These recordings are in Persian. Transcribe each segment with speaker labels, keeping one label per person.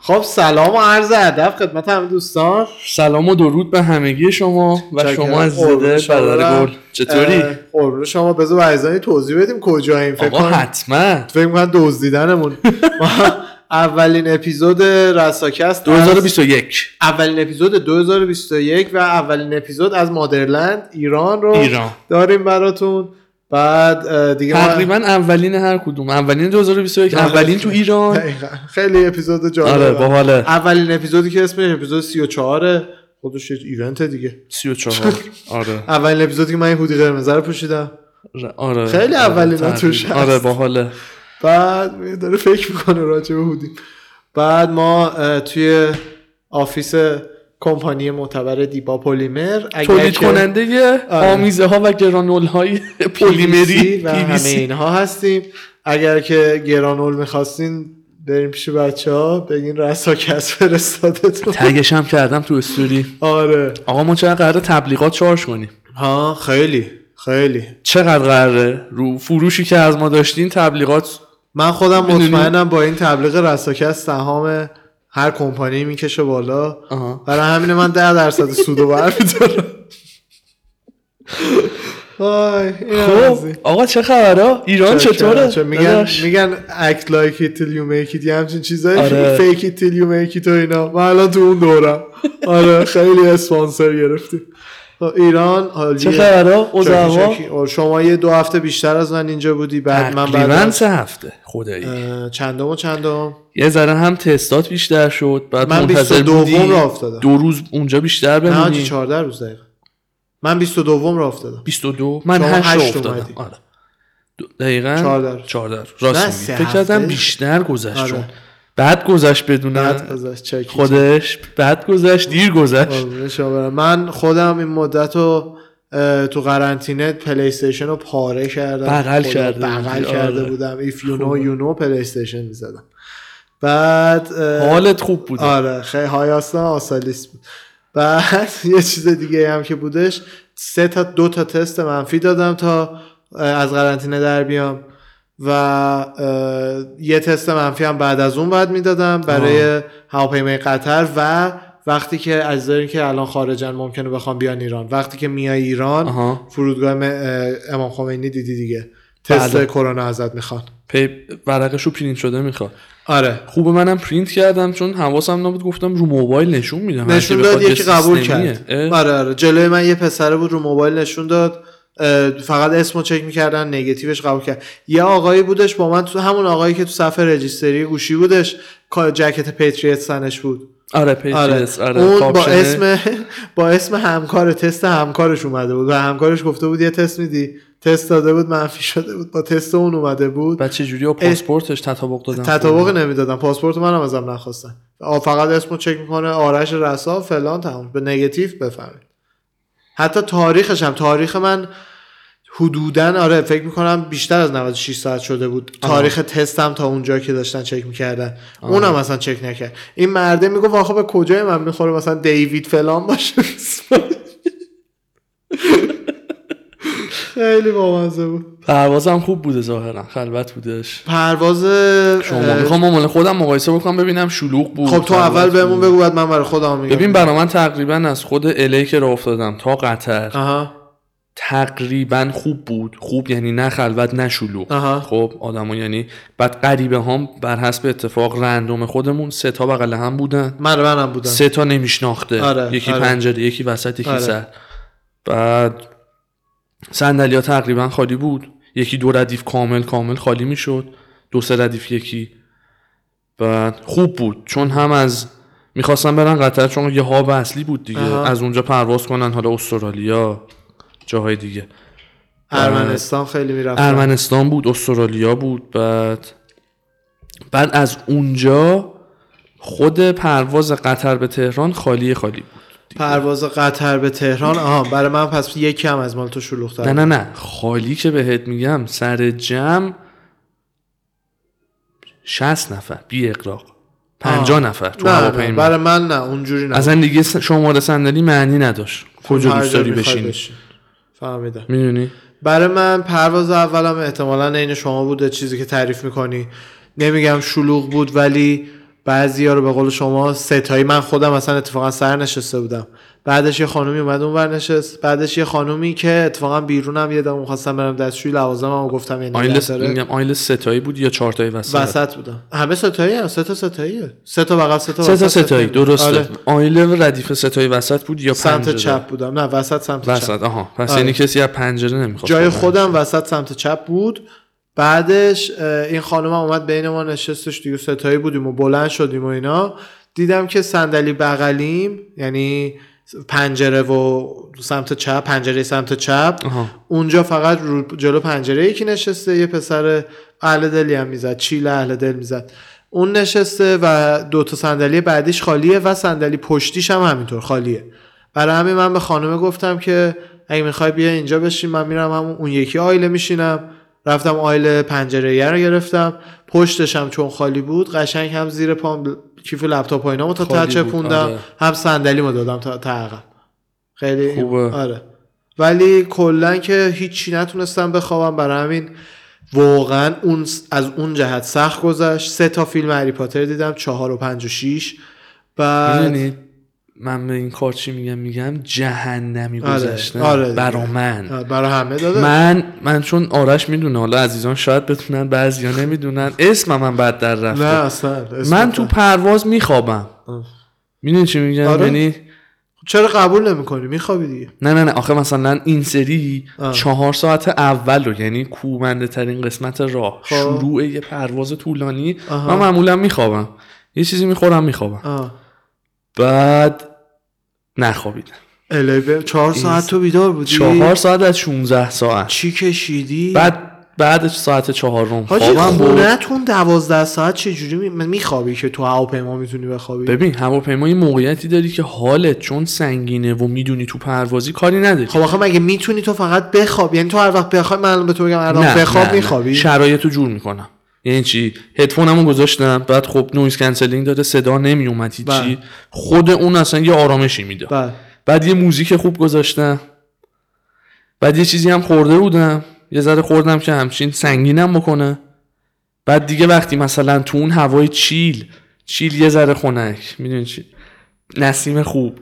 Speaker 1: خب سلام و عرض ادب خدمت همه دوستان
Speaker 2: سلام و درود به همگی شما و
Speaker 1: چاکرم.
Speaker 2: شما از
Speaker 1: قربون
Speaker 2: زده
Speaker 1: شما
Speaker 2: برادر
Speaker 1: برم.
Speaker 2: گل چطوری؟
Speaker 1: اه، قربون شما بذار برزانی توضیح بدیم کجاییم فکر
Speaker 2: آقا
Speaker 1: کنم
Speaker 2: حتما
Speaker 1: فکر کنم دزدیدنمون ما اولین اپیزود رساکست
Speaker 2: 2021
Speaker 1: اولین اپیزود 2021 و اولین اپیزود از مادرلند ایران رو
Speaker 2: ایران
Speaker 1: داریم براتون بعد اه، دیگه ما-
Speaker 2: تقریبا اولین هر کدوم اولین 2021
Speaker 1: نه،
Speaker 2: اولین تو ایران
Speaker 1: دقیقاً. خیلی اپیزود
Speaker 2: آره
Speaker 1: جالبه
Speaker 2: باحاله
Speaker 1: اولین اپیزودی که اسمش اپیزود 34 خودش یه ایونت دیگه
Speaker 2: 34 آره
Speaker 1: اولین اپیزودی که من این هودی قرمز رو پوشیدم
Speaker 2: آره
Speaker 1: خیلی
Speaker 2: آره،
Speaker 1: اولین
Speaker 2: تقریبا.
Speaker 1: توش هست.
Speaker 2: آره باحاله
Speaker 1: بعد داره فکر میکنه راجع به هودی بعد ما اه، توی آفیس کمپانی معتبر دیبا پلیمر اگر
Speaker 2: تولید
Speaker 1: که
Speaker 2: کننده
Speaker 1: آره.
Speaker 2: آمیزه ها و گرانول های پلیمری
Speaker 1: PVC و همه اینها هستیم اگر که گرانول میخواستین بریم پیش بچه ها بگین رسا کس فرستادتون
Speaker 2: تگش هم کردم تو استوری
Speaker 1: آره
Speaker 2: آقا ما چقدر قراره تبلیغات چارج کنیم
Speaker 1: ها خیلی خیلی
Speaker 2: چقدر قراره رو فروشی که از ما داشتین تبلیغات
Speaker 1: من خودم
Speaker 2: می‌دونی؟
Speaker 1: مطمئنم با این تبلیغ رساکس سهام هر کمپانی میکشه بالا
Speaker 2: آها.
Speaker 1: برای همین من ده درصد سودو برمیدارم
Speaker 2: خب آقا چه خبره ایران چطوره
Speaker 1: میگن
Speaker 2: داداش.
Speaker 1: میگن act like it till you make it یه همچین چیزایی
Speaker 2: آره.
Speaker 1: fake it till you make it و اینا من الان تو اون دورم آره خیلی اسپانسر گرفتیم خب، ایران
Speaker 2: چه
Speaker 1: حالیه
Speaker 2: خبره اوضاع
Speaker 1: چاکی،
Speaker 2: هوا؟
Speaker 1: چاکی. آه، شما یه دو هفته بیشتر از من اینجا بودی بعد من بعد
Speaker 2: تقریبا
Speaker 1: از-
Speaker 2: سه هفته خدایی
Speaker 1: اه، چندم و چندم
Speaker 2: یه ذره هم تستات بیشتر شد بعد
Speaker 1: من
Speaker 2: منتظر
Speaker 1: 22
Speaker 2: بودی
Speaker 1: را افتادم.
Speaker 2: دو روز اونجا بیشتر
Speaker 1: نه حاجی
Speaker 2: بمونی
Speaker 1: 14 روز دقیقا من 22 را افتادم
Speaker 2: 22 من
Speaker 1: شما
Speaker 2: 8
Speaker 1: هشت
Speaker 2: افتادم
Speaker 1: اومدی.
Speaker 2: آره. دو- دقیقا
Speaker 1: 14
Speaker 2: 14
Speaker 1: نه،
Speaker 2: راست میگی
Speaker 1: سه
Speaker 2: فکر کردم
Speaker 1: هفته.
Speaker 2: بیشتر گذشت
Speaker 1: آره.
Speaker 2: چون بعد گذشت
Speaker 1: بعد
Speaker 2: بدون
Speaker 1: گذشت چکی
Speaker 2: خودش بعد گذشت دیر گذشت
Speaker 1: قربون شما برم. آره، من خودم این مدت رو اه، تو قرنطینه پلی استیشن رو پاره کردم
Speaker 2: بغل
Speaker 1: خدا،
Speaker 2: کرده
Speaker 1: بغل
Speaker 2: بودی،
Speaker 1: کرده
Speaker 2: آره.
Speaker 1: بودم ایف یو نو یو نو پلی استیشن میزدم بعد اه،
Speaker 2: حالت خوب بود
Speaker 1: آره خیلی های آسان آسالیس بود بعد یه چیز دیگه هم که بودش سه تا دو تا تست منفی دادم تا اه، از قرنطینه در بیام و اه، یه تست منفی هم بعد از اون بعد میدادم برای هواپیمای قطر و وقتی که عزیزانی که الان خارجن ممکنه بخوام بیان ایران وقتی که میای ایران
Speaker 2: آها
Speaker 1: فرودگاه م- اه، امام خمینی دیدی دیگه تست
Speaker 2: بله.
Speaker 1: کرونا ازت میخوان
Speaker 2: پی ورقش رو پرینت شده میخواد
Speaker 1: آره
Speaker 2: خوب منم پرینت کردم چون حواسم نبود گفتم رو موبایل نشون میدم
Speaker 1: نشون داد یکی قبول کرد
Speaker 2: اه؟
Speaker 1: آره آره جلوی من یه پسره بود رو موبایل نشون داد اه، فقط اسمو چک میکردن نگتیوش قبول کرد یه آقایی بودش با من تو همون آقایی که تو صفحه رجیستری گوشی بودش کا- جکت پیتریت سنش بود
Speaker 2: آره پیجز آره,
Speaker 1: اون با
Speaker 2: کاپشنه.
Speaker 1: اسم با اسم همکار تست همکارش اومده بود و همکارش گفته بود یه تست میدی تست داده بود منفی شده بود با تست اون اومده بود
Speaker 2: بعد چه جوری با پاسپورتش تطابق دادم
Speaker 1: تطابق نمیدادن پاسپورت منم ازم نخواستن آ، فقط اسمو چک میکنه آرش رسا فلان تمام به نگاتیو بفهمید حتی تاریخش هم تاریخ من حدودن آره فکر میکنم بیشتر از 96 ساعت شده بود
Speaker 2: آها.
Speaker 1: تاریخ تستم تا اونجا که داشتن چک میکردن اونم اصلا چک نکرد این مرده میگفت آخه به کجای من میخوره مثلا دیوید فلان باشه خیلی بامزه بود
Speaker 2: پروازم خوب بوده ظاهرا خلوت بودش
Speaker 1: پرواز
Speaker 2: شما
Speaker 1: اه،
Speaker 2: میخوام مامانه خودم مقایسه بکنم ببینم شلوغ بود
Speaker 1: خب تو
Speaker 2: خلوت
Speaker 1: اول بهمون
Speaker 2: بود.
Speaker 1: بگو بعد من برای خودم میگم
Speaker 2: ببین برا من تقریبا از خود الی که راه افتادم تا قطر
Speaker 1: آها
Speaker 2: تقریبا خوب بود خوب یعنی نه خلوت نه شلوغ
Speaker 1: آها
Speaker 2: خب آدما یعنی بعد غریبه هم بر حسب اتفاق رندوم خودمون سه تا بغل هم بودن
Speaker 1: من منم بودم
Speaker 2: سه تا نمیشناخته
Speaker 1: آره،
Speaker 2: یکی
Speaker 1: آره.
Speaker 2: پنجره یکی وسط یکی
Speaker 1: آره.
Speaker 2: سر بعد صندلی ها تقریبا خالی بود یکی دو ردیف کامل کامل خالی میشد دو سه ردیف یکی بعد خوب بود چون هم از میخواستم برن قطر چون یه هاب اصلی بود دیگه
Speaker 1: آها.
Speaker 2: از اونجا پرواز کنن حالا استرالیا جاهای دیگه
Speaker 1: ارمنستان خیلی میرفتم
Speaker 2: ارمنستان بود استرالیا بود بعد بعد از اونجا خود پرواز قطر به تهران خالی خالی بود
Speaker 1: پرواز قطر به تهران آها برای من پس یکی هم از مال تو شلوغ
Speaker 2: نه
Speaker 1: تر
Speaker 2: نه نه خالی که بهت میگم سر جمع 60 نفر بی اقراق 50
Speaker 1: آه.
Speaker 2: نفر تو
Speaker 1: نه, نه
Speaker 2: هواپیما
Speaker 1: برای من نه اونجوری نه
Speaker 2: اصلا دیگه س- شماره صندلی معنی نداشت کجا
Speaker 1: خب، هر
Speaker 2: دوست
Speaker 1: جا
Speaker 2: داری
Speaker 1: می‌خوای
Speaker 2: بشینی
Speaker 1: فهمیدم
Speaker 2: میدونی
Speaker 1: برای من پرواز اولم احتمالا عین شما بوده چیزی که تعریف میکنی نمیگم شلوغ بود ولی بعضی رو به قول شما ستایی من خودم اصلا اتفاقا سر نشسته بودم بعدش یه خانومی اومد اونور نشست بعدش یه خانومی که اتفاقا بیرونم یه دم خواستم برم دستشویی لوازمم و گفتم یعنی
Speaker 2: آیل
Speaker 1: نداره.
Speaker 2: میگم آیل ستایی بود یا چهارتایی وسط
Speaker 1: وسط بودم همه ستایی هم سه تا ستاییه سه تا بغل سه تا
Speaker 2: سه
Speaker 1: وسط،
Speaker 2: تا
Speaker 1: سه تا
Speaker 2: ستایی
Speaker 1: بیرون.
Speaker 2: درسته
Speaker 1: آره.
Speaker 2: آیل ردیف ستایی وسط بود یا
Speaker 1: سمت
Speaker 2: پنجره؟
Speaker 1: چپ بودم نه وسط سمت چپ
Speaker 2: وسط آها پس
Speaker 1: آره.
Speaker 2: یعنی کسی از پنجره نمیخواد
Speaker 1: جای خودم وسط سمت چپ بود بعدش اه، این خانم اومد بین ما نشستش دیگه ستایی بودیم و بلند شدیم و اینا دیدم که صندلی بغلیم یعنی پنجره و سمت چپ پنجره سمت چپ
Speaker 2: آها.
Speaker 1: اونجا فقط رو جلو پنجره یکی نشسته یه پسر اهل دلی هم میزد چیل اهل دل میزد اون نشسته و دو تا صندلی بعدیش خالیه و صندلی پشتیش هم همینطور خالیه برای همین من به خانومه گفتم که اگه میخوای بیا اینجا بشین من میرم همون اون یکی آیله میشینم رفتم آیل پنجره یه رو گرفتم پشتشم چون خالی بود قشنگ هم زیر پام کیف لپتاپ و اینامو تا
Speaker 2: خالی
Speaker 1: ته
Speaker 2: بود،
Speaker 1: چپوندم
Speaker 2: آره.
Speaker 1: هم صندلیمو دادم تا تا عقب. خیلی
Speaker 2: خوبه.
Speaker 1: آره ولی کلا که هیچی نتونستم بخوابم برای همین واقعا اون از اون جهت سخت گذشت سه تا فیلم هری پاتر دیدم چهار و پنج و شیش بعد
Speaker 2: می‌دونی من به این کار چی میگم میگم جهنمی
Speaker 1: آره،
Speaker 2: گذشته
Speaker 1: آره دیگه.
Speaker 2: برا من
Speaker 1: برای همه داده
Speaker 2: من من چون آرش میدونه حالا عزیزان شاید بتونن بعضیا نمیدونن اسمم من بعد در
Speaker 1: نه
Speaker 2: رفته
Speaker 1: اصلا اسم
Speaker 2: من تو
Speaker 1: نه.
Speaker 2: پرواز میخوابم میدونی چی میگم
Speaker 1: آره.
Speaker 2: یعنی
Speaker 1: چرا قبول نمیکنی میخوابی دیگه
Speaker 2: نه نه نه آخه مثلا این سری
Speaker 1: آه.
Speaker 2: چهار ساعت اول رو یعنی کوبنده ترین قسمت راه
Speaker 1: خب.
Speaker 2: شروع یه پرواز طولانی
Speaker 1: آها.
Speaker 2: من معمولا میخوابم یه چیزی میخورم میخوابم
Speaker 1: آه.
Speaker 2: بعد نخوابیدم
Speaker 1: الهی به- چهار ساعت تو بیدار بودی
Speaker 2: چهار ساعت از 16 ساعت
Speaker 1: چی کشیدی
Speaker 2: بعد بعد ساعت چهارم
Speaker 1: حاجی
Speaker 2: خوابم بود
Speaker 1: خونتون دوازده ساعت چجوری می... میخوابی که تو هواپیما میتونی بخوابی
Speaker 2: ببین هواپیما یه موقعیتی داری که حالت چون سنگینه و میدونی تو پروازی کاری نداری
Speaker 1: خب آخه مگه میتونی تو فقط بخواب یعنی تو هر وقت بخوای من الان به تو بگم
Speaker 2: خب،
Speaker 1: هر وقت بخواب میخوابی
Speaker 2: شرایط رو جور میکنم یعنی چی هدفونمو گذاشتم بعد خب نویز کنسلینگ داره صدا نمیومد
Speaker 1: بله.
Speaker 2: چی خود اون اصلا یه آرامشی میده
Speaker 1: بله
Speaker 2: بعد یه موزیک خوب گذاشتم بعد یه چیزی هم خورده بودم یه ذره خوردم که همچین سنگینم بکنه بعد دیگه وقتی مثلا تو اون هوای چیل چیل یه ذره خنک میدونی چی نسیم خوب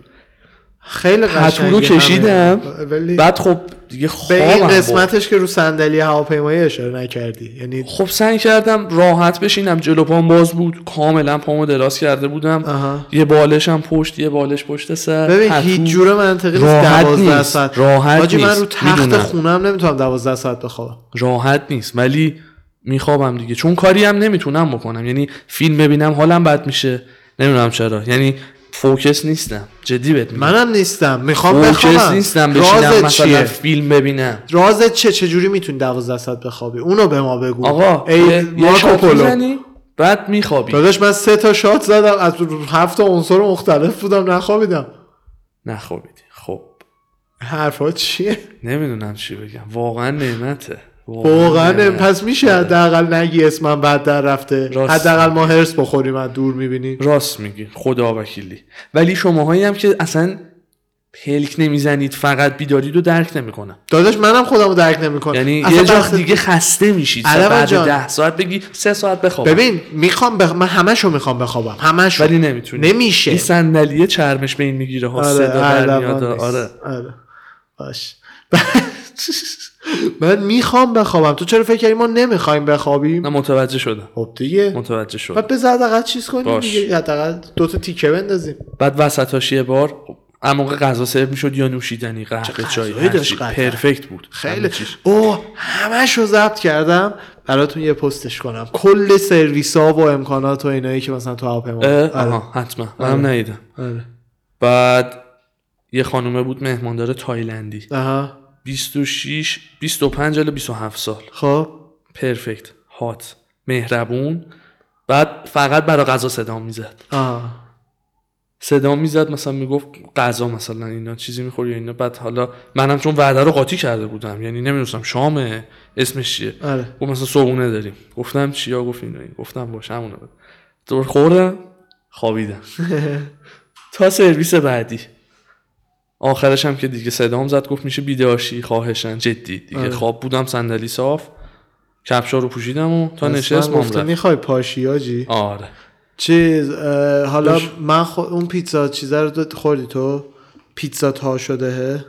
Speaker 1: خیلی قشنگه
Speaker 2: پتو رو
Speaker 1: همه.
Speaker 2: کشیدم.
Speaker 1: ولی
Speaker 2: بعد خب دیگه
Speaker 1: به این
Speaker 2: خوابم برد.
Speaker 1: قسمتش که رو صندلی هواپیمایی اشاره نکردی یعنی
Speaker 2: خب سعی کردم راحت بشینم جلو پام باز بود کاملا پامو دراز کرده بودم
Speaker 1: آها.
Speaker 2: یه بالش هم پشت یه بالش پشت سر
Speaker 1: ببین
Speaker 2: پتو.
Speaker 1: هیچ جوره منطقی نیست
Speaker 2: راحت
Speaker 1: 12
Speaker 2: نیست.
Speaker 1: ساعت
Speaker 2: راحت
Speaker 1: حاجی من
Speaker 2: نیست.
Speaker 1: رو تخت
Speaker 2: میدونم.
Speaker 1: خونم نمیتونم 12 ساعت بخوابم
Speaker 2: راحت نیست ولی میخوابم دیگه چون کاری هم نمیتونم بکنم یعنی فیلم ببینم حالم بد میشه نمیدونم چرا یعنی فوکس نیستم جدی بهت میگم
Speaker 1: منم نیستم میخوام
Speaker 2: فوکس
Speaker 1: خب بخوابم
Speaker 2: نیستم
Speaker 1: رازت
Speaker 2: بشینم مثلا
Speaker 1: چیه
Speaker 2: فیلم ببینم
Speaker 1: رازت چه چجوری میتونی 12 ساعت بخوابی اونو به ما بگو
Speaker 2: آقا
Speaker 1: ای
Speaker 2: یه- یه
Speaker 1: مارکو
Speaker 2: شات
Speaker 1: پولو.
Speaker 2: میزنی بعد میخوابی
Speaker 1: داداش من سه تا شات زدم از هفت تا عنصر مختلف بودم نخوابیدم
Speaker 2: نخوابیدی خب
Speaker 1: حرفا چیه
Speaker 2: نمیدونم چی بگم واقعا نعمته
Speaker 1: واقعا
Speaker 2: نعمت.
Speaker 1: پس میشه حداقل نگی اسمم بعد در رفته
Speaker 2: آره. راست.
Speaker 1: حداقل ما هرس بخوریم از دور میبینیم
Speaker 2: راست میگی خدا وکیلی ولی شماهایی هم که اصلا پلک نمیزنید فقط بیدارید و درک نمیکنم
Speaker 1: داداش منم خودمو درک نمیکنم
Speaker 2: یعنی یه جا دیگه خسته میشید
Speaker 1: علم
Speaker 2: بعد
Speaker 1: جان.
Speaker 2: ده ساعت بگی سه ساعت بخواب
Speaker 1: ببین میخوام بخ... من همشو میخوام بخوابم همشو
Speaker 2: ولی نمیتونی
Speaker 1: نمیشه
Speaker 2: این صندلیه چرمش به این میگیره ها
Speaker 1: آره
Speaker 2: صدا در میاد
Speaker 1: علمان نیست.
Speaker 2: آره
Speaker 1: آره. باش من میخوام بخوابم تو چرا فکر کردی ما نمیخوایم
Speaker 2: نه
Speaker 1: بخوابیم
Speaker 2: متوجه شدم
Speaker 1: خب دیگه
Speaker 2: متوجه شدم
Speaker 1: بعد بذار حداقل چیز کنیم
Speaker 2: باش.
Speaker 1: دیگه حداقل دو تا تیکه بندازیم
Speaker 2: بعد وسطاش یه بار عمق غذا سرو میشد یا نوشیدنی قهوه چای
Speaker 1: غذایی
Speaker 2: هرچی.
Speaker 1: داشت قطعا.
Speaker 2: پرفکت بود
Speaker 1: خیلی
Speaker 2: همه چیز.
Speaker 1: او همش رو ضبط کردم براتون یه پستش کنم کل سرویس ها و امکانات و اینایی که مثلا تو هواپیما
Speaker 2: اه،
Speaker 1: آره.
Speaker 2: آها حتما منم ندیدم
Speaker 1: آره.
Speaker 2: بعد یه خانومه بود مهماندار تایلندی
Speaker 1: آها
Speaker 2: 26 25 الی 27 سال
Speaker 1: خب
Speaker 2: پرفکت هات مهربون بعد فقط برای غذا صدا میزد
Speaker 1: آها
Speaker 2: صدا میزد مثلا میگفت غذا مثلا اینا چیزی میخوری یا اینا بعد حالا منم چون وعده رو قاطی کرده بودم یعنی نمیدونستم شامه اسمش چیه
Speaker 1: آره
Speaker 2: گفت مثلا صبحونه داریم گفتم چیا گفت اینا گفتم باشه همونو بده دور خوردم خوابیدم تا سرویس بعدی آخرش هم که دیگه صدام زد گفت میشه بیدارشی خواهشن جدی دیگه
Speaker 1: آره.
Speaker 2: خواب بودم صندلی صاف کفشا رو پوشیدم و تا
Speaker 1: اصلا
Speaker 2: نشست مام
Speaker 1: گفتی
Speaker 2: رفت.
Speaker 1: میخوای پاشیاجی
Speaker 2: آره
Speaker 1: چیز اه، حالا
Speaker 2: دوش.
Speaker 1: من خو- اون پیتزا چیزا رو داد- خوردی تو پیتزا تا شدهه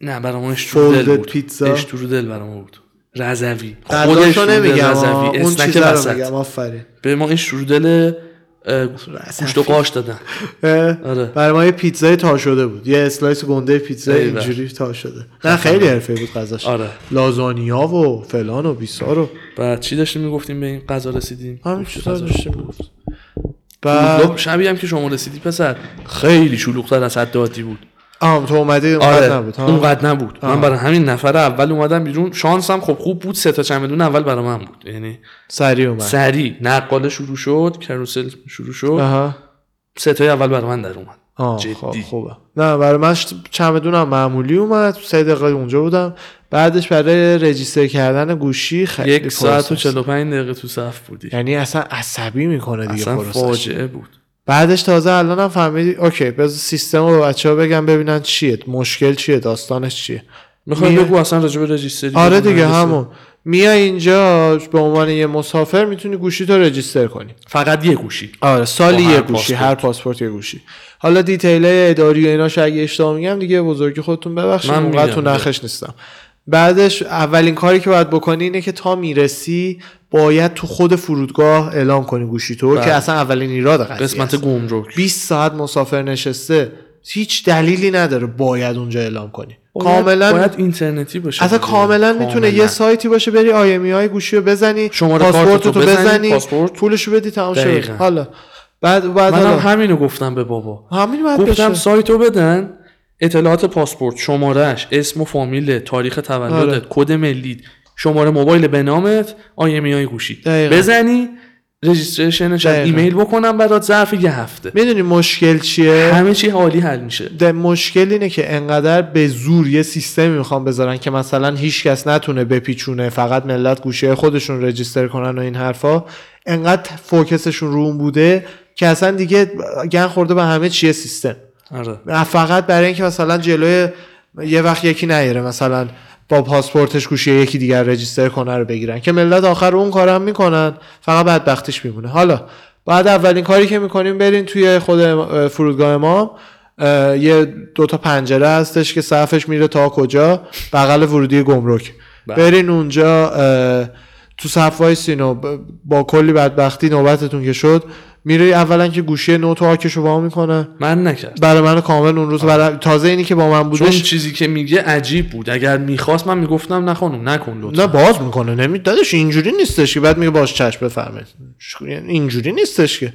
Speaker 2: نه برام اشترودل
Speaker 1: Folded
Speaker 2: بود
Speaker 1: پیتزا.
Speaker 2: اشترودل برام بود رضوی
Speaker 1: خودش
Speaker 2: اشترودل
Speaker 1: نمیگم آه.
Speaker 2: رضوی
Speaker 1: اون
Speaker 2: اسنک
Speaker 1: چیزا رو میگم
Speaker 2: وسط
Speaker 1: آفرین
Speaker 2: به ما این شرودل اه، گوشت و قاش دادن
Speaker 1: اه،
Speaker 2: آره.
Speaker 1: برای ما یه پیتزای تا شده بود یه اسلایس گنده پیتزا
Speaker 2: ایوه.
Speaker 1: اینجوری تا شده نه خیلی حرفه بود غذاش
Speaker 2: آره.
Speaker 1: لازانیا و فلان و بیسار و
Speaker 2: بعد چی داشتیم میگفتیم به این غذا رسیدیم
Speaker 1: همین
Speaker 2: گفت
Speaker 1: چیزا
Speaker 2: غذا.
Speaker 1: داشتیم بود
Speaker 2: شلوغ
Speaker 1: بعد
Speaker 2: شبیه هم که شما رسیدی پسر خیلی شلوغتر از حد عادی بود
Speaker 1: آه تو اومدی اونقدر
Speaker 2: آره
Speaker 1: نبود ها؟
Speaker 2: اونقدر نبود
Speaker 1: آه.
Speaker 2: من برای همین نفر اول اومدم بیرون شانسم خب خوب بود سه تا چمدون اول برای من بود یعنی
Speaker 1: سریع اومد
Speaker 2: سریع نقاله شروع شد کروسل شروع شد
Speaker 1: آها
Speaker 2: سه تای اول برای من در اومد
Speaker 1: آه
Speaker 2: جدی.
Speaker 1: خب خوبه نه برای من ش- چمدونم معمولی اومد سه دقیقه اونجا بودم بعدش برای رجیستر کردن گوشی خیلی
Speaker 2: یک ساعت و
Speaker 1: پروسس.
Speaker 2: 45 دقیقه تو صف بودی
Speaker 1: یعنی اصلا عصبی میکنه دیگه
Speaker 2: اصلا
Speaker 1: پروسش.
Speaker 2: فاجعه بود
Speaker 1: بعدش تازه الان هم فهمیدی اوکی بذار سیستم رو به بچه ها بگم ببینن چیه مشکل چیه داستانش چیه
Speaker 2: میخوای
Speaker 1: میه-
Speaker 2: بگو اصلا راجع به رجیستری
Speaker 1: آره
Speaker 2: بگو،
Speaker 1: دیگه
Speaker 2: رجیستر.
Speaker 1: همون میای اینجا به عنوان یه مسافر میتونی گوشی تو رجیستر کنی
Speaker 2: فقط یه گوشی
Speaker 1: آره سالی
Speaker 2: با هر
Speaker 1: یه گوشی
Speaker 2: پاسپورت.
Speaker 1: هر پاسپورت یه گوشی حالا دیتیل اداری و ایناش اگه اشتباه میگم دیگه بزرگی خودتون ببخشید
Speaker 2: من
Speaker 1: من اونقدر
Speaker 2: میگم،
Speaker 1: تو
Speaker 2: میگم.
Speaker 1: نخش نیستم بعدش اولین کاری که باید بکنی اینه که تا میرسی باید تو خود فرودگاه اعلام کنی گوشی تو
Speaker 2: بله.
Speaker 1: که اصلا اولین ایراد قضیه
Speaker 2: قسمت
Speaker 1: است.
Speaker 2: گمرک
Speaker 1: 20 ساعت مسافر نشسته هیچ دلیلی نداره باید اونجا اعلام کنی
Speaker 2: باید-
Speaker 1: کاملا
Speaker 2: باید اینترنتی باشه
Speaker 1: اصلا
Speaker 2: دیگه.
Speaker 1: کاملا میتونه یه
Speaker 2: کاملاً.
Speaker 1: سایتی باشه بری آیمی های گوشی رو بزنی
Speaker 2: شماره
Speaker 1: پاسپورت
Speaker 2: کارتتو
Speaker 1: تو
Speaker 2: بزنی،
Speaker 1: بزنی
Speaker 2: پاسپورت.
Speaker 1: پولش رو بدی تمام شد
Speaker 2: دقیقاً.
Speaker 1: حالا بعد بعد
Speaker 2: منم
Speaker 1: حالا
Speaker 2: همینو گفتم به بابا
Speaker 1: همین باید
Speaker 2: گفتم
Speaker 1: بشه
Speaker 2: سایتو بدن اطلاعات پاسپورت شمارهش اسم و فامیل تاریخ تولدت
Speaker 1: آره.
Speaker 2: کد ملیت شماره موبایل به نامت آیمی های گوشی
Speaker 1: دقیقاً.
Speaker 2: بزنی رجیستریشنش از
Speaker 1: دقیقاً.
Speaker 2: ایمیل بکنم برات ظرف یه هفته
Speaker 1: میدونی مشکل چیه
Speaker 2: همه چی حالی حل میشه
Speaker 1: ده مشکل اینه که انقدر به زور یه سیستمی میخوام بذارن که مثلا هیچکس نتونه بپیچونه فقط ملت گوشه خودشون رجیستر کنن و این حرفا انقدر فوکسشون رو اون بوده که اصلا دیگه گن خورده به همه چیه سیستم
Speaker 2: آره
Speaker 1: نه، فقط برای اینکه مثلا جلوی یه وقت یکی نیاره مثلا با پاسپورتش گوشی یکی دیگر رجیستر کنه رو بگیرن که ملت آخر اون کارم میکنن فقط بدبختیش میمونه حالا بعد اولین کاری که میکنیم برین توی خود ام- فرودگاه امام اه، یه دو تا پنجره هستش که صفش میره تا کجا بغل ورودی گمرک
Speaker 2: بله.
Speaker 1: برین اونجا اه، تو صف وایسین و ب- با کلی بدبختی نوبتتون که شد میره اولا که گوشی نوت و آکش رو وا میکنن
Speaker 2: من نکرد
Speaker 1: برای من کامل اون روز برای تازه اینی که با من
Speaker 2: چون
Speaker 1: بودش
Speaker 2: چیزی که میگه عجیب بود اگر میخواست من میگفتم نه خانم نکن لطفا
Speaker 1: نه باز میکنه نمی دادش اینجوری نیستش که بعد میگه باش چشم بفرمایید ش- یعنی اینجوری نیستش که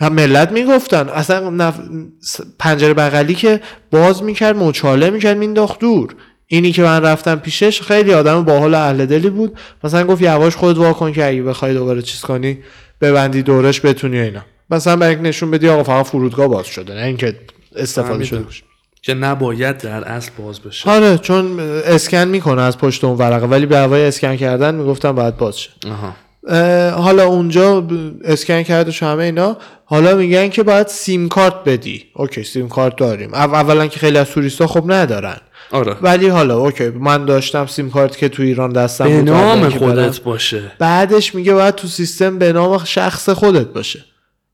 Speaker 1: هم ملت میگفتن اصلا نف... س- پنجره بغلی که باز میکرد مچاله میکرد مینداخت دور اینی که من رفتم پیشش خیلی آدم باحال و اهل دلی بود مثلا گفت یواش خود واکن که اگه بخوای دوباره چیز کنی ببندی دورش بتونی و اینا مثلا برای اینکه نشون بدی آقا فقط فرودگاه باز شده نه اینکه استفاده شده
Speaker 2: فهمیدم. که نباید در اصل باز بشه
Speaker 1: آره چون اسکن میکنه از پشت اون ورقه ولی به هوای اسکن کردن میگفتم باید باز شه
Speaker 2: آها.
Speaker 1: اه، حالا اونجا ب- اسکن کردش همه اینا حالا میگن که باید سیم کارت بدی اوکی سیم کارت داریم او- اولا که خیلی از توریستا خب ندارن
Speaker 2: آره
Speaker 1: ولی حالا اوکی من داشتم سیم کارت که تو ایران دستم
Speaker 2: به
Speaker 1: بود، بعد
Speaker 2: نام
Speaker 1: اینکه برم.
Speaker 2: خودت باشه
Speaker 1: بعدش میگه باید تو سیستم به نام شخص خودت باشه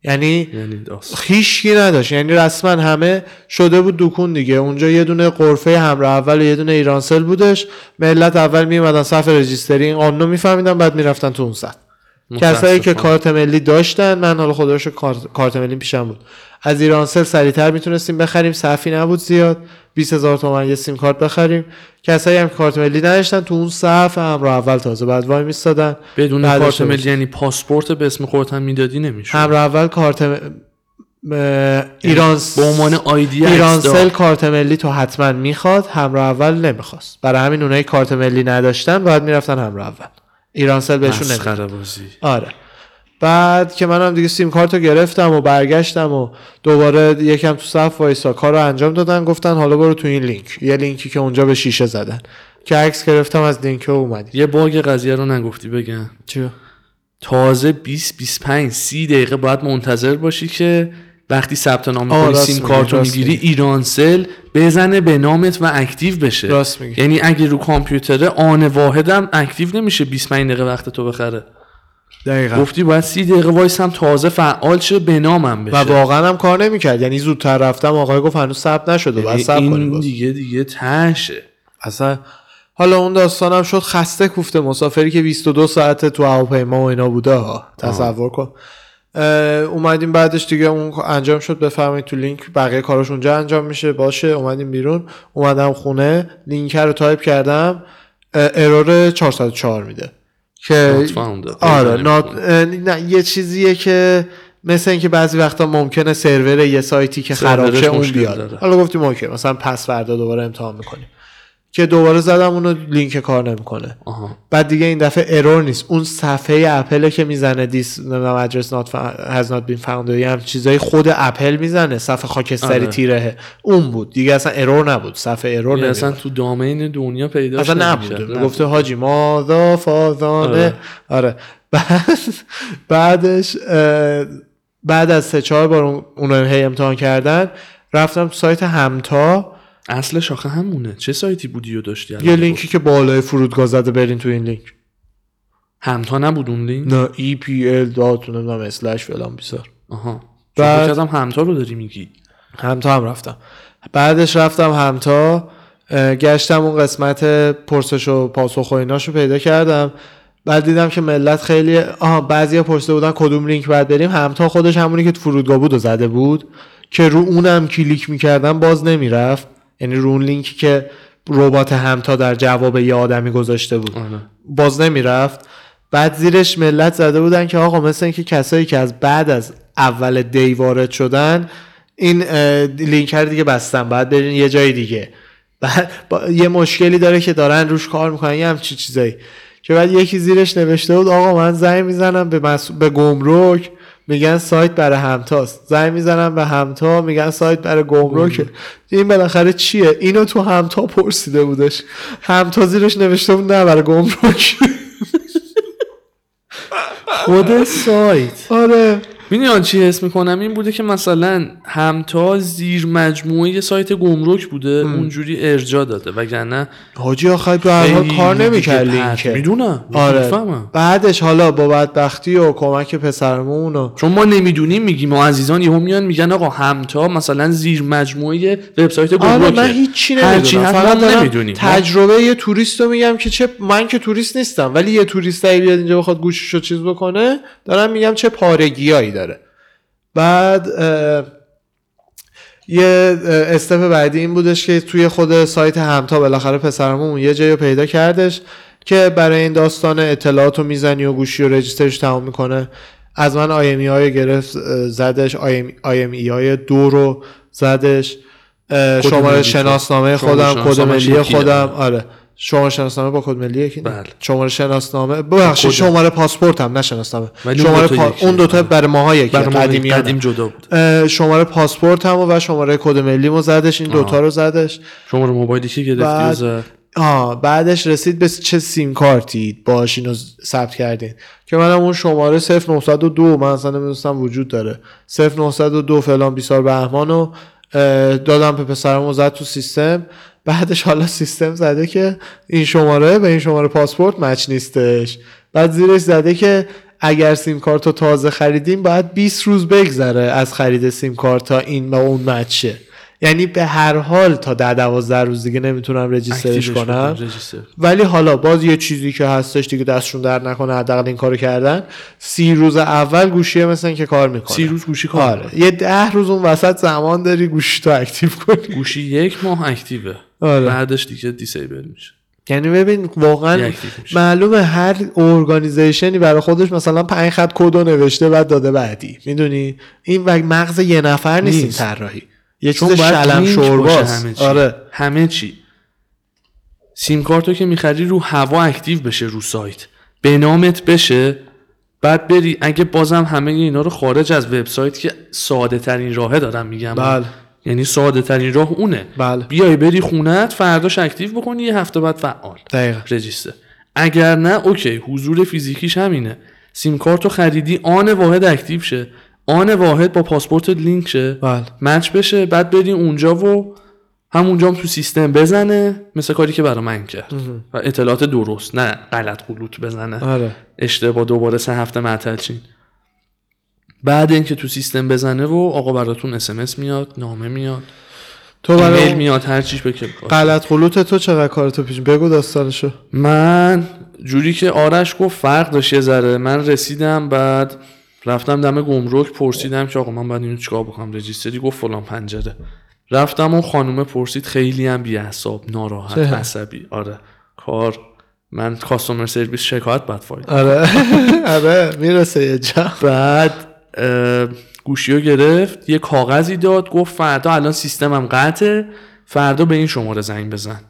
Speaker 1: یعنی
Speaker 2: یعنی داستان
Speaker 1: هیچکی نداشت یعنی رسما همه شده بود دکون دیگه اونجا یه دونه قرفه همراه اول و یه دونه ایرانسل بودش ملت اول میومدن صف رجیستری این قانونو میفهمیدن بعد میرفتن تو اون صف کسایی که
Speaker 2: متاسفانه.
Speaker 1: کارت ملی داشتن من حالا خدا رو شکر کارت, کارت ملی پیشم بود از ایرانسل سریعتر میتونستیم بخریم صفی نبود زیاد 20 هزار تومن یه سیم کارت بخریم کسایی هم که کارت ملی نداشتن تو اون صف همراه اول تازه بعد وای میستادن
Speaker 2: بدون
Speaker 1: بعدش
Speaker 2: کارت
Speaker 1: درست.
Speaker 2: ملی یعنی پاسپورت به اسم خودت هم میدادی نمیشه
Speaker 1: همراه اول کارت م- م- ایران
Speaker 2: یعنی به عنوان آیدی
Speaker 1: ایرانسل کارت ملی تو حتما میخواد همراه اول نمیخواست برای همین اونایی کارت ملی نداشتن باید میرفتن همراه اول ایرانسل بهشون نمیخواد
Speaker 2: مسخره بازی
Speaker 1: آره بعد که منم دیگه سیم کارت رو گرفتم و برگشتم و دوباره یکم تو صف وایسا کار رو انجام دادن گفتن حالا برو تو این لینک یه لینکی که اونجا به شیشه زدن که عکس گرفتم از لینک و اومدی
Speaker 2: یه باگ قضیه رو نگفتی بگم
Speaker 1: چیو؟
Speaker 2: تازه 20 25 30 دقیقه باید منتظر باشی که وقتی ثبت نام
Speaker 1: آه،
Speaker 2: می‌کنی
Speaker 1: راست
Speaker 2: سیم
Speaker 1: میگی،
Speaker 2: کارت رو
Speaker 1: راست
Speaker 2: میگیری
Speaker 1: میگی.
Speaker 2: ایرانسل بزنه به نامت و اکتیو بشه
Speaker 1: راست میگی.
Speaker 2: یعنی اگه رو کامپیوتره آن واحدم اکتیو نمیشه 25 دقیقه وقت تو بخره
Speaker 1: دقیقا
Speaker 2: گفتی باید سی دقیقه وایس هم تازه فعال شه به نامم بشه
Speaker 1: و واقعا هم کار نمیکرد یعنی زودتر رفتم آقای گفت هنوز ثبت نشده
Speaker 2: یعنی
Speaker 1: بعد صبر کنیم
Speaker 2: این
Speaker 1: باز.
Speaker 2: دیگه دیگه تشه
Speaker 1: اصلا حالا اون داستانم شد خسته کوفته مسافری که 22 ساعت تو هواپیما و اینا بوده ها تصور کن اه، اومدیم بعدش دیگه اون انجام شد بفرمایید تو لینک بقیه کاراش اونجا انجام میشه باشه اومدیم بیرون اومدم خونه لینک رو تایپ کردم اه، ارور 404 میده که
Speaker 2: Not found.
Speaker 1: آره
Speaker 2: پیدا
Speaker 1: not- اه، نه یه چیزیه که مثل اینکه بعضی وقتا ممکنه سرور یه سایتی که خراب
Speaker 2: سرورش
Speaker 1: شه اون
Speaker 2: مشکل
Speaker 1: بیاد
Speaker 2: داره.
Speaker 1: حالا گفتیم اوکی مثلا پس فردا دوباره امتحان میکنیم که دوباره زدم اونو لینک کار نمیکنه
Speaker 2: آها
Speaker 1: بعد دیگه این دفعه ارور نیست اون صفحه اپل که میزنه دیس نمیدونم ادرس نات هز نات بین فاوند و یه همچین چیزای خود اپل میزنه صفحه خاکستری
Speaker 2: آره.
Speaker 1: تیرهه اون بود دیگه اصلا ارور نبود صفحه ارور
Speaker 2: یعنی
Speaker 1: نمیاد.
Speaker 2: اصلا تو دامین دنیا پیدا
Speaker 1: اصلا نبوده گفته حاجی ماذا فازانه
Speaker 2: آره.
Speaker 1: آره بعد بعدش اه، بعد از سه چهار بار اون- اونو هی امتحان کردن رفتم تو سایت همتا
Speaker 2: اصل شاخه همونه چه سایتی بودی و داشتی الان
Speaker 1: یه
Speaker 2: بگو.
Speaker 1: لینکی که بالای فرودگاه زده برین تو این لینک
Speaker 2: همتا نبود اون لینک
Speaker 1: نه E epl دات نمیدونم اسلش فلان بیسار
Speaker 2: آها
Speaker 1: بعد-
Speaker 2: بعد... چون هم همتا رو داری میگی
Speaker 1: همتا هم رفتم بعدش رفتم همتا اه، گشتم اون قسمت پرسش و پاسخ و ایناشو پیدا کردم بعد دیدم که ملت خیلی آها بعضیا پرسیده بودن کدوم لینک باید بریم همتا خودش همونی که تو فرودگاه بود و زده بود که رو اونم کلیک میکردم باز نمیرفت یعنی رو اون لینکی که ربات همتا در جواب یه آدمی گذاشته بود
Speaker 2: آره
Speaker 1: باز نمیرفت بعد زیرش ملت زده بودن که آقا مثل اینکه کسایی که از بعد از اول دی وارد شدن این اه، لینک رو دیگه بستن بعد برین یه جای دیگه بعد با- یه مشکلی داره که دارن روش کار میکنن یه همچین چیزایی که بعد یکی زیرش نوشته بود آقا من زنگ میزنم به, مسئول- به گمرک میگن سایت برای همتاست زنگ میزنم به همتا میگن سایت برای گمرکه این بالاخره چیه اینو تو همتا پرسیده بودش همتا زیرش نوشته بود نه برای گمرک
Speaker 2: خود سایت
Speaker 1: آره
Speaker 2: میدونی آن چی حس میکنم این بوده که مثلا همتا زیر مجموعه سایت گمرک بوده اونجوری ارجا داده وگرنه
Speaker 1: حاجی آخر به هر حال کار نمیکرد لینکه
Speaker 2: میدونم
Speaker 1: آره
Speaker 2: میفهمم
Speaker 1: بعدش حالا با بدبختی و کمک پسرمون و
Speaker 2: چون ما نمیدونیم میگیم ما عزیزان یهو میان میگن آقا همتا مثلا زیر مجموعه وبسایت گمرکه
Speaker 1: آره من هیچی
Speaker 2: خب، هرچی
Speaker 1: نمیدونم
Speaker 2: هست
Speaker 1: فقط
Speaker 2: ما
Speaker 1: دارم
Speaker 2: نمیدونیم. ما-
Speaker 1: تجربه یه توریست رو میگم که چه من که توریست نیستم ولی یه توریست اگه بیاد اینجا بخواد گوشش رو چیز بکنه دارم میگم چه پارگیایی داره بعد اه، یه اه، استپ بعدی این بودش که توی خود سایت همتا بالاخره پسرمون یه جایی رو پیدا کردش که برای این داستان اطلاعات رو میزنی و گوشی و رجیسترش تمام میکنه از من آیمی های گرفت اه، زدش آیمی های دو رو زدش اه، شماره
Speaker 2: ملی
Speaker 1: شناسنامه
Speaker 2: شماره
Speaker 1: خودم کد
Speaker 2: شناسنامه
Speaker 1: ملی
Speaker 2: یکیه.
Speaker 1: خودم آره شماره شناسنامه با کد ملی یکی نه؟
Speaker 2: بله.
Speaker 1: شماره شناسنامه ببخشید
Speaker 2: کد.
Speaker 1: شماره پاسپورت هم نه شناسنامه
Speaker 2: ولی اون
Speaker 1: شماره
Speaker 2: دوتا
Speaker 1: پا-
Speaker 2: یکیه. آره.
Speaker 1: اون دوتا برای ماها یکی
Speaker 2: برای ما
Speaker 1: قدیمی
Speaker 2: قدیم جدا بود
Speaker 1: شماره پاسپورت هم و شماره کد ملی رو زدش این دوتا رو زدش
Speaker 2: شماره موبایلی که گرفتی
Speaker 1: بعد-
Speaker 2: و زد.
Speaker 1: آه بعدش رسید به چه سیم کارتی باش اینو ثبت کردین که منم اون شماره 0902 من اصلا نمیدونستم وجود داره 0902 فلان بیسار بهمان و اه، دادم به پسرم و زد تو سیستم بعدش حالا سیستم زده که این شماره به این شماره پاسپورت مچ نیستش بعد زیرش زده که اگر سیم کارت رو تازه خریدیم باید 20 روز بگذره از خرید سیم کارت تا این و اون مچ شه. یعنی به هر حال تا ده دوازده روز دیگه نمیتونم رجیسترش
Speaker 2: اکتیوش
Speaker 1: کنم
Speaker 2: بکن، رجیستر.
Speaker 1: ولی حالا باز یه چیزی که هستش دیگه دستشون در نکنه حداقل این کارو کردن سی روز اول گوشیه مثلا که کار میکنه
Speaker 2: سی روز گوشی کار
Speaker 1: آره یه ده روز اون وسط زمان داری گوشی تو اکتیو کنی
Speaker 2: گوشی یک ماه اکتیوه
Speaker 1: آره.
Speaker 2: بعدش دیگه دیسیبل میشه
Speaker 1: یعنی ببین واقعا
Speaker 2: یه اکتیو میشه.
Speaker 1: معلومه هر ارگانیزیشنی برای خودش مثلا پنج خط کدو نوشته و داده بعدی میدونی این و مغز یه نفر نیست این
Speaker 2: نیست.
Speaker 1: طراحی یه
Speaker 2: چون
Speaker 1: چیز
Speaker 2: باید
Speaker 1: شلم
Speaker 2: لینک باشه همه
Speaker 1: شورباست
Speaker 2: چی.
Speaker 1: آره
Speaker 2: همه چی سیم کارتو که میخری رو هوا اکتیو بشه رو سایت به نامت بشه بعد بری اگه بازم همه اینا رو خارج از وبسایت که ساده ترین راهه دارم میگم
Speaker 1: بله.
Speaker 2: یعنی ساده ترین راه اونه
Speaker 1: بله.
Speaker 2: بیای بری خونت فرداش اکتیو بکنی یه هفته بعد فعال
Speaker 1: دقیقا
Speaker 2: رجیستر اگر نه اوکی حضور فیزیکیش همینه سیم کارت رو خریدی آن واحد اکتیو شه آن واحد با پاسپورت لینک شه
Speaker 1: بله
Speaker 2: مچ بشه بعد بری اونجا و همونجا هم تو سیستم بزنه مثل کاری که برای من کرد و اطلاعات درست نه غلط قلوت بزنه
Speaker 1: آره
Speaker 2: اشتباه دوباره سه هفته معطل چین بعد اینکه تو سیستم بزنه و آقا براتون اسمس میاد نامه میاد
Speaker 1: تو
Speaker 2: ایمیل
Speaker 1: برای
Speaker 2: میاد هر چیش بکن
Speaker 1: غلط قلوت تو چقدر کارتو پیش بگو داستانشو
Speaker 2: من جوری که آرش گفت فرق داشت یه ذره من رسیدم بعد رفتم دم گمرک پرسیدم که آقا من باید اینو چیکار بکنم رجیستری گفت فلان پنجره رفتم اون خانومه پرسید خیلی هم بی ناراحت
Speaker 1: چه؟
Speaker 2: عصبی آره کار من کاستومر سرویس شکایت بد فایده
Speaker 1: آره آره میرسه یه جا
Speaker 2: بعد اه، گوشی رو گرفت یه کاغذی داد گفت فردا الان سیستمم قطعه فردا به این شماره زنگ بزن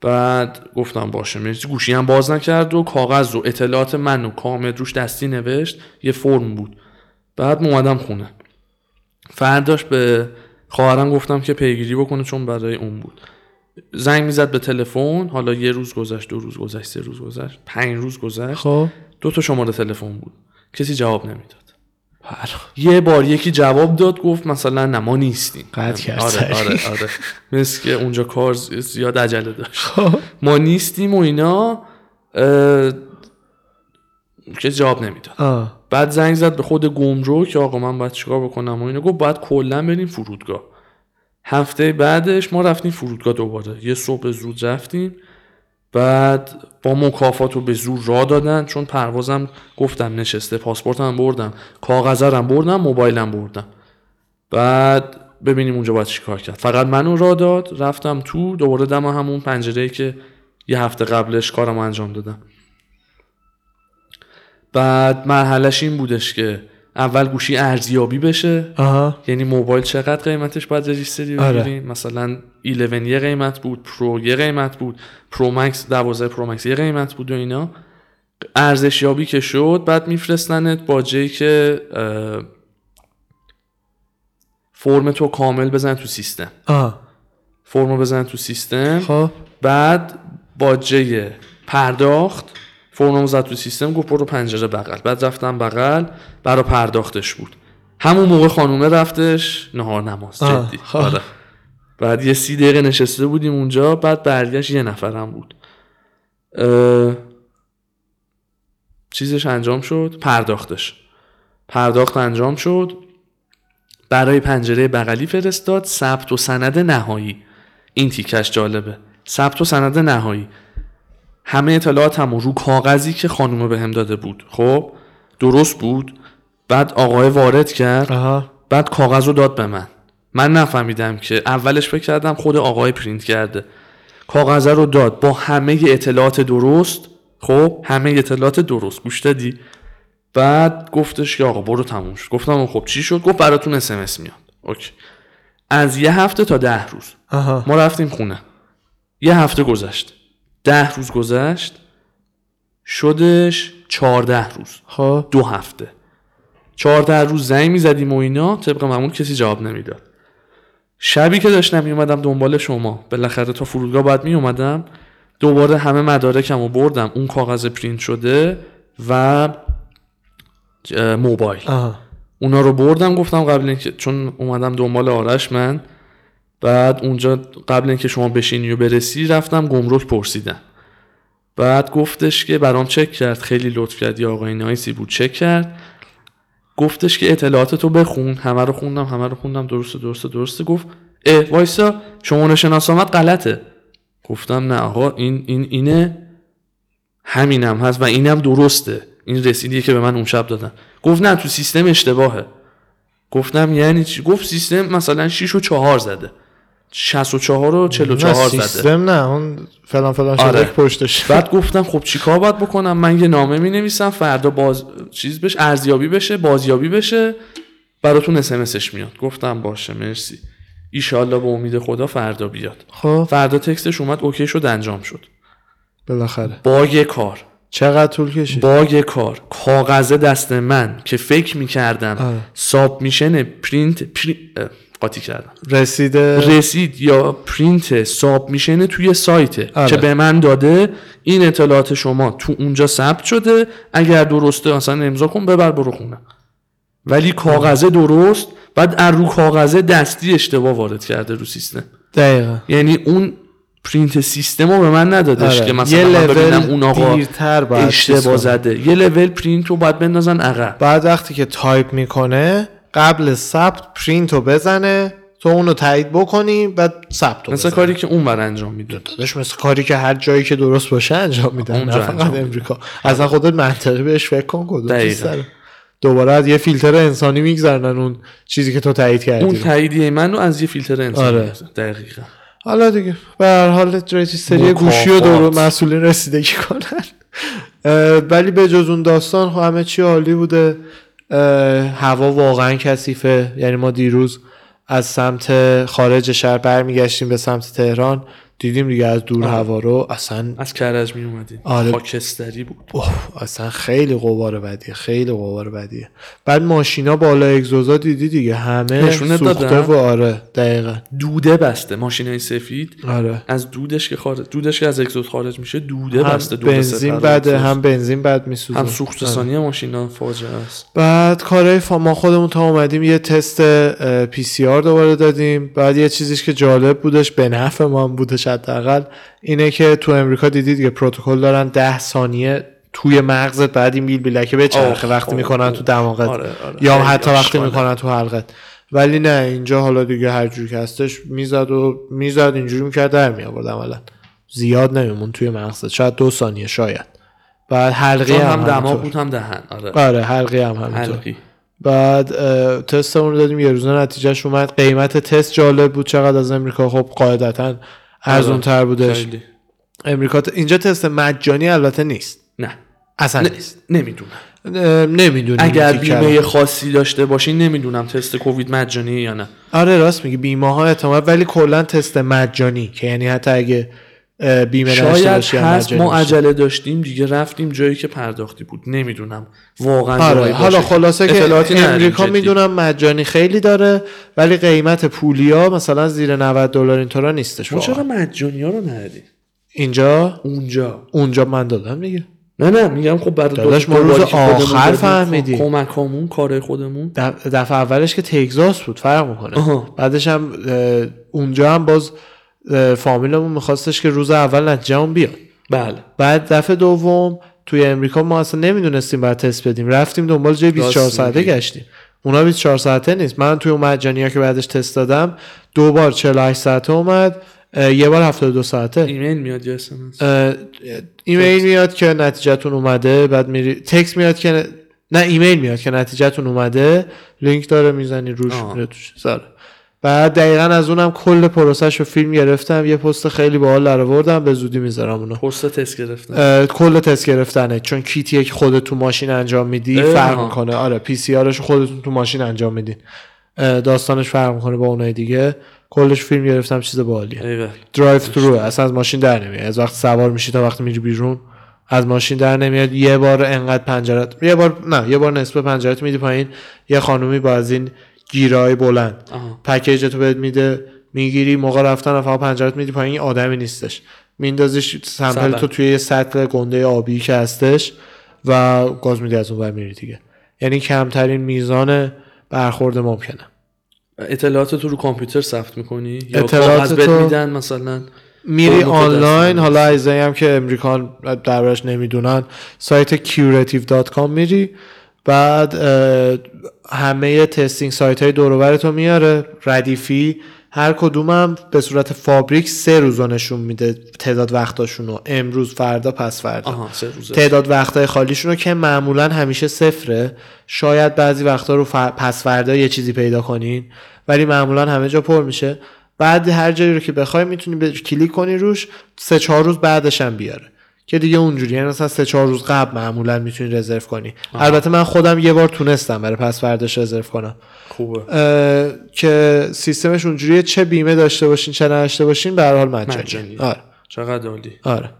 Speaker 2: بعد گفتم باشه مرسی گوشی هم باز نکرد و کاغذ و اطلاعات من و کامل روش دستی نوشت یه فرم بود بعد اومدم خونه فرداش به خواهرم گفتم که پیگیری بکنه چون برای اون بود زنگ میزد به تلفن حالا یه روز گذشت دو روز گذشت سه روز گذشت پنج روز گذشت
Speaker 1: خب
Speaker 2: دو تا شماره تلفن بود کسی جواب نمیداد یه بار یکی جواب داد گفت مثلا نه ما نیستیم
Speaker 1: قطع کرد
Speaker 2: آره
Speaker 1: سریع.
Speaker 2: آره آره مثل که اونجا کار زی- زیاد عجله داشت
Speaker 1: خب.
Speaker 2: ما نیستیم و اینا اه، که جواب نمیداد
Speaker 1: آه
Speaker 2: بعد زنگ زد به خود گمرک که آقا من باید چیکار بکنم و اینا گفت باید کلا بریم فرودگاه هفته بعدش ما رفتیم فرودگاه دوباره یه صبح زود رفتیم بعد با مکافات رو به زور را دادن چون پروازم گفتم نشسته پاسپورتم بردم کاغذرم بردم موبایلم بردم بعد ببینیم اونجا باید چیکار کرد فقط منو را داد رفتم تو دوباره دم همون پنجره که یه هفته قبلش کارم انجام دادم بعد مرحلش این بودش که اول گوشی ارزیابی بشه
Speaker 1: آها
Speaker 2: یعنی موبایل چقدر قیمتش باید رجیستری
Speaker 1: آره.
Speaker 2: بگیریم مثلا 11 یه قیمت بود پرو یه قیمت بود پرو مکس 12 پرو مکس یه قیمت بود و اینا ارزشیابی که شد بعد میفرستنت با جایی که اه، فرم تو کامل بزن تو سیستم
Speaker 1: آه
Speaker 2: فرم رو بزن تو سیستم
Speaker 1: خب
Speaker 2: بعد باجه پرداخت فرممو زد تو سیستم گفت برو پنجره بغل بعد رفتم بغل برا پرداختش بود همون موقع خانومه رفتش نهار نماز
Speaker 1: آه،
Speaker 2: جدی
Speaker 1: خب.
Speaker 2: آره. بعد یه سی دقیقه نشسته بودیم اونجا بعد برگشت یه نفرم بود اه، چیزش انجام شد پرداختش پرداخت انجام شد برای پنجره بغلی فرستاد ثبت و سند نهایی این تیکش جالبه ثبت و سند نهایی همه اطلاعاتم رو کاغذی که خانومه بهم داده بود خب درست بود بعد آقای وارد کرد
Speaker 1: آها
Speaker 2: بعد کاغذ رو داد به من من نفهمیدم که اولش فکر کردم خود آقای پرینت کرده کاغذ رو داد با همه اطلاعات درست خب همه اطلاعات درست گوش دادی بعد گفتش که آقا برو تموم شد گفتم خب چی شد گفت براتون اسمس میاد اوکی از یه هفته تا ده روز
Speaker 1: آها
Speaker 2: ما رفتیم خونه یه هفته گذشت ده روز گذشت شدش چهارده روز
Speaker 1: خب
Speaker 2: دو هفته چهارده روز زنگ میزدیم و اینا طبق معمول کسی جواب نمیداد شبی که داشتم میومدم دنبال شما بالاخره تا فرودگاه باید میومدم دوباره همه مدارکم رو بردم اون کاغذ پرینت شده و اه، موبایل
Speaker 1: آها
Speaker 2: اونا رو بردم گفتم قبل اینکه چون اومدم دنبال آرش من بعد اونجا قبل اینکه شما بشینی و برسی رفتم گمرک پرسیدم بعد گفتش که برام چک کرد خیلی لطف کرد یه آقای نایسی بود چک کرد گفتش که اطلاعات تو بخون همه رو خوندم همه رو خوندم درسته درسته درسته گفت اه وایسا شماره شناس آمد غلطه گفتم نه آقا این این اینه همینم هست و اینم درسته این رسیدیه که به من اون شب دادن گفت نه تو سیستم اشتباهه گفتم یعنی چی گفت سیستم مثلا 6 و 4 زده 64 و 44
Speaker 1: نه،
Speaker 2: زده
Speaker 1: سیستم نه اون فلان فلان
Speaker 2: آره.
Speaker 1: شده که پشتش
Speaker 2: بعد گفتم خب چیکار باید بکنم من یه نامه می نویسم فردا باز چیز بشه ارزیابی بشه بازیابی بشه براتون اسمسش میاد گفتم باشه مرسی ایشالله به امید خدا فردا بیاد
Speaker 1: خب
Speaker 2: فردا تکستش اومد اوکی شد انجام شد
Speaker 1: بالاخره
Speaker 2: باگ کار
Speaker 1: چقدر طول کشید
Speaker 2: باگ کار کاغذ دست من که فکر می
Speaker 1: آره.
Speaker 2: کردم ساب میشن پرینت پری... اه، قاطی کردم
Speaker 1: رسیده
Speaker 2: رسید یا پرینت ساب میشنه توی سایته
Speaker 1: آره.
Speaker 2: که به من داده این اطلاعات شما تو اونجا ثبت شده اگر درسته اصلا امضا کن ببر برو خونه ولی کاغذه درست بعد از رو کاغذه دستی اشتباه وارد کرده رو سیستم
Speaker 1: دقیقا
Speaker 2: یعنی اون پرینت سیستم رو به من ندادش
Speaker 1: آره.
Speaker 2: که مثلا
Speaker 1: یه
Speaker 2: من
Speaker 1: level
Speaker 2: ببینم اون آقا
Speaker 1: دیرتر باید چیز
Speaker 2: اشتباه
Speaker 1: کنه.
Speaker 2: زده یه لول پرینت رو باید بندازن عقب
Speaker 1: بعد وقتی که تایپ میکنه قبل ثبت پرینت رو بزنه تو اونو تایید بکنی بعد ثبت رو
Speaker 2: مثل
Speaker 1: مثل
Speaker 2: کاری که اون بر انجام میده
Speaker 1: مثل کاری که هر جایی که درست باشه انجام میدن نه
Speaker 2: اونجا
Speaker 1: فقط
Speaker 2: انجام میدن.
Speaker 1: امریکا اصلا خودت منطقی بهش فکر کن کدوم چیز
Speaker 2: دقیقاً.
Speaker 1: داره. دوباره از یه فیلتر انسانی میگذرنن اون چیزی که تو تایید کردی
Speaker 2: اون
Speaker 1: رو.
Speaker 2: تاییدیه من رو از یه فیلتر انسان
Speaker 1: آره.
Speaker 2: دقیقا
Speaker 1: حالا دیگه به هر حال رجیستری
Speaker 2: مکافات.
Speaker 1: گوشی و دور مسئولین رسیدگی کنن اه، ولی به جز اون داستان خب همه چی عالی بوده اه، هوا واقعا کثیفه یعنی ما دیروز از سمت خارج شهر برمیگشتیم به سمت تهران دیدیم دیگه از دور هوا رو اصلا
Speaker 2: از کرج می اومدیم
Speaker 1: آره.
Speaker 2: خاکستری بود
Speaker 1: اوه، اصلا خیلی قبار بدیه خیلی قبار بدیه بعد ماشینا بالا اگزوزا دیدی دیگه همه
Speaker 2: نشونت
Speaker 1: سوخته
Speaker 2: دادن؟
Speaker 1: و آره دقیقا
Speaker 2: دوده بسته ماشین های سفید
Speaker 1: آره
Speaker 2: از دودش که خارج دودش که از اگزوز خارج میشه دوده
Speaker 1: هم
Speaker 2: بسته دود
Speaker 1: بنزین
Speaker 2: سپر
Speaker 1: بده
Speaker 2: اگزوز.
Speaker 1: هم بنزین آره. بد میسوزه
Speaker 2: هم سوخت ثانیه ماشینا فاجعه است
Speaker 1: بعد کارهای فا ما خودمون تا اومدیم یه تست پی سی آر دوباره دادیم بعد یه چیزیش که جالب بودش به نفع ما هم بودش حداقل اینه که تو امریکا دیدید که پروتکل دارن ده ثانیه توی مغزت بعد این بیل بیلکه بچرخه
Speaker 2: آه،
Speaker 1: وقتی
Speaker 2: آه،
Speaker 1: میکنن
Speaker 2: آه.
Speaker 1: تو دماغت
Speaker 2: آره، آره.
Speaker 1: یا
Speaker 2: خیلی
Speaker 1: حتی وقتی
Speaker 2: آشغاله.
Speaker 1: میکنن تو حلقت ولی نه اینجا حالا دیگه هر جوری که هستش میزد و میزد اینجوری میکرد در میآورد عملا زیاد نمیمون توی مغزت شاید دو ثانیه شاید بعد حلقی
Speaker 2: چون
Speaker 1: هم,
Speaker 2: هم دماغ
Speaker 1: همینطور.
Speaker 2: بود هم دهن آره
Speaker 1: آره حلقی هم همینطور
Speaker 2: حلقی
Speaker 1: بعد اه، تستمون رو دادیم یه روزه نتیجهش اومد قیمت تست جالب بود چقدر از امریکا خب قاعدتا ارزون تر بودش
Speaker 2: آره، خیلی.
Speaker 1: امریکا ت- اینجا تست مجانی البته نیست
Speaker 2: نه
Speaker 1: اصلا
Speaker 2: نه،
Speaker 1: نیست
Speaker 2: نمیدونم
Speaker 1: نمیدونیم
Speaker 2: اگر بیمه خاصی داشته باشی نمیدونم تست کووید مجانی یا نه
Speaker 1: آره راست میگی بیمه ها احتمال ولی کلا تست مجانی که یعنی حتی اگه اه، بیمه نداشته
Speaker 2: شاید
Speaker 1: باشی هم
Speaker 2: هست
Speaker 1: مجانی
Speaker 2: ما
Speaker 1: میشه.
Speaker 2: عجله داشتیم دیگه رفتیم جایی که پرداختی بود نمیدونم واقعا
Speaker 1: آره
Speaker 2: جایی
Speaker 1: حالا
Speaker 2: باشه.
Speaker 1: خلاصه که
Speaker 2: اطلاعاتی نداریم
Speaker 1: امریکا
Speaker 2: جدی.
Speaker 1: میدونم مجانی خیلی داره ولی قیمت پولیا مثلا زیر 90 دلار اینطورا نیستش
Speaker 2: ما خب چرا
Speaker 1: واقعا.
Speaker 2: مجانی ها رو ندادی
Speaker 1: اینجا
Speaker 2: اونجا
Speaker 1: اونجا من دادم دیگه
Speaker 2: نه نه میگم خب برای
Speaker 1: داداش، ما روز آخر فهمیدیم.
Speaker 2: کمکامون خب، کار خودمون
Speaker 1: دف- دفعه اولش که تگزاس بود فرق میکنه
Speaker 2: آها.
Speaker 1: بعدش هم اه، اونجا هم باز اه، فامیلمون میخواستش که روز اول نتیجهمون بیاد
Speaker 2: بله
Speaker 1: بعد دفعه دوم توی امریکا ما اصلا نمیدونستیم باید تست بدیم رفتیم دنبال جای 24
Speaker 2: راست
Speaker 1: ساعته
Speaker 2: میگی.
Speaker 1: گشتیم اونا 24 ساعته نیست من توی اون مجانی که بعدش تست دادم دو بار 48 ساعته اومد اه، یه بار 72 ساعته
Speaker 2: ایمیل میاد یا اسمس
Speaker 1: اه، ایمیل میاد که نتیجهتون اومده بعد میری تکس میاد که ن- نه ایمیل میاد که نتیجهتون اومده لینک داره میزنی روش
Speaker 2: آه.
Speaker 1: میره توش ساره. بعد دقیقا از اونم کل پروسش رو فیلم گرفتم یه پست خیلی باحال در آوردم به زودی میذارم اونو
Speaker 2: پست تست گرفتن
Speaker 1: اه، کل تست گرفتنه چون کیتیه که خودت تو ماشین انجام میدی
Speaker 2: اه.
Speaker 1: فرق میکنه آره پی سی آرش خودتون تو ماشین انجام میدین اه، داستانش فرق میکنه با اونای دیگه کلش فیلم گرفتم چیز باحالیه
Speaker 2: ایول
Speaker 1: درایو ثرو اصلا از ماشین در نمیاد از وقت سوار میشی تا وقتی میری بیرون از ماشین در نمیاد یه بار انقدر پنجرت یه بار نه یه بار نصف پنجرت میدی پایین یه خانومی با از این گیرای بلند
Speaker 2: آها.
Speaker 1: پکیج تو بهت میده میگیری موقع رفتن فقط پنجرت میدی پایین این آدمی نیستش میندازیش سمپل
Speaker 2: سمپل.
Speaker 1: تو توی یه سطل گنده آبی که هستش و گاز میدی از اون ور میری دیگه یعنی کمترین میزان برخورد ممکنه
Speaker 2: اطلاعات تو رو کامپیوتر ثبت میکنی یا
Speaker 1: اطلاعات
Speaker 2: کاغذ بهت
Speaker 1: تو-
Speaker 2: میدن مثلا
Speaker 1: میری
Speaker 2: دانلود دست
Speaker 1: آنلاین
Speaker 2: من.
Speaker 1: حالا عزیزایی هم که امریکان دربارش نمیدونن سایت curative.com میری بعد اه، همه تستینگ سایت های دوروبر تو میاره ردیفی هر کدومم به صورت فابریک سه روز رو نشون میده تعداد وقتاشون رو امروز فردا پس فردا
Speaker 2: آها سه روزه
Speaker 1: تعداد وقتای خالیشون رو که معمولا همیشه صفره شاید بعضی وقتا رو فر... پس فردا یه چیزی پیدا کنین ولی معمولا همه جا پر میشه بعد هر جایی رو که بخوای میتونی به... کلیک کنی روش سه چهار روز بعدش هم بیاره که دیگه اونجوری یعنی مثلا سه چهار روز قبل معمولا میتونی رزرو کنی البته من خودم یه بار تونستم برای پس فرداش رزرو کنم
Speaker 2: خوبه
Speaker 1: اه، که سیستمش اونجوریه چه بیمه داشته باشین چه نداشته باشین به هر حال مجانی
Speaker 2: مجانی.
Speaker 1: آره
Speaker 2: چقدر عالی
Speaker 1: آره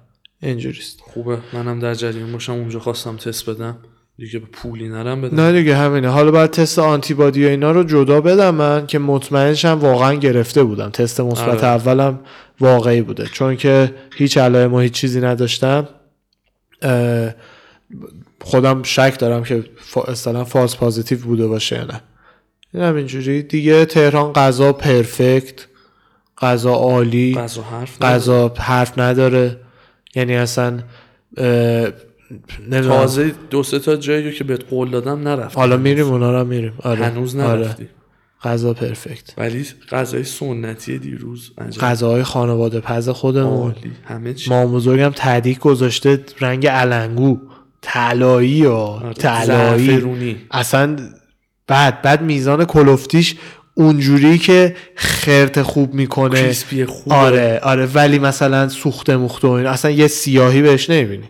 Speaker 1: اینجوریست
Speaker 2: خوبه منم در جریان باشم اونجا خواستم تست بدم دیگه به پولی نرم بدم
Speaker 1: نه دیگه همینه حالا باید تست آنتیبادی و اینا رو جدا بدم من که مطمئنشم واقعا گرفته بودم تست مثبت
Speaker 2: آره.
Speaker 1: اولم واقعی بوده چون که هیچ علائم و هیچ چیزی نداشتم اه، خودم شک دارم که فا- اصطلاحاً فالس پازیتیو بوده باشه یا نه این هم اینجوری دیگه تهران غذا پرفکت غذا عالی
Speaker 2: غذا حرف نداره.
Speaker 1: غذا حرف نداره یعنی اصلا اه، نمیدونم
Speaker 2: تازه دو سه تا جایی رو که بهت قول دادم نرفت
Speaker 1: حالا میریم اونا رو میریم آره
Speaker 2: هنوز آره.
Speaker 1: آره.
Speaker 2: نرفتی
Speaker 1: غذا پرفکت
Speaker 2: ولی غذای سنتی دیروز عجب
Speaker 1: غذاهای خانواده پز خودمون
Speaker 2: عالی همه چی
Speaker 1: مام بزرگم تعدیق گذاشته رنگ علنگو طلایی
Speaker 2: آره.
Speaker 1: ها طلایی
Speaker 2: زعفرونی
Speaker 1: اصلا بعد بعد میزان کلوفتیش اونجوری که خرت خوب میکنه
Speaker 2: کریسپی خوب
Speaker 1: آره آره ولی مثلا سوخته مخته و اینا اصلا یه سیاهی بهش نمیبینی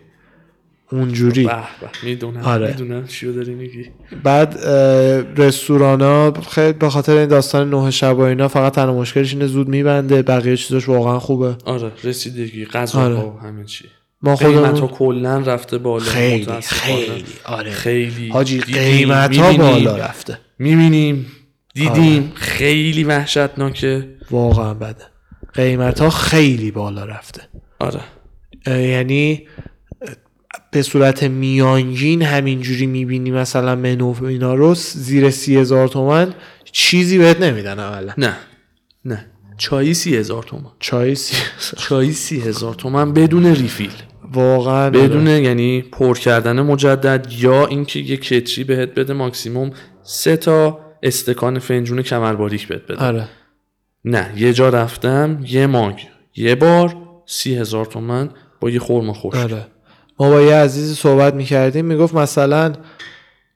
Speaker 1: اونجوری
Speaker 2: به به میدونم
Speaker 1: آره.
Speaker 2: میدونم چی رو داری میگی
Speaker 1: بعد اه، رستورانا خیلی به خاطر این داستان نه شب و اینا فقط تنها مشکلش اینه زود میبنده بقیه چیزاش واقعا خوبه
Speaker 2: آره رسیدگی غذا
Speaker 1: آره.
Speaker 2: و همه چی
Speaker 1: ما
Speaker 2: قیمت ها
Speaker 1: خودمون
Speaker 2: کلا رفته بالا
Speaker 1: خیلی
Speaker 2: متاسفانه.
Speaker 1: خیلی آره
Speaker 2: خیلی
Speaker 1: حاجی
Speaker 2: دیدیم،
Speaker 1: قیمت ها
Speaker 2: می‌بینیم،
Speaker 1: بالا آره. رفته
Speaker 2: میبینیم دیدیم خیلی وحشتناکه
Speaker 1: واقعا بده قیمت ها خیلی بالا رفته
Speaker 2: آره
Speaker 1: اه، یعنی اه، به صورت میانگین همینجوری میبینی مثلا منو اینا رو س- زیر سی هزار تومن چیزی بهت نمیدن اولا
Speaker 2: نه نه چایی سی هزار تومن
Speaker 1: چای سی
Speaker 2: چایی سی هزار تومن بدون ریفیل
Speaker 1: واقعا
Speaker 2: بدون یعنی پر کردن مجدد یا اینکه یه کتری بهت بده ماکسیموم سه تا استکان فنجون کمر باریک بهت بده
Speaker 1: آره
Speaker 2: نه یه جا رفتم یه ماگ یه بار سی هزار تومن با یه خورما خوش
Speaker 1: آره ما با یه عزیزی صحبت میکردیم میگفت مثلا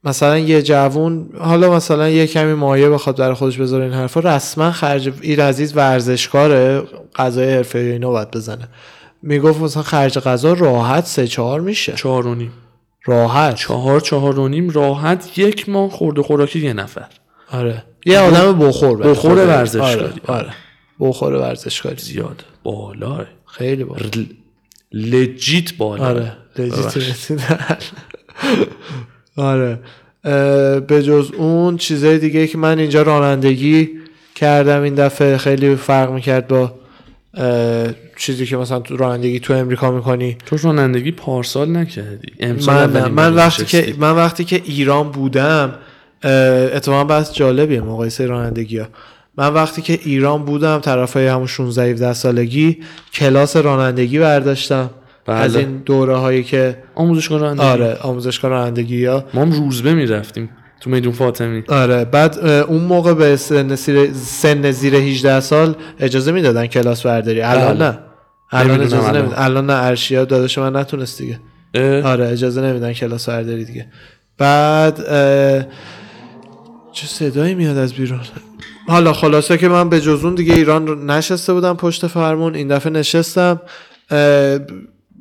Speaker 1: مثلا یه جوون حالا مثلا یه کمی مایه بخواد برای خودش بذاره این حرفا رسما خرج این عزیز ورزشکاره غذای حرفه‌ای و اینا باید بزنه میگفت مثلا خرج غذا راحت سه چهار میشه
Speaker 2: چهار و نیم
Speaker 1: راحت
Speaker 2: چهار چهار و نیم راحت یک ماه خورده خوراکی یه نفر
Speaker 1: آره یه آدم بخور برای
Speaker 2: بخور
Speaker 1: خدا.
Speaker 2: ورزشکاری.
Speaker 1: آره, آره. بخور ورزشکاری
Speaker 2: زیاد بالاه
Speaker 1: آره. خیلی باحال
Speaker 2: ل... لجیت بالا
Speaker 1: آره لجیتیمت آره اه، به جز اون چیزای دیگه که من اینجا رانندگی کردم این دفعه خیلی فرق میکرد با اه، چیزی که مثلا تو رانندگی تو امریکا میکنی
Speaker 2: تو رانندگی پارسال نکردی امسال
Speaker 1: من
Speaker 2: اولین
Speaker 1: نه.
Speaker 2: بار
Speaker 1: من وقتی
Speaker 2: نشستی.
Speaker 1: که من وقتی که ایران بودم اه، اتفاقا بس جالبیه مقایسه رانندگی ها من وقتی که ایران بودم طرف های همون 16 17 سالگی کلاس رانندگی برداشتم
Speaker 2: بله.
Speaker 1: از این دوره هایی که
Speaker 2: آموزشگاه رانندگی
Speaker 1: آره آموزشگاه رانندگی ها
Speaker 2: ما هم روزبه میرفتیم تو میدون فاطمی
Speaker 1: آره بعد اه، اون موقع به سن زیر, سن زیر 18 سال اجازه میدادن کلاس برداری الان
Speaker 2: بله.
Speaker 1: نه الان
Speaker 2: نمی‌دونم
Speaker 1: اجازه
Speaker 2: الان.
Speaker 1: نمیدن الان نه ارشیا داداش من نتونست دیگه
Speaker 2: اه،
Speaker 1: آره اجازه نمیدن کلاس برداری دیگه بعد اه، چه صدایی میاد از بیرون حالا خلاصه که من به جزون دیگه ایران رو نشسته بودم پشت فرمون این دفعه نشستم اه،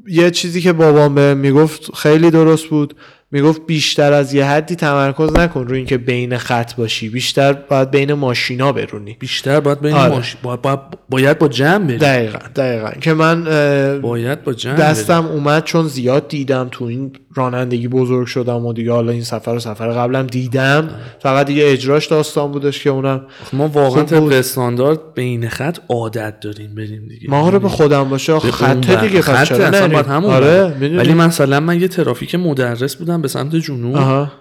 Speaker 1: یه چیزی که بابام به میگفت خیلی درست بود میگفت بیشتر از یه حدی تمرکز نکن روی اینکه بین خط باشی بیشتر باید بین ماشینا برونی
Speaker 2: بیشتر باید بین
Speaker 1: آره.
Speaker 2: ماشین باید, باید, باید با جمع بریم
Speaker 1: دقیقا دقیقا که من اه،
Speaker 2: باید با جمع بریم.
Speaker 1: دستم اومد چون زیاد دیدم تو این رانندگی بزرگ شدم و دیگه حالا این سفر و سفر قبلم دیدم فقط دیگه اجراش داستان بودش که اونم
Speaker 2: آخه ما واقعا
Speaker 1: خوب بود.
Speaker 2: طبق استاندارد بین خط عادت داریم بریم دیگه یعنی
Speaker 1: ما رو به خودم باشه آخه
Speaker 2: به اون
Speaker 1: خطه
Speaker 2: بر.
Speaker 1: دیگه پس
Speaker 2: خط
Speaker 1: چرا
Speaker 2: اصلا
Speaker 1: نریم؟
Speaker 2: باید همون
Speaker 1: آره
Speaker 2: بر.
Speaker 1: می‌دونی.
Speaker 2: ولی مثلا من یه ترافیک مدرس بودم به سمت جنوب
Speaker 1: آها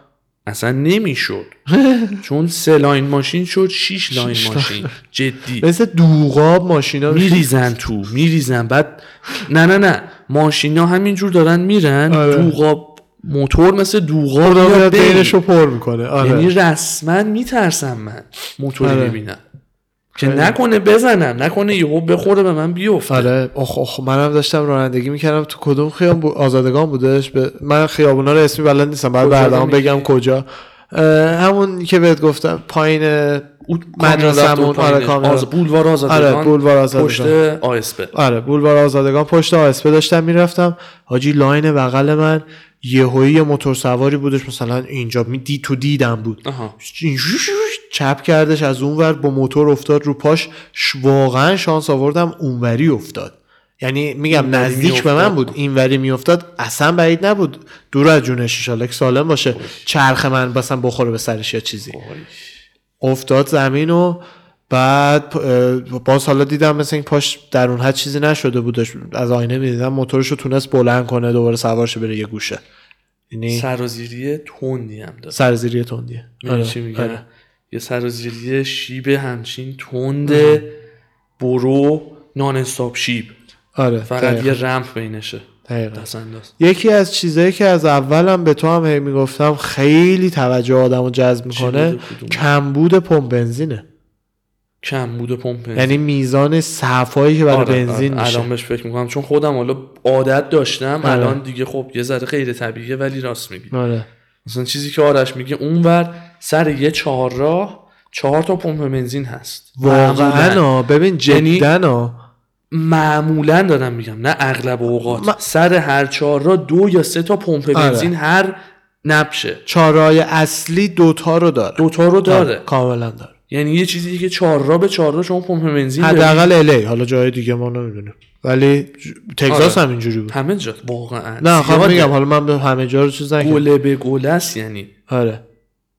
Speaker 2: اصلا نمیشد چون سه لاین ماشین شد شیش لاین
Speaker 1: شیش
Speaker 2: ماشین جدی
Speaker 1: مثل دوغاب ماشینا
Speaker 2: میریزن تو میریزن بعد نه نه نه ماشینا همینجور دارن میرن
Speaker 1: آره.
Speaker 2: دوغاب موتور مثل دوغاب
Speaker 1: خدا
Speaker 2: میاد
Speaker 1: میاد
Speaker 2: بین.
Speaker 1: بینش رو پر میکنه آره
Speaker 2: یعنی رسما میترسم من موتوری
Speaker 1: آره.
Speaker 2: میبینم که نکنه بزنم نکنه یهو بخوره به من بیفته
Speaker 1: آره اخ اخ منم داشتم رانندگی میکردم تو کدوم خیابون بود؟ آزادگان بودش به... من خیابونا رو اسمی بلد نیستم بعد
Speaker 2: کجا رو
Speaker 1: بعدا
Speaker 2: می‌گی؟
Speaker 1: بگم کجا اه، همون که بهت گفتم پایین
Speaker 2: اون
Speaker 1: مدرسه
Speaker 2: کامیون رفت
Speaker 1: همون،
Speaker 2: اون پایینه.
Speaker 1: آره، کامیون.
Speaker 2: آز بولوار آزادگان
Speaker 1: آره بولوار
Speaker 2: پشت
Speaker 1: آزادگان
Speaker 2: آسپ
Speaker 1: آره بولوار آزادگان پشت آسپه داشتم میرفتم حاجی لاین بغل من یهویی یه موتور سواری بودش مثلا اینجا می دی تو دیدم بود
Speaker 2: آها
Speaker 1: این شوش چپ کردش از اونور با موتور افتاد رو پاش ش- واقعا شانس آوردم اونوری افتاد یعنی میگم
Speaker 2: اینوری
Speaker 1: نزدیک به من
Speaker 2: می‌افتاد.
Speaker 1: بود اینوری میافتاد اصلا بعید نبود دور از جونش انشالله که سالم باشه چرخ من مثلا بخوره به سرش یا چیزی افتاد زمین و بعد اه، باز حالا دیدم مثل این پاش در اون حد چیزی نشده بودش از آینه میدیدم موتورش رو تونست بلند کنه دوباره سوارش بره یه گوشه یعنی
Speaker 2: سرازیری تندی هم داره
Speaker 1: سرزیری تندیه
Speaker 2: می‌دونی
Speaker 1: آره،
Speaker 2: چی میگم
Speaker 1: آره.
Speaker 2: یه سرازیری شیب همچین تنده برو نان استاپ شیب
Speaker 1: آره
Speaker 2: فقط
Speaker 1: دقیقاً.
Speaker 2: یه رمپ بینشه
Speaker 1: دقیقاً.
Speaker 2: دست انداز
Speaker 1: یکی از چیزهایی که از اولم به تو هم هی میگفتم خیلی توجه آدم رو جذب میکنه
Speaker 2: بوده کدوم؟
Speaker 1: کمبود پمپ بنزینه
Speaker 2: کم بوده پمپ بنزین.
Speaker 1: یعنی میزان صفایی که برای بنزین
Speaker 2: آره،
Speaker 1: میشه
Speaker 2: الان بهش فکر میکنم چون خودم حالا عادت داشتم
Speaker 1: آره.
Speaker 2: الان دیگه خب یه ذره غیر طبیعیه ولی راست میگی
Speaker 1: آره
Speaker 2: مثلا چیزی که آرش میگه اونور سر یه چهار راه چهار تا پمپ بنزین هست
Speaker 1: واقعا
Speaker 2: معمولاً.
Speaker 1: ها، ببین
Speaker 2: یعنی-
Speaker 1: جدا ها.
Speaker 2: معمولا دارم میگم نه اغلب اوقات
Speaker 1: ما- آره.
Speaker 2: سر هر چهار راه دو یا سه تا پمپ بنزین هر نبشه
Speaker 1: چهارراه اصلی دوتا رو داره
Speaker 2: دوتا رو داره
Speaker 1: کاملا داره
Speaker 2: یعنی یه چیزی که چهار را به چهار را شما پمپ بنزین داری.
Speaker 1: حداقل الی حالا جای دیگه ما نمیدونیم ولی ج- تگزاس
Speaker 2: آره.
Speaker 1: هم اینجوری بود
Speaker 2: همه جا واقعا
Speaker 1: نه خب
Speaker 2: زیاده.
Speaker 1: میگم حالا من به همه جا رو چیز نکردم
Speaker 2: گله به گله است یعنی
Speaker 1: آره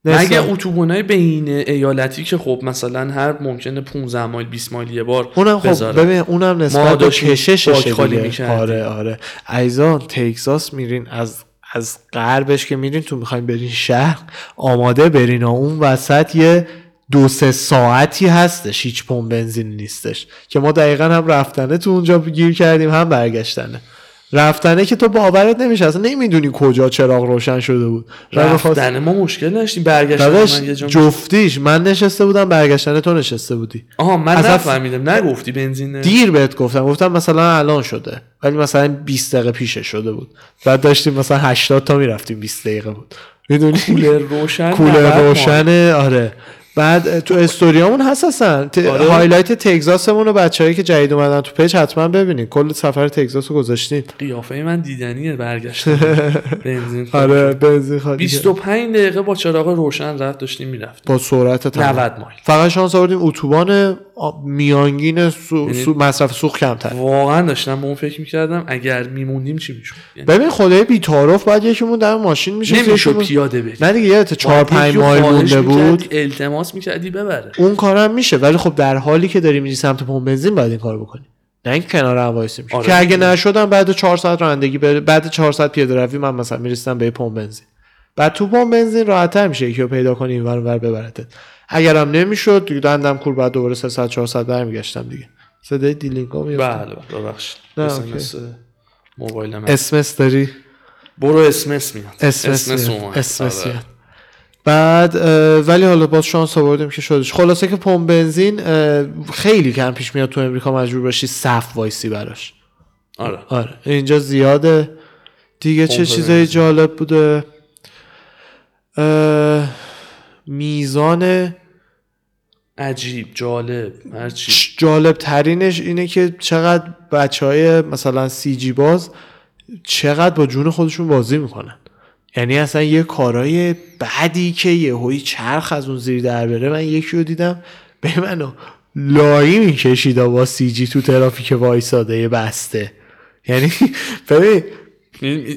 Speaker 2: مگه
Speaker 1: نسبت-
Speaker 2: اتوبانای بین ایالتی که خب مثلا هر ممکنه 15 مایل 20 مایل یه بار
Speaker 1: اونم خب
Speaker 2: بذاره.
Speaker 1: ببین اونم
Speaker 2: ما
Speaker 1: نسبت به
Speaker 2: داشتیم
Speaker 1: کشششه
Speaker 2: باک خالی
Speaker 1: دیگه
Speaker 2: می‌کردیم.
Speaker 1: آره آره عزیزان تگزاس میرین از از غربش که میرین تو میخواین برین شهر آماده برین و اون وسط یه دو سه ساعتی هستش هیچ پمپ بنزین نیستش که ما دقیقا هم رفتنه تو اونجا گیر کردیم هم برگشتنه رفتنه که تو باورت نمیشه اصلا نمیدونی کجا چراغ روشن شده بود من می‌خواستم-
Speaker 2: رفتن ما مشکل داشتیم برگشتن
Speaker 1: داداش
Speaker 2: من یه جا
Speaker 1: جفتیش من نشسته بودم برگشتن تو نشسته بودی
Speaker 2: آها من
Speaker 1: اصلا-
Speaker 2: نفهمیدم نگفتی بنزین نه.
Speaker 1: دیر بهت گفتم گفتم مثلا الان شده ولی مثلا 20 دقیقه پیشش شده بود بعد داشتیم مثلا 80 تا میرفتیم 20 دقیقه بود میدونی
Speaker 2: کولر روشن نبرد
Speaker 1: کولر
Speaker 2: ما.
Speaker 1: روشنه آره بعد اه، تو استوریامون هست اصلا ت-
Speaker 2: آره.
Speaker 1: هایلایت تگزاسمون رو بچه‌ای که جدید اومدن تو پیج حتما ببینید کل سفر تگزاس رو گذاشتیم
Speaker 2: قیافه من دیدنیه برگشتن بنزین خالی.
Speaker 1: آره بنزین خالی
Speaker 2: 25 دقیقه با چراغ روشن رفت داشتیم میرفت
Speaker 1: با سرعت تمام
Speaker 2: 90 مایل
Speaker 1: فقط شانس آوردیم اتوبان آ- میانگین سو...
Speaker 2: یعنی-
Speaker 1: سو- مصرف سوخت کمتر
Speaker 2: واقعا داشتم به اون فکر میکردم اگر میموندیم چی میشد یعنی
Speaker 1: ببین خدای بی‌تعارف بعد یکیمون در ماشین میشه
Speaker 2: نمیشد پیاده بریم
Speaker 1: نه دیگه یادت چهار پنج
Speaker 2: یکی رو
Speaker 1: مایل
Speaker 2: خواهش
Speaker 1: مونده
Speaker 2: می‌کردی،
Speaker 1: بود
Speaker 2: التماس میکردی ببره
Speaker 1: اون کارم میشه ولی خب در حالی که داری میری سمت پمپ بنزین باید این کارو بکنی نه اینکه کنار هم وایسی میشه
Speaker 2: آره.
Speaker 1: که اگه نشدم بعد 4 ساعت رانندگی بره بعد 4 ساعت پیاده روی من مثلا میرسیدم به یه پمپ بنزین بعد تو پمپ بنزین راحت‌تر میشه یکی رو پیدا کنی اینور اونور ببرتت اگرم نمیشد دیگه دندم کور بعد دوباره 3 ساعت 4 ساعت برمیگشتم دیگه صدای دیلینگا میاد
Speaker 2: بله بله ببخشید
Speaker 1: نه،
Speaker 2: SMS موبایل من
Speaker 1: اسمس داری
Speaker 2: برو اسمس میاد
Speaker 1: اسمس
Speaker 2: SMS
Speaker 1: میاد.
Speaker 2: اومد.
Speaker 1: اسمس
Speaker 2: آره.
Speaker 1: میاد. بعد اه، ولی حالا باز شانس آوردیم که شدش خلاصه که پمپ بنزین اه، خیلی کم پیش میاد تو امریکا مجبور باشی صف وایسی براش
Speaker 2: آره
Speaker 1: آره اینجا زیاده دیگه چه
Speaker 2: پمپ
Speaker 1: چیزای
Speaker 2: بنزین.
Speaker 1: جالب بوده اه، میزان
Speaker 2: عجیب جالب هرچی
Speaker 1: جالب ترینش اینه که چقدر بچه های مثلا سی جی باز چقدر با جون خودشون بازی میکنن یعنی اصلا یه کارای بدی که یه هوی چرخ از اون زیر در بره من یکی رو دیدم به منو لایی میکشید با سی جی تو ترافیک وایساده یه بسته یعنی ببین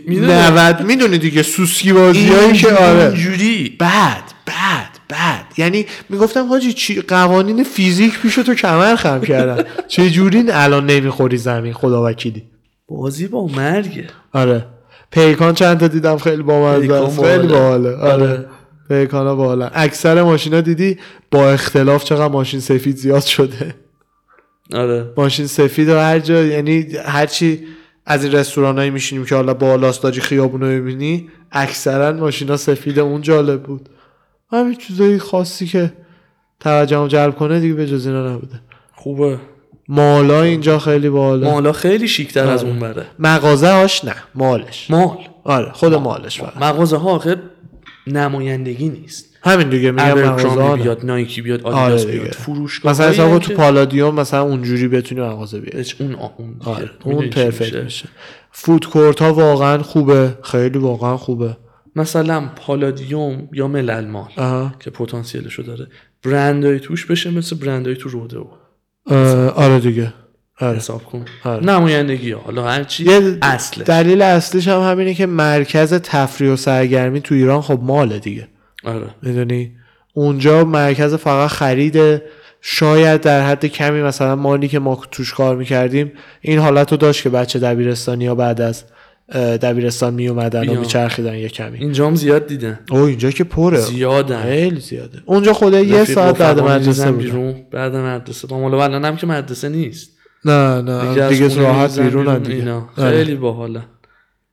Speaker 2: میدونی
Speaker 1: 90 میدونی دیگه سوسکی بازیایی که آره
Speaker 2: اینجوری
Speaker 1: بعد بعد بعد یعنی میگفتم حاجی چی قوانین فیزیک پیش تو کمر خم کردن چه جوری الان نمیخوری زمین خدا وکیلی
Speaker 2: بازی با مرگه
Speaker 1: آره پیکان چند تا دیدم خیلی بامزه
Speaker 2: پیکان
Speaker 1: است. خیلی
Speaker 2: باحاله.
Speaker 1: باحاله آره پیکان ها باحالن اکثر ماشینا دیدی با اختلاف چقدر ماشین سفید زیاد شده
Speaker 2: آره
Speaker 1: ماشین سفید و هر جا یعنی هر چی از این رستورانایی میشینیم که حالا با لاستاجی خیابون رو میبینی اکثرا ماشینا سفید اون جالب بود همین چیزایی خاصی که توجهم جلب کنه دیگه به جز اینا نبوده
Speaker 2: خوبه
Speaker 1: مالا اینجا خیلی بالا
Speaker 2: مالا خیلی شیکتر از
Speaker 1: آره.
Speaker 2: اون بره
Speaker 1: مغازه هاش نه مالش
Speaker 2: مال
Speaker 1: آره خود مالش فقط
Speaker 2: مغازه ها آخه نمایندگی نیست
Speaker 1: همین دیگه میگم مغازه
Speaker 2: ابرکرامی
Speaker 1: ها نه.
Speaker 2: بیاد نایکی بیاد
Speaker 1: آره
Speaker 2: آدیداس
Speaker 1: دیگه.
Speaker 2: بیاد فروشگاه
Speaker 1: مثلا حساب کن تو پالادیوم مثلا اونجوری بتونی مغازه بیاری
Speaker 2: اون آه، اون دیگه.
Speaker 1: آره،
Speaker 2: می‌دونی
Speaker 1: اون
Speaker 2: چی
Speaker 1: پرفکت
Speaker 2: میشه؟
Speaker 1: میشه فود کورت ها واقعا خوبه خیلی واقعا خوبه
Speaker 2: مثلا پالادیوم یا ملل مال
Speaker 1: آها
Speaker 2: که پتانسیلشو داره برندای توش بشه مثل برندای تو روده و
Speaker 1: اه، آره دیگه آره.
Speaker 2: حساب کن
Speaker 1: آره.
Speaker 2: نمایندگی ها. حالا هرچی
Speaker 1: یه
Speaker 2: اصله
Speaker 1: دلیل اصلیش هم همینه که مرکز تفریح و سرگرمی تو ایران خب ماله دیگه
Speaker 2: آره
Speaker 1: میدونی اونجا مرکز فقط خریده شاید در حد کمی مثلا مالی که ما توش کار میکردیم این حالت رو داشت که بچه دبیرستانی یا بعد از اه، دبیرستان می اومدن و
Speaker 2: بیا.
Speaker 1: میچرخیدن یه کمی
Speaker 2: اینجام زیاد دیدن
Speaker 1: او اینجا که پره
Speaker 2: زیادن
Speaker 1: خیلی زیاده اونجا خدا یه
Speaker 2: رفیق
Speaker 1: ساعت بعد
Speaker 2: رفقا
Speaker 1: مدرسه
Speaker 2: می‌ریزن
Speaker 1: بود
Speaker 2: بیرون بعد مدرسه با مال الان هم که مدرسه نیست
Speaker 1: نه نه
Speaker 2: از
Speaker 1: آره، دیگه
Speaker 2: خونه
Speaker 1: راحت
Speaker 2: می‌ریزن
Speaker 1: بیرون هم دیگه
Speaker 2: اینا.
Speaker 1: آره.
Speaker 2: خیلی باحاله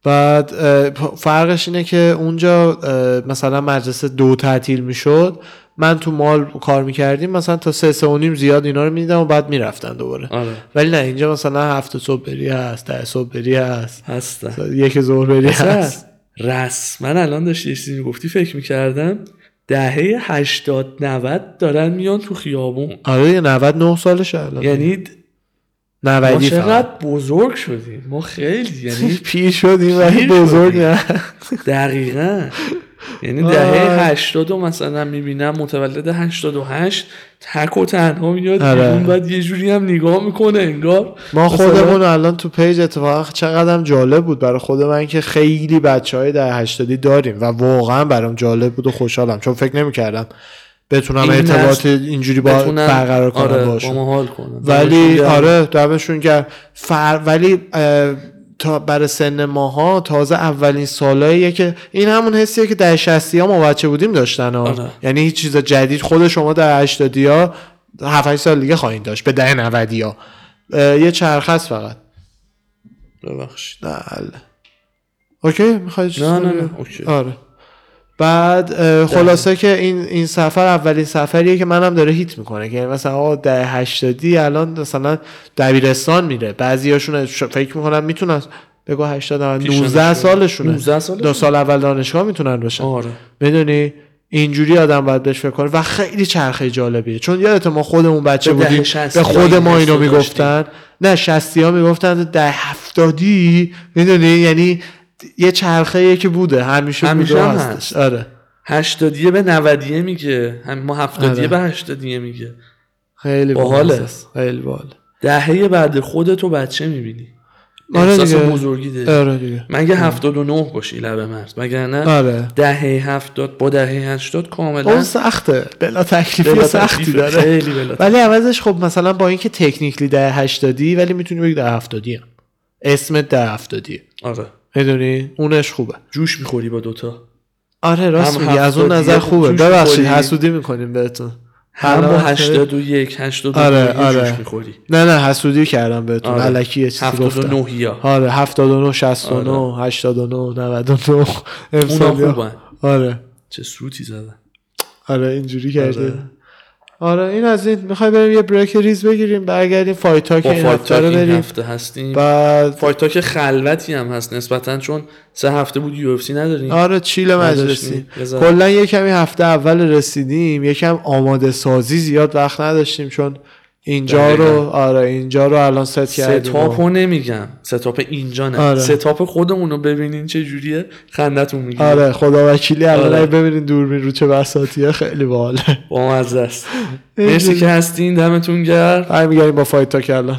Speaker 1: بعد اه، پ- فرقش اینه که اونجا اه، مثلا مدرسه دو تعطیل میشد من تو مال کار میکردیم مثلا تا سه سه و نیم زیاد اینا رو میدیدم و بعد میرفتن دوباره
Speaker 2: آره
Speaker 1: ولی نه اینجا مثلا هفت صبح بری هست ده صبح بری هست
Speaker 2: هستن
Speaker 1: یک ظهر بری هست
Speaker 2: اصلا رسما الان داشتی یه چیزی میگفتی فکر میکردم دهه 80 90 دارن میان تو خیابون
Speaker 1: آره دیگه 99 سالش الان
Speaker 2: یعنی ما
Speaker 1: 90 فقط
Speaker 2: چقدر بزرگ شدیم ما خیلی یعنی
Speaker 1: پیر شدیم ولی
Speaker 2: پیر
Speaker 1: بزرگ
Speaker 2: شدیم.
Speaker 1: نه
Speaker 2: دقیقا یعنی
Speaker 1: آه.
Speaker 2: دهه 80 رو مثلا میبینم متولد 88 تک و تنها میاد
Speaker 1: آره.
Speaker 2: بیرون بعد یه جوری هم نگاه میکنه انگار
Speaker 1: ما
Speaker 2: مثلا
Speaker 1: خودمون الان تو پیج اتفاقا چقدرم جالب بود برای خود من که خیلی بچه های در هشتادی داریم و واقعا برام جالب بود و خوشحالم چون فکر نمیکردم بتونم
Speaker 2: این
Speaker 1: ارتباط
Speaker 2: نسل
Speaker 1: اینجوری با
Speaker 2: بتونن-
Speaker 1: برقرار کنم
Speaker 2: آره،
Speaker 1: باشون
Speaker 2: با ما حال کنن
Speaker 1: ولی
Speaker 2: دمشون گرم.
Speaker 1: آره دمشون گرم فر ولی اه، تا برای سن ماها تازه اولین سالاییه که این همون حسیه که در 60 ها ما بچه بودیم داشتن ها.
Speaker 2: آره.
Speaker 1: یعنی هیچ چیز جدید خود شما در 80 ها 7 8 سال دیگه خواهید داشت به ده 90 ها اه، یه چرخ است فقط
Speaker 2: ببخشید
Speaker 1: نه الله. اوکی میخوای
Speaker 2: نه نه نه اوکی
Speaker 1: آره بعد اه، خلاصه که این این سفر اولین سفریه که منم داره هیت میکنه که یعنی مثلا آقا ده هشتادی الان مثلا دبیرستان میره بعضیاشون ش- فکر میکنم میتونن بگو 80 نود،
Speaker 2: پیشنهاد
Speaker 1: 19
Speaker 2: شده.
Speaker 1: سالشونه
Speaker 2: 19
Speaker 1: دو
Speaker 2: سالشونه.
Speaker 1: سال اول دانشگاه میتونن بشن
Speaker 2: آره
Speaker 1: میدونی اینجوری آدم باید بهش فکر کنه و خیلی چرخه جالبیه چون یادت ما خودمون بچه
Speaker 2: به ده
Speaker 1: بودیم
Speaker 2: شصتی
Speaker 1: به خود
Speaker 2: ها
Speaker 1: ما
Speaker 2: این
Speaker 1: اینو
Speaker 2: حسو
Speaker 1: میگفتن نه شستی ها میگفتن ده هفتادی میدونی یعنی یه چرخه که بوده همیشه,
Speaker 2: همیشه
Speaker 1: بوده و
Speaker 2: هم
Speaker 1: هستش.
Speaker 2: هست.
Speaker 1: آره
Speaker 2: هشتادیه به نودیه میگه هم ما هفتادیه
Speaker 1: آره.
Speaker 2: به هشتادیه میگه
Speaker 1: خیلی
Speaker 2: باحاله.
Speaker 1: باحال است. خیلی باحال
Speaker 2: دهه بعد خودتو بچه میبینی
Speaker 1: آره
Speaker 2: احساس
Speaker 1: دیگه.
Speaker 2: بزرگی داری
Speaker 1: آره دیگه
Speaker 2: مگه هفتاد و نه باشی لب مرز مگر نه
Speaker 1: آره
Speaker 2: دهه هفتاد با دهه هشتاد
Speaker 1: اون
Speaker 2: کاملا
Speaker 1: سخته بلا تکلیفی
Speaker 2: بلا
Speaker 1: سختی
Speaker 2: تکلیفه.
Speaker 1: داره
Speaker 2: خیلی بلا تکلیفه.
Speaker 1: ولی عوضش خب مثلا با اینکه تکنیکلی ده هشتادی ولی میتونی بگی ده هفتادی هم. اسم ده هفتادی
Speaker 2: آره
Speaker 1: میدونی اونش خوبه
Speaker 2: جوش میخوری با دوتا
Speaker 1: آره راست
Speaker 2: هم
Speaker 1: میگی از اون
Speaker 2: هفتادیه
Speaker 1: نظر خوبه
Speaker 2: جوش
Speaker 1: ببخشید
Speaker 2: می‌خوری.
Speaker 1: حسودی میکنیم بهتون
Speaker 2: هم
Speaker 1: الان
Speaker 2: با
Speaker 1: وقتی-
Speaker 2: هشتاد و یک هشتاد و
Speaker 1: آره،
Speaker 2: دو یه
Speaker 1: آره.
Speaker 2: جوش میخوری
Speaker 1: نه نه حسودی کردم بهتون
Speaker 2: آره.
Speaker 1: علکی یه چیزی
Speaker 2: هفتاد و
Speaker 1: گفتم
Speaker 2: نه آره. یا
Speaker 1: آره 79 69 89 99
Speaker 2: اونا
Speaker 1: امسال
Speaker 2: خوبن
Speaker 1: آره
Speaker 2: چه سوتی زدن
Speaker 1: آره اینجوری کرده
Speaker 2: آره.
Speaker 1: آره این از این میخوای بریم یه بریک ریز بگیریم برگردیم فایتا که
Speaker 2: با
Speaker 1: این هفته
Speaker 2: فایتاک
Speaker 1: رو
Speaker 2: این
Speaker 1: بریم
Speaker 2: هفته هستیم
Speaker 1: بعد
Speaker 2: فایتاک خلوتی هم هست نسبتا چون سه هفته بود یو اف سی نداریم
Speaker 1: آره چیل مجلسی
Speaker 2: نداشتیم. بذار.
Speaker 1: کلا یه کمی هفته اول رسیدیم یکم آماده سازی زیاد وقت نداشتیم چون اینجا
Speaker 2: دقیقاً.
Speaker 1: رو آره اینجا رو الان ست کردیم و-
Speaker 2: ستاپ رو نمیگم ستاپ اینجا نه
Speaker 1: آره.
Speaker 2: ستاپ خودمون رو ببینین چه جوریه خندتون میگیره
Speaker 1: آره خدا وکیلی الان
Speaker 2: آره.
Speaker 1: اگه ببینین دوربین رو چه بساتیه خیلی باحاله
Speaker 2: با مزه است مرسی که هستین دمتون گرم
Speaker 1: برمیگردیم با فایت تاک الان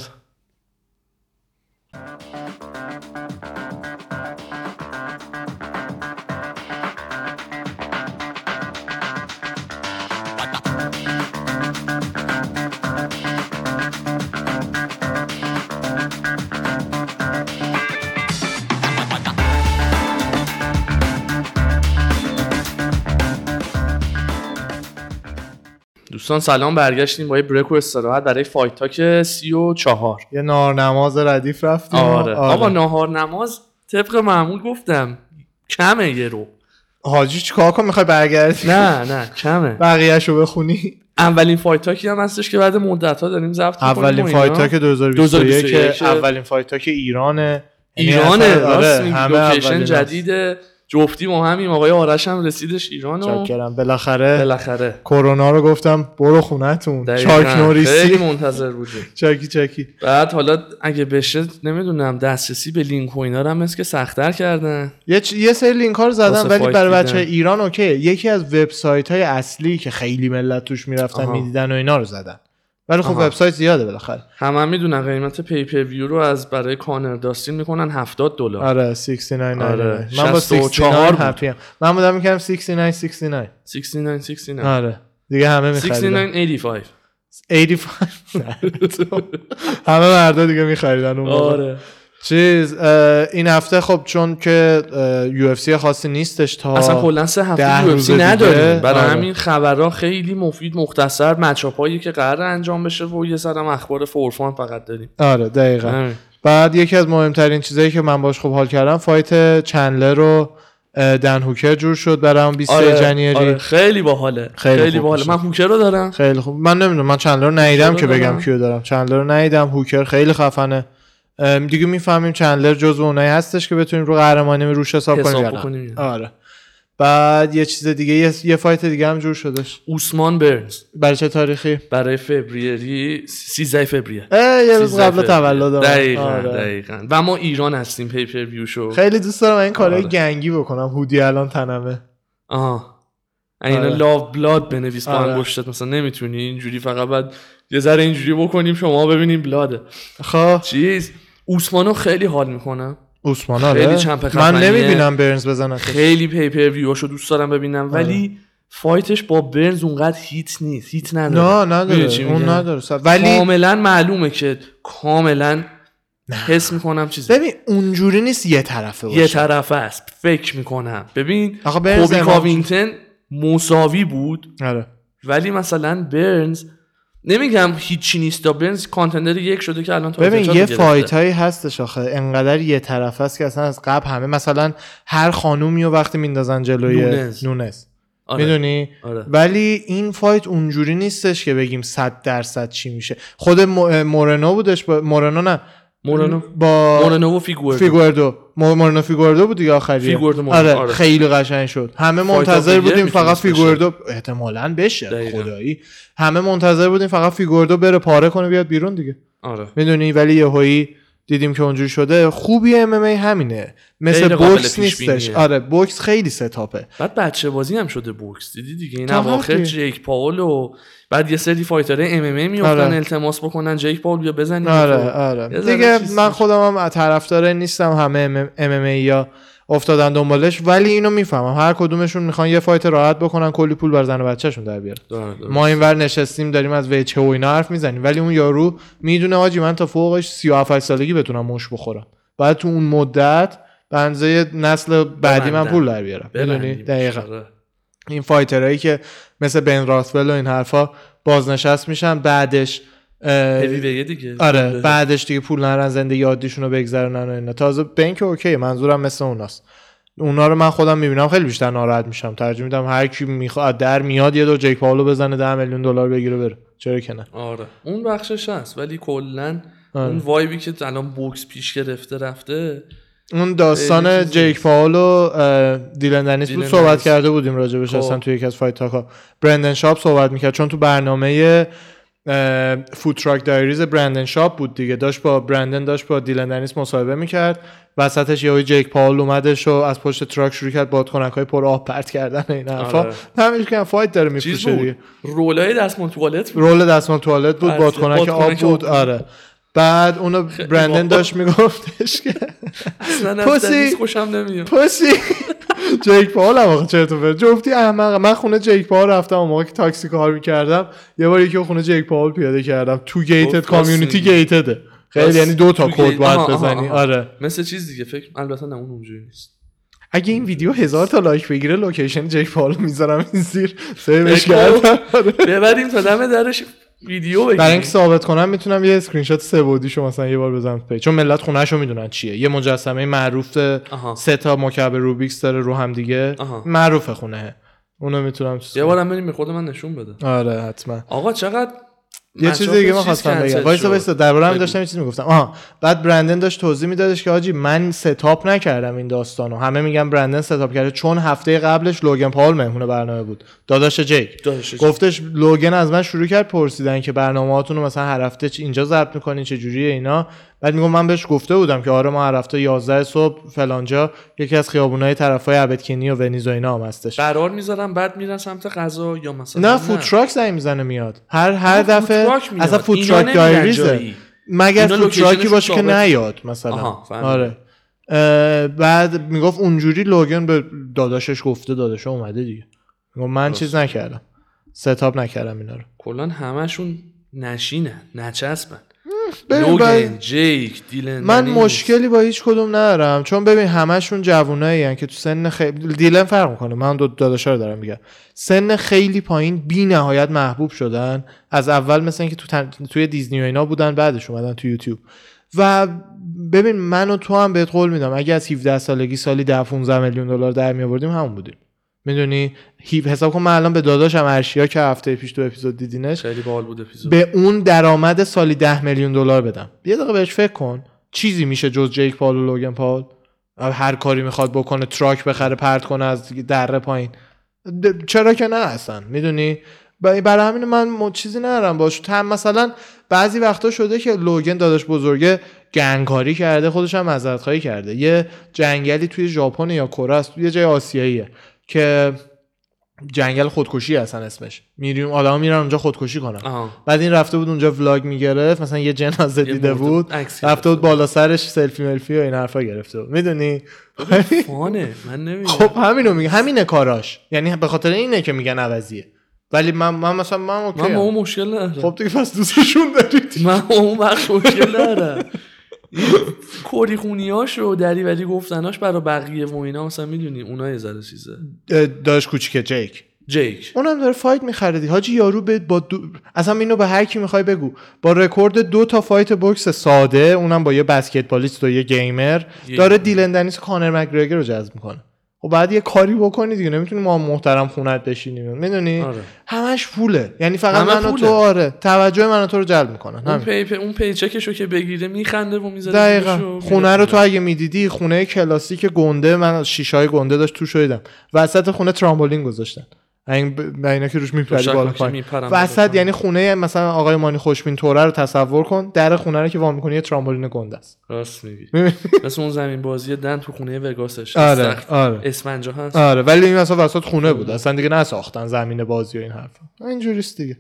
Speaker 2: دوستان سلام برگشتیم با یه بریک و استراحت برای فایت تاک 34
Speaker 1: یه نارنماز ردیف رفتیم
Speaker 2: آره آقا ناهار نماز طبق معمول گفتم کمه یه رو
Speaker 1: حاجی چیکار کن میخوای برگردی
Speaker 2: نه نه کمه
Speaker 1: بقیهش رو بخونی
Speaker 2: اولین فایت تاکی هم هستش که بعد مدت ها داریم ضبط می‌کنیم و
Speaker 1: اولین
Speaker 2: اینا.
Speaker 1: فایت تاک 2021
Speaker 2: 2021
Speaker 1: که اولین فایت تاک ایرانه
Speaker 2: ایرانه
Speaker 1: یعنی اصلا-
Speaker 2: راست میگی
Speaker 1: همه
Speaker 2: لوکیشن
Speaker 1: اولین
Speaker 2: جدیده جفتی ما همیم آقای آرش هم رسیدش ایران
Speaker 1: است.
Speaker 2: و
Speaker 1: چاکرم بالاخره
Speaker 2: بالاخره
Speaker 1: کرونا رو گفتم برو خونتون
Speaker 2: دقیقاً.
Speaker 1: چاک
Speaker 2: خیلی
Speaker 1: نوریسی
Speaker 2: منتظر بودیم
Speaker 1: چاکی چاکی
Speaker 2: بعد حالا اگه بشه نمیدونم دسترسی به لینک و اینا رو هم مثل که سختتر کردن
Speaker 1: یه, چ- یه سری لینک ها رو زدم
Speaker 2: واسه
Speaker 1: ولی
Speaker 2: فایت
Speaker 1: برای
Speaker 2: دیدن.
Speaker 1: بچه ایران اوکی یکی از وبسایت های اصلی که خیلی ملت توش میرفتن
Speaker 2: آها.
Speaker 1: میدیدن و اینا رو زدن ولی خب
Speaker 2: آها.
Speaker 1: وبسایت زیاده بالاخره
Speaker 2: هم هم میدونن قیمت پی پی ویو رو از برای کانر داستین میکنن 70 دلار
Speaker 1: آره 69
Speaker 2: آره،
Speaker 1: من با
Speaker 2: 64
Speaker 1: 69
Speaker 2: بود.
Speaker 1: هپی من بودم میگم 69 69
Speaker 2: 69 69
Speaker 1: آره دیگه همه میخریدن
Speaker 2: 69 85
Speaker 1: 85 همه مردا دیگه میخریدن اون موقع.
Speaker 2: آره
Speaker 1: چیز اه، این هفته خب چون که یو اف سی خاصی نیستش تا
Speaker 2: اصلا کلا سه
Speaker 1: ده
Speaker 2: هفته یو
Speaker 1: روز دیگه.
Speaker 2: نداریم برای
Speaker 1: آره.
Speaker 2: همین خبرها خیلی مفید مختصر مچاپایی که قرار انجام بشه و یه سرم اخبار فورفان فقط داریم
Speaker 1: آره دقیقا
Speaker 2: همین.
Speaker 1: بعد یکی از مهمترین چیزایی که من باش خوب حال کردم فایت چنلر رو اه، دن هوکر جور شد برام 23 جنیری
Speaker 2: آره، خیلی باحاله
Speaker 1: خیلی
Speaker 2: خیلی,
Speaker 1: خوب
Speaker 2: باحاله
Speaker 1: میشه.
Speaker 2: من هوکر رو دارم
Speaker 1: خیلی خوب من نمیدونم من چندلر رو ندیدم
Speaker 2: هوکر
Speaker 1: که
Speaker 2: رو
Speaker 1: بگم
Speaker 2: دارم.
Speaker 1: کیو دارم چندلر رو ندیدم هوکر خیلی خفنه ام، دیگه میفهمیم چندلر جزو اونایی هستش که بتونیم رو قهرمانی روش حساب کنیم
Speaker 2: حساب
Speaker 1: یا نه.
Speaker 2: بکنیم یا نه.
Speaker 1: آره بعد یه چیز دیگه یه, یه فایت دیگه هم جور شدش
Speaker 2: اوسمان برنز
Speaker 1: برای چه تاریخی
Speaker 2: برای فوریه 13 فوریه
Speaker 1: اه، یه روز
Speaker 2: 13
Speaker 1: قبل
Speaker 2: فوریه.
Speaker 1: تولد من.
Speaker 2: دقیقاً
Speaker 1: آره.
Speaker 2: دقیقاً و ما ایران هستیم پیپر ویو شو
Speaker 1: خیلی دوست دارم این کارهای
Speaker 2: آره.
Speaker 1: گنگی بکنم هودی الان تنمه
Speaker 2: آها اینا
Speaker 1: آره.
Speaker 2: لاو بلاد بنویس با
Speaker 1: آره.
Speaker 2: انگشتت مثلا نمیتونی اینجوری فقط بعد یه ذره اینجوری بکنیم شما ببینیم بلاده
Speaker 1: خب
Speaker 2: چیز اوسمانو خیلی حال میکنم
Speaker 1: عثمان
Speaker 2: خیلی
Speaker 1: آره
Speaker 2: چند
Speaker 1: من
Speaker 2: پخمنیه.
Speaker 1: نمیبینم برنز بزنه
Speaker 2: خیلی پیپر ویوشو دوست دارم
Speaker 1: آره.
Speaker 2: ببینم ولی فایتش با برنز اونقدر هیت نیست هیت نداره
Speaker 1: نه
Speaker 2: می‌دونی
Speaker 1: نداره
Speaker 2: چی
Speaker 1: اون
Speaker 2: میگم؟
Speaker 1: نداره ولی
Speaker 2: کاملا معلومه که کاملا حس میکنم چیز
Speaker 1: ببین اونجوری نیست یه طرفه باشه
Speaker 2: یه طرف است فکر میکنم ببین
Speaker 1: آخه برنز
Speaker 2: کوبی
Speaker 1: امام-
Speaker 2: کاوینگتن مساوی بود
Speaker 1: آره
Speaker 2: ولی مثلا برنز نمیگم هیچی نیست دا برنز کانتندر یک شده که الان تایتل
Speaker 1: ببین
Speaker 2: شات
Speaker 1: یه
Speaker 2: گرفته.
Speaker 1: فایت هایی هستش آخه انقدر یه طرف است که اصلا از قبل همه مثلا هر خانومی رو وقتی میندازن جلوی
Speaker 2: نونز.
Speaker 1: نونز.
Speaker 2: آره.
Speaker 1: میدونی
Speaker 2: آره.
Speaker 1: ولی این فایت اونجوری نیستش که بگیم صد درصد چی میشه خود م- مورنو بودش با... مورنو نه
Speaker 2: مورنو
Speaker 1: با
Speaker 2: مورنو و فیگوردو
Speaker 1: فیگوردو مو- مورنو فیگوردو بود دیگه آخریه
Speaker 2: فیگوردو مورنو،
Speaker 1: آره,
Speaker 2: آره.
Speaker 1: خیلی قشنگ شد همه
Speaker 2: فایت آف
Speaker 1: منتظر
Speaker 2: دی یر
Speaker 1: بودیم فقط
Speaker 2: میتونست بشه.
Speaker 1: فیگوردو احتمالاً بشه
Speaker 2: دقیقاً.
Speaker 1: خدایی همه منتظر بودیم فقط فیگوردو بره پاره کنه بیاد بیرون دیگه
Speaker 2: آره
Speaker 1: میدونی ولی یهویی دیدیم که اونجوری شده خوبی ام همینه مثل
Speaker 2: غیر قابل
Speaker 1: بوکس
Speaker 2: پیش‌بینیه.
Speaker 1: نیستش آره بوکس خیلی ستاپه
Speaker 2: بعد بچه بازی هم شده بوکس دیدی دیگه این
Speaker 1: طبعاً
Speaker 2: اواخر
Speaker 1: که.
Speaker 2: جیک پاول و بعد یه سری فایتره ام ام میافتن
Speaker 1: آره.
Speaker 2: التماس بکنن جیک پاول بیا بزنیم
Speaker 1: آره
Speaker 2: یه
Speaker 1: آره
Speaker 2: ذره
Speaker 1: دیگه
Speaker 2: چیز
Speaker 1: من
Speaker 2: میشه.
Speaker 1: خودم هم طرفدار نیستم همه ام ام یا افتادن دنبالش ولی اینو میفهمم هر کدومشون میخوان یه فایت راحت بکنن کلی پول بر زن و بچهشون در بیارن
Speaker 2: آره، درست.
Speaker 1: ما اینور نشستیم داریم از ویچه و اینا حرف میزنیم ولی اون یارو میدونه حاجی من تا فوقش 37 سالگی بتونم مش بخورم بعد تو اون مدت به اندازه نسل بعدی من
Speaker 2: ببندم.
Speaker 1: پول در بیارم میدونی
Speaker 2: ببندیمش.
Speaker 1: دقیقاً
Speaker 2: آره.
Speaker 1: این فایترهایی که مثل بن راسول و این حرفا بازنشست میشن بعدش اه،
Speaker 2: هیوی ویه دیگه
Speaker 1: آره بعدش دیگه پول نرن زندگی عادیشون رو بگذرونن و اینا تازه بین که اوکی منظورم مثل اوناست اونا رو من خودم میبینم خیلی بیشتر ناراحت میشم ترجیح میدم هر کی میخواد در میاد یه دور جیک پاولو بزنه 10 میلیون دلار بگیره بره چرا که نه
Speaker 2: آره اون بخشش هست ولی کلا
Speaker 1: آره.
Speaker 2: اون وایبی که الان بوکس پیش گرفته رفته
Speaker 1: اون
Speaker 2: خیلی
Speaker 1: داستان
Speaker 2: چیز
Speaker 1: جیک پاول و اه، دیلن دنیس بود
Speaker 2: دیلن
Speaker 1: صحبت
Speaker 2: دنیس.
Speaker 1: کرده بودیم راجبش
Speaker 2: خب.
Speaker 1: اصلا توی یکی از فایت تاکا برندن شاپ صحبت میکرد چون تو برنامه اه، فود تراک دایریز برندن شاپ بود دیگه داشت با برندن داشت با دیلن دنیس مصاحبه میکرد وسطش یهو جیک پاول اومدش و از پشت تراک شروع کرد بادکنک های پر آب پرت کردن و این حرفا
Speaker 2: آره.
Speaker 1: همینش که فایت داره
Speaker 2: چیز
Speaker 1: میفروشه دیگه
Speaker 2: بود رولای دستمال توالت بود
Speaker 1: رول دستمال توالت بود
Speaker 2: بله،
Speaker 1: بادکنک آب
Speaker 2: بادکنک آب
Speaker 1: بود
Speaker 2: بود.
Speaker 1: آره بعد اونو برندن
Speaker 2: بابا.
Speaker 1: داشت میگفتش که
Speaker 2: اصلا
Speaker 1: پوسی.
Speaker 2: از دنیس خوشم نمیاد
Speaker 1: پسی جیک پاول هم آخه چرت و پرت جفتی احمق من خونه جیک پاول رفتم اون موقع که تاکسی کار میکردم یه بار یکی رو خونه جیک پاول پیاده کردم تو گیتد
Speaker 2: گفت
Speaker 1: کامیونیتی
Speaker 2: پسی.
Speaker 1: گیتده خیلی
Speaker 2: پس
Speaker 1: یعنی دو تا
Speaker 2: تو
Speaker 1: کد
Speaker 2: گیت-
Speaker 1: باید
Speaker 2: آها، آها،
Speaker 1: بزنی
Speaker 2: آها.
Speaker 1: آره
Speaker 2: مثل چیز دیگه فکر البته نه اون اونجوری نیست
Speaker 1: اگه این ویدیو هزار تا لایک بگیره لوکیشن جیک پاول رو میذارم این زیر سیوش
Speaker 2: جیک پاول.
Speaker 1: کردم آره.
Speaker 2: ببریم تا دم درش ویدیو بگیریم
Speaker 1: برای اینکه ثابت کنم میتونم یه اسکرین شات سه بعدیشو مثلا یه بار بزنم تو پیج چون ملت خونهشو میدونن چیه یه مجسمه معروف
Speaker 2: آها.
Speaker 1: سه تا مکعب روبیکس داره رو هم دیگه
Speaker 2: آها.
Speaker 1: معروف خونهه اونو میتونم چیز
Speaker 2: یه بارم بریم به خود من نشون بده
Speaker 1: آره حتما
Speaker 2: آقا چقدر
Speaker 1: یه چیز دیگه من
Speaker 2: مشاقه
Speaker 1: خواستم
Speaker 2: چیز
Speaker 1: بگم
Speaker 2: کنسل
Speaker 1: وایسا
Speaker 2: شد.
Speaker 1: وایسا درباره هم
Speaker 2: بگو.
Speaker 1: داشتم یه چیزی میگفتم آها بعد برندن داشت توضیح میدادش که حاجی من ستاپ نکردم این داستانو همه میگن برندن ستاپ کرده چون هفته قبلش لوگن پاول مهمون برنامه بود داداش جیک
Speaker 2: داداش جیک.
Speaker 1: گفتش لوگن از من شروع کرد پرسیدن که برنامه‌هاتون رو مثلا هر هفته چ- اینجا ضبط میکنین چه جوریه اینا بعد میگم من بهش گفته بودم که آره ما هر هفته 11 صبح فلانجا یکی از خیابونای طرفای ابدکنی و ونیز و اینا هم هستش
Speaker 2: قرار میذارم بعد میرن سمت غذا یا مثلا
Speaker 1: نه فود تراک زنگ میزنه میاد هر هر
Speaker 2: نه، فود
Speaker 1: دفعه
Speaker 2: تراک میاد.
Speaker 1: اصلا فود
Speaker 2: اینا
Speaker 1: تراک
Speaker 2: نمیرن
Speaker 1: دایریزه
Speaker 2: جایی.
Speaker 1: مگر
Speaker 2: اینا
Speaker 1: فود تراکی
Speaker 2: لوکیشنشون
Speaker 1: باشه که
Speaker 2: ثابت.
Speaker 1: نیاد مثلا
Speaker 2: آها، فهمیدم.
Speaker 1: آره اه، بعد میگفت اونجوری لوگن به داداشش گفته داداش اومده دیگه میگفت من چیز نکردم ستاپ نکردم اینا رو
Speaker 2: کلا همشون نشینن نچسبن
Speaker 1: ببین
Speaker 2: لوگن
Speaker 1: باید-
Speaker 2: جیک دیلن
Speaker 1: من
Speaker 2: نیست.
Speaker 1: مشکلی با هیچ کدوم ندارم چون ببین همشون جوونایی که تو سن خیلی دیلن فرق میکنه من دو داداشا رو دارم میگم سن خیلی پایین بی نهایت محبوب شدن از اول مثل اینکه تو تن- توی دیزنی و اینا بودن بعدش اومدن تو یوتیوب و ببین من و تو هم بهت قول میدم اگه از 17 سالگی سالی 10 15 میلیون دلار در میآوردیم همون بودیم میدونی حساب کن من الان به داداشم ارشیا که هفته پیش تو اپیزود دیدینش
Speaker 2: خیلی باحال بود اپیزود
Speaker 1: به اون درآمد سالی 10 میلیون دلار بدم یه دقیقه بهش فکر کن چیزی میشه جز جیک پال و لوگن پال هر کاری میخواد بکنه تراک بخره پرت کنه از دره پایین د- چرا که نه اصلا میدونی ب- برای همین من م- چیزی ندارم باش تم مثلا بعضی وقتا شده که لوگن داداش بزرگه گنگکاری کرده خودش هم معذرت خواهی کرده یه جنگلی توی ژاپن یا کره است یه جای آسیاییه که جنگل خودکشی اصلا اسمش میریم آدم میرن اونجا خودکشی کنن
Speaker 2: آه.
Speaker 1: بعد این رفته بود اونجا ولاگ میگرفت مثلا یه جنازه
Speaker 2: یه
Speaker 1: دیده
Speaker 2: مرد
Speaker 1: بود
Speaker 2: عکس
Speaker 1: رفته بود بالا سرش سلفی ملفی و این حرفا گرفته بود میدونی
Speaker 2: فانه من نمیدونم
Speaker 1: خب همینو میگه همینه کاراش یعنی به خاطر اینه که میگن عوضیه ولی من من مثلا من اوکی
Speaker 2: من با اون مشکل ندارم
Speaker 1: خب دیگه پس دوستشون دارید
Speaker 2: من با اون وقت مشکل ندارم کوری خونیاش و دری ولی گفتناش برای بقیه و اینا مثلا میدونی اونا یه ذره چیزه
Speaker 1: داش کوچیکه جیک
Speaker 2: جیک
Speaker 1: اونم داره فایت میخریدی حاجی یارو به با دو... اصلا اینو به هر کی میخوای بگو با رکورد دو تا فایت بکس ساده اونم با یه بسکتبالیست و یه گیمر
Speaker 2: یه-
Speaker 1: داره دیلن دنیس و کانر مکگرگر رو جذب میکنه خب بعد یه کاری بکنی دیگه نمیتونی ما محترم خونت بشینیم میدونی
Speaker 2: آره.
Speaker 1: همش پوله یعنی فقط
Speaker 2: همه
Speaker 1: من و
Speaker 2: پوله.
Speaker 1: تو آره توجه من و تو رو جلب میکنن
Speaker 2: اون
Speaker 1: همین
Speaker 2: پی پی- اون پیچکشو که بگیره میخنده و میذاره
Speaker 1: دقیقا خونه رو تو اگه میدیدی خونه کلاسیک گنده من شیشه های گنده داشت تو شدیدم وسط خونه ترامبولین گذاشتن این ب- اینا که روش میپری بالا پایین وسط یعنی خونه مثلا آقای مانی خوشبین توره رو تصور کن در خونه رو که وا می‌کنی یه ترامبولین گنده است
Speaker 2: راست میگی
Speaker 1: می‌بینی؟
Speaker 2: مثل اون زمین بازی دن تو خونه وگاسش
Speaker 1: آره
Speaker 2: استخر.
Speaker 1: آره
Speaker 2: اسفنجا هست
Speaker 1: آره ولی این مثلا وسط خونه بود اصلا دیگه نساختن زمین بازی و این حرفا اینجوریست دیگه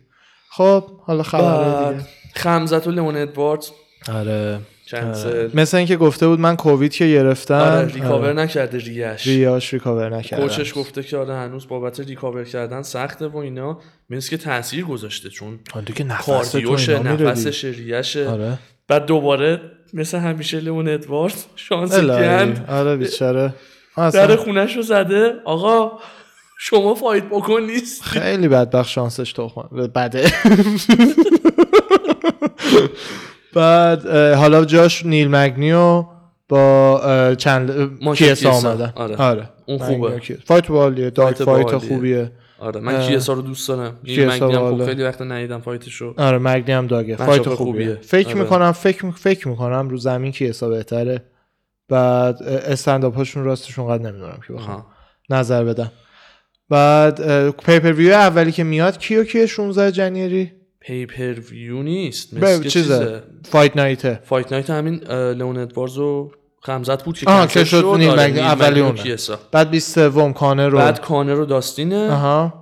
Speaker 1: خب حالا خبر
Speaker 2: بعد
Speaker 1: دیگه
Speaker 2: آره خمزت و لئون ادواردز
Speaker 1: آره
Speaker 2: کنسل
Speaker 1: مثل اینکه گفته بود من کووید که
Speaker 2: آره
Speaker 1: گرفتم
Speaker 2: ریکاور
Speaker 1: آره.
Speaker 2: نکرده ریش
Speaker 1: ریاش ریکاور نکردم
Speaker 2: کوچش گفته که آره هنوز بابت ریکاور کردن سخته و اینا مینس که تاثیر گذاشته چون
Speaker 1: آره دیگه نفس تو
Speaker 2: کاردیوشه
Speaker 1: اینا میره دیگه.
Speaker 2: نفسش ریشه
Speaker 1: آره
Speaker 2: بعد دوباره مثل همیشه لئون ادوارد شانس
Speaker 1: الهی.
Speaker 2: گند
Speaker 1: آره بیچاره
Speaker 2: در
Speaker 1: اصلا
Speaker 2: خونش رو زده آقا شما فایت بکن نیست
Speaker 1: خیلی بدبخت شانسش تخمه بده بعد اه، حالا جاش نیل مگنیو با اه، چند اه،
Speaker 2: مایکل
Speaker 1: کیسا
Speaker 2: کیسا.
Speaker 1: آمدن
Speaker 2: آره.
Speaker 1: آره
Speaker 2: اون خوبه.
Speaker 1: مگنیو کیسا. فایت بالیه داگ
Speaker 2: فایت
Speaker 1: فایت
Speaker 2: باحالیه.
Speaker 1: خوبیه
Speaker 2: آره
Speaker 1: اه.
Speaker 2: من کیسا رو دوست دارم این
Speaker 1: کیسا
Speaker 2: مگنی هم
Speaker 1: والا.
Speaker 2: خب خیلی وقت ندیدم فایتشو
Speaker 1: آره مگنی هم داگه
Speaker 2: مچاپ
Speaker 1: فایت خوبیه,
Speaker 2: خوبیه.
Speaker 1: فکر
Speaker 2: آره.
Speaker 1: میکنم فکر می- فکر میکنم رو زمین کیسا بهتره بعد اه، استنداپ هاشون راستشون قد نمیدونم که بخوام
Speaker 2: آها.
Speaker 1: نظر بدم بعد اه، پیپر ویو اولی که میاد کیو کیه 16 جنیری
Speaker 2: پیپر ویو نیست
Speaker 1: به
Speaker 2: مثل
Speaker 1: بله، چیزه.
Speaker 2: که چیزه
Speaker 1: فایت نایته
Speaker 2: فایت نایت همین اه، لئون ادواردز و خمزت بود که
Speaker 1: آه،
Speaker 2: کنسل
Speaker 1: که شد نیل
Speaker 2: آره،
Speaker 1: مگنی، اولی
Speaker 2: مگنی و
Speaker 1: اونه.
Speaker 2: کیسا.
Speaker 1: بعد 23 کانر رو
Speaker 2: بعد کانر و داستینه
Speaker 1: آها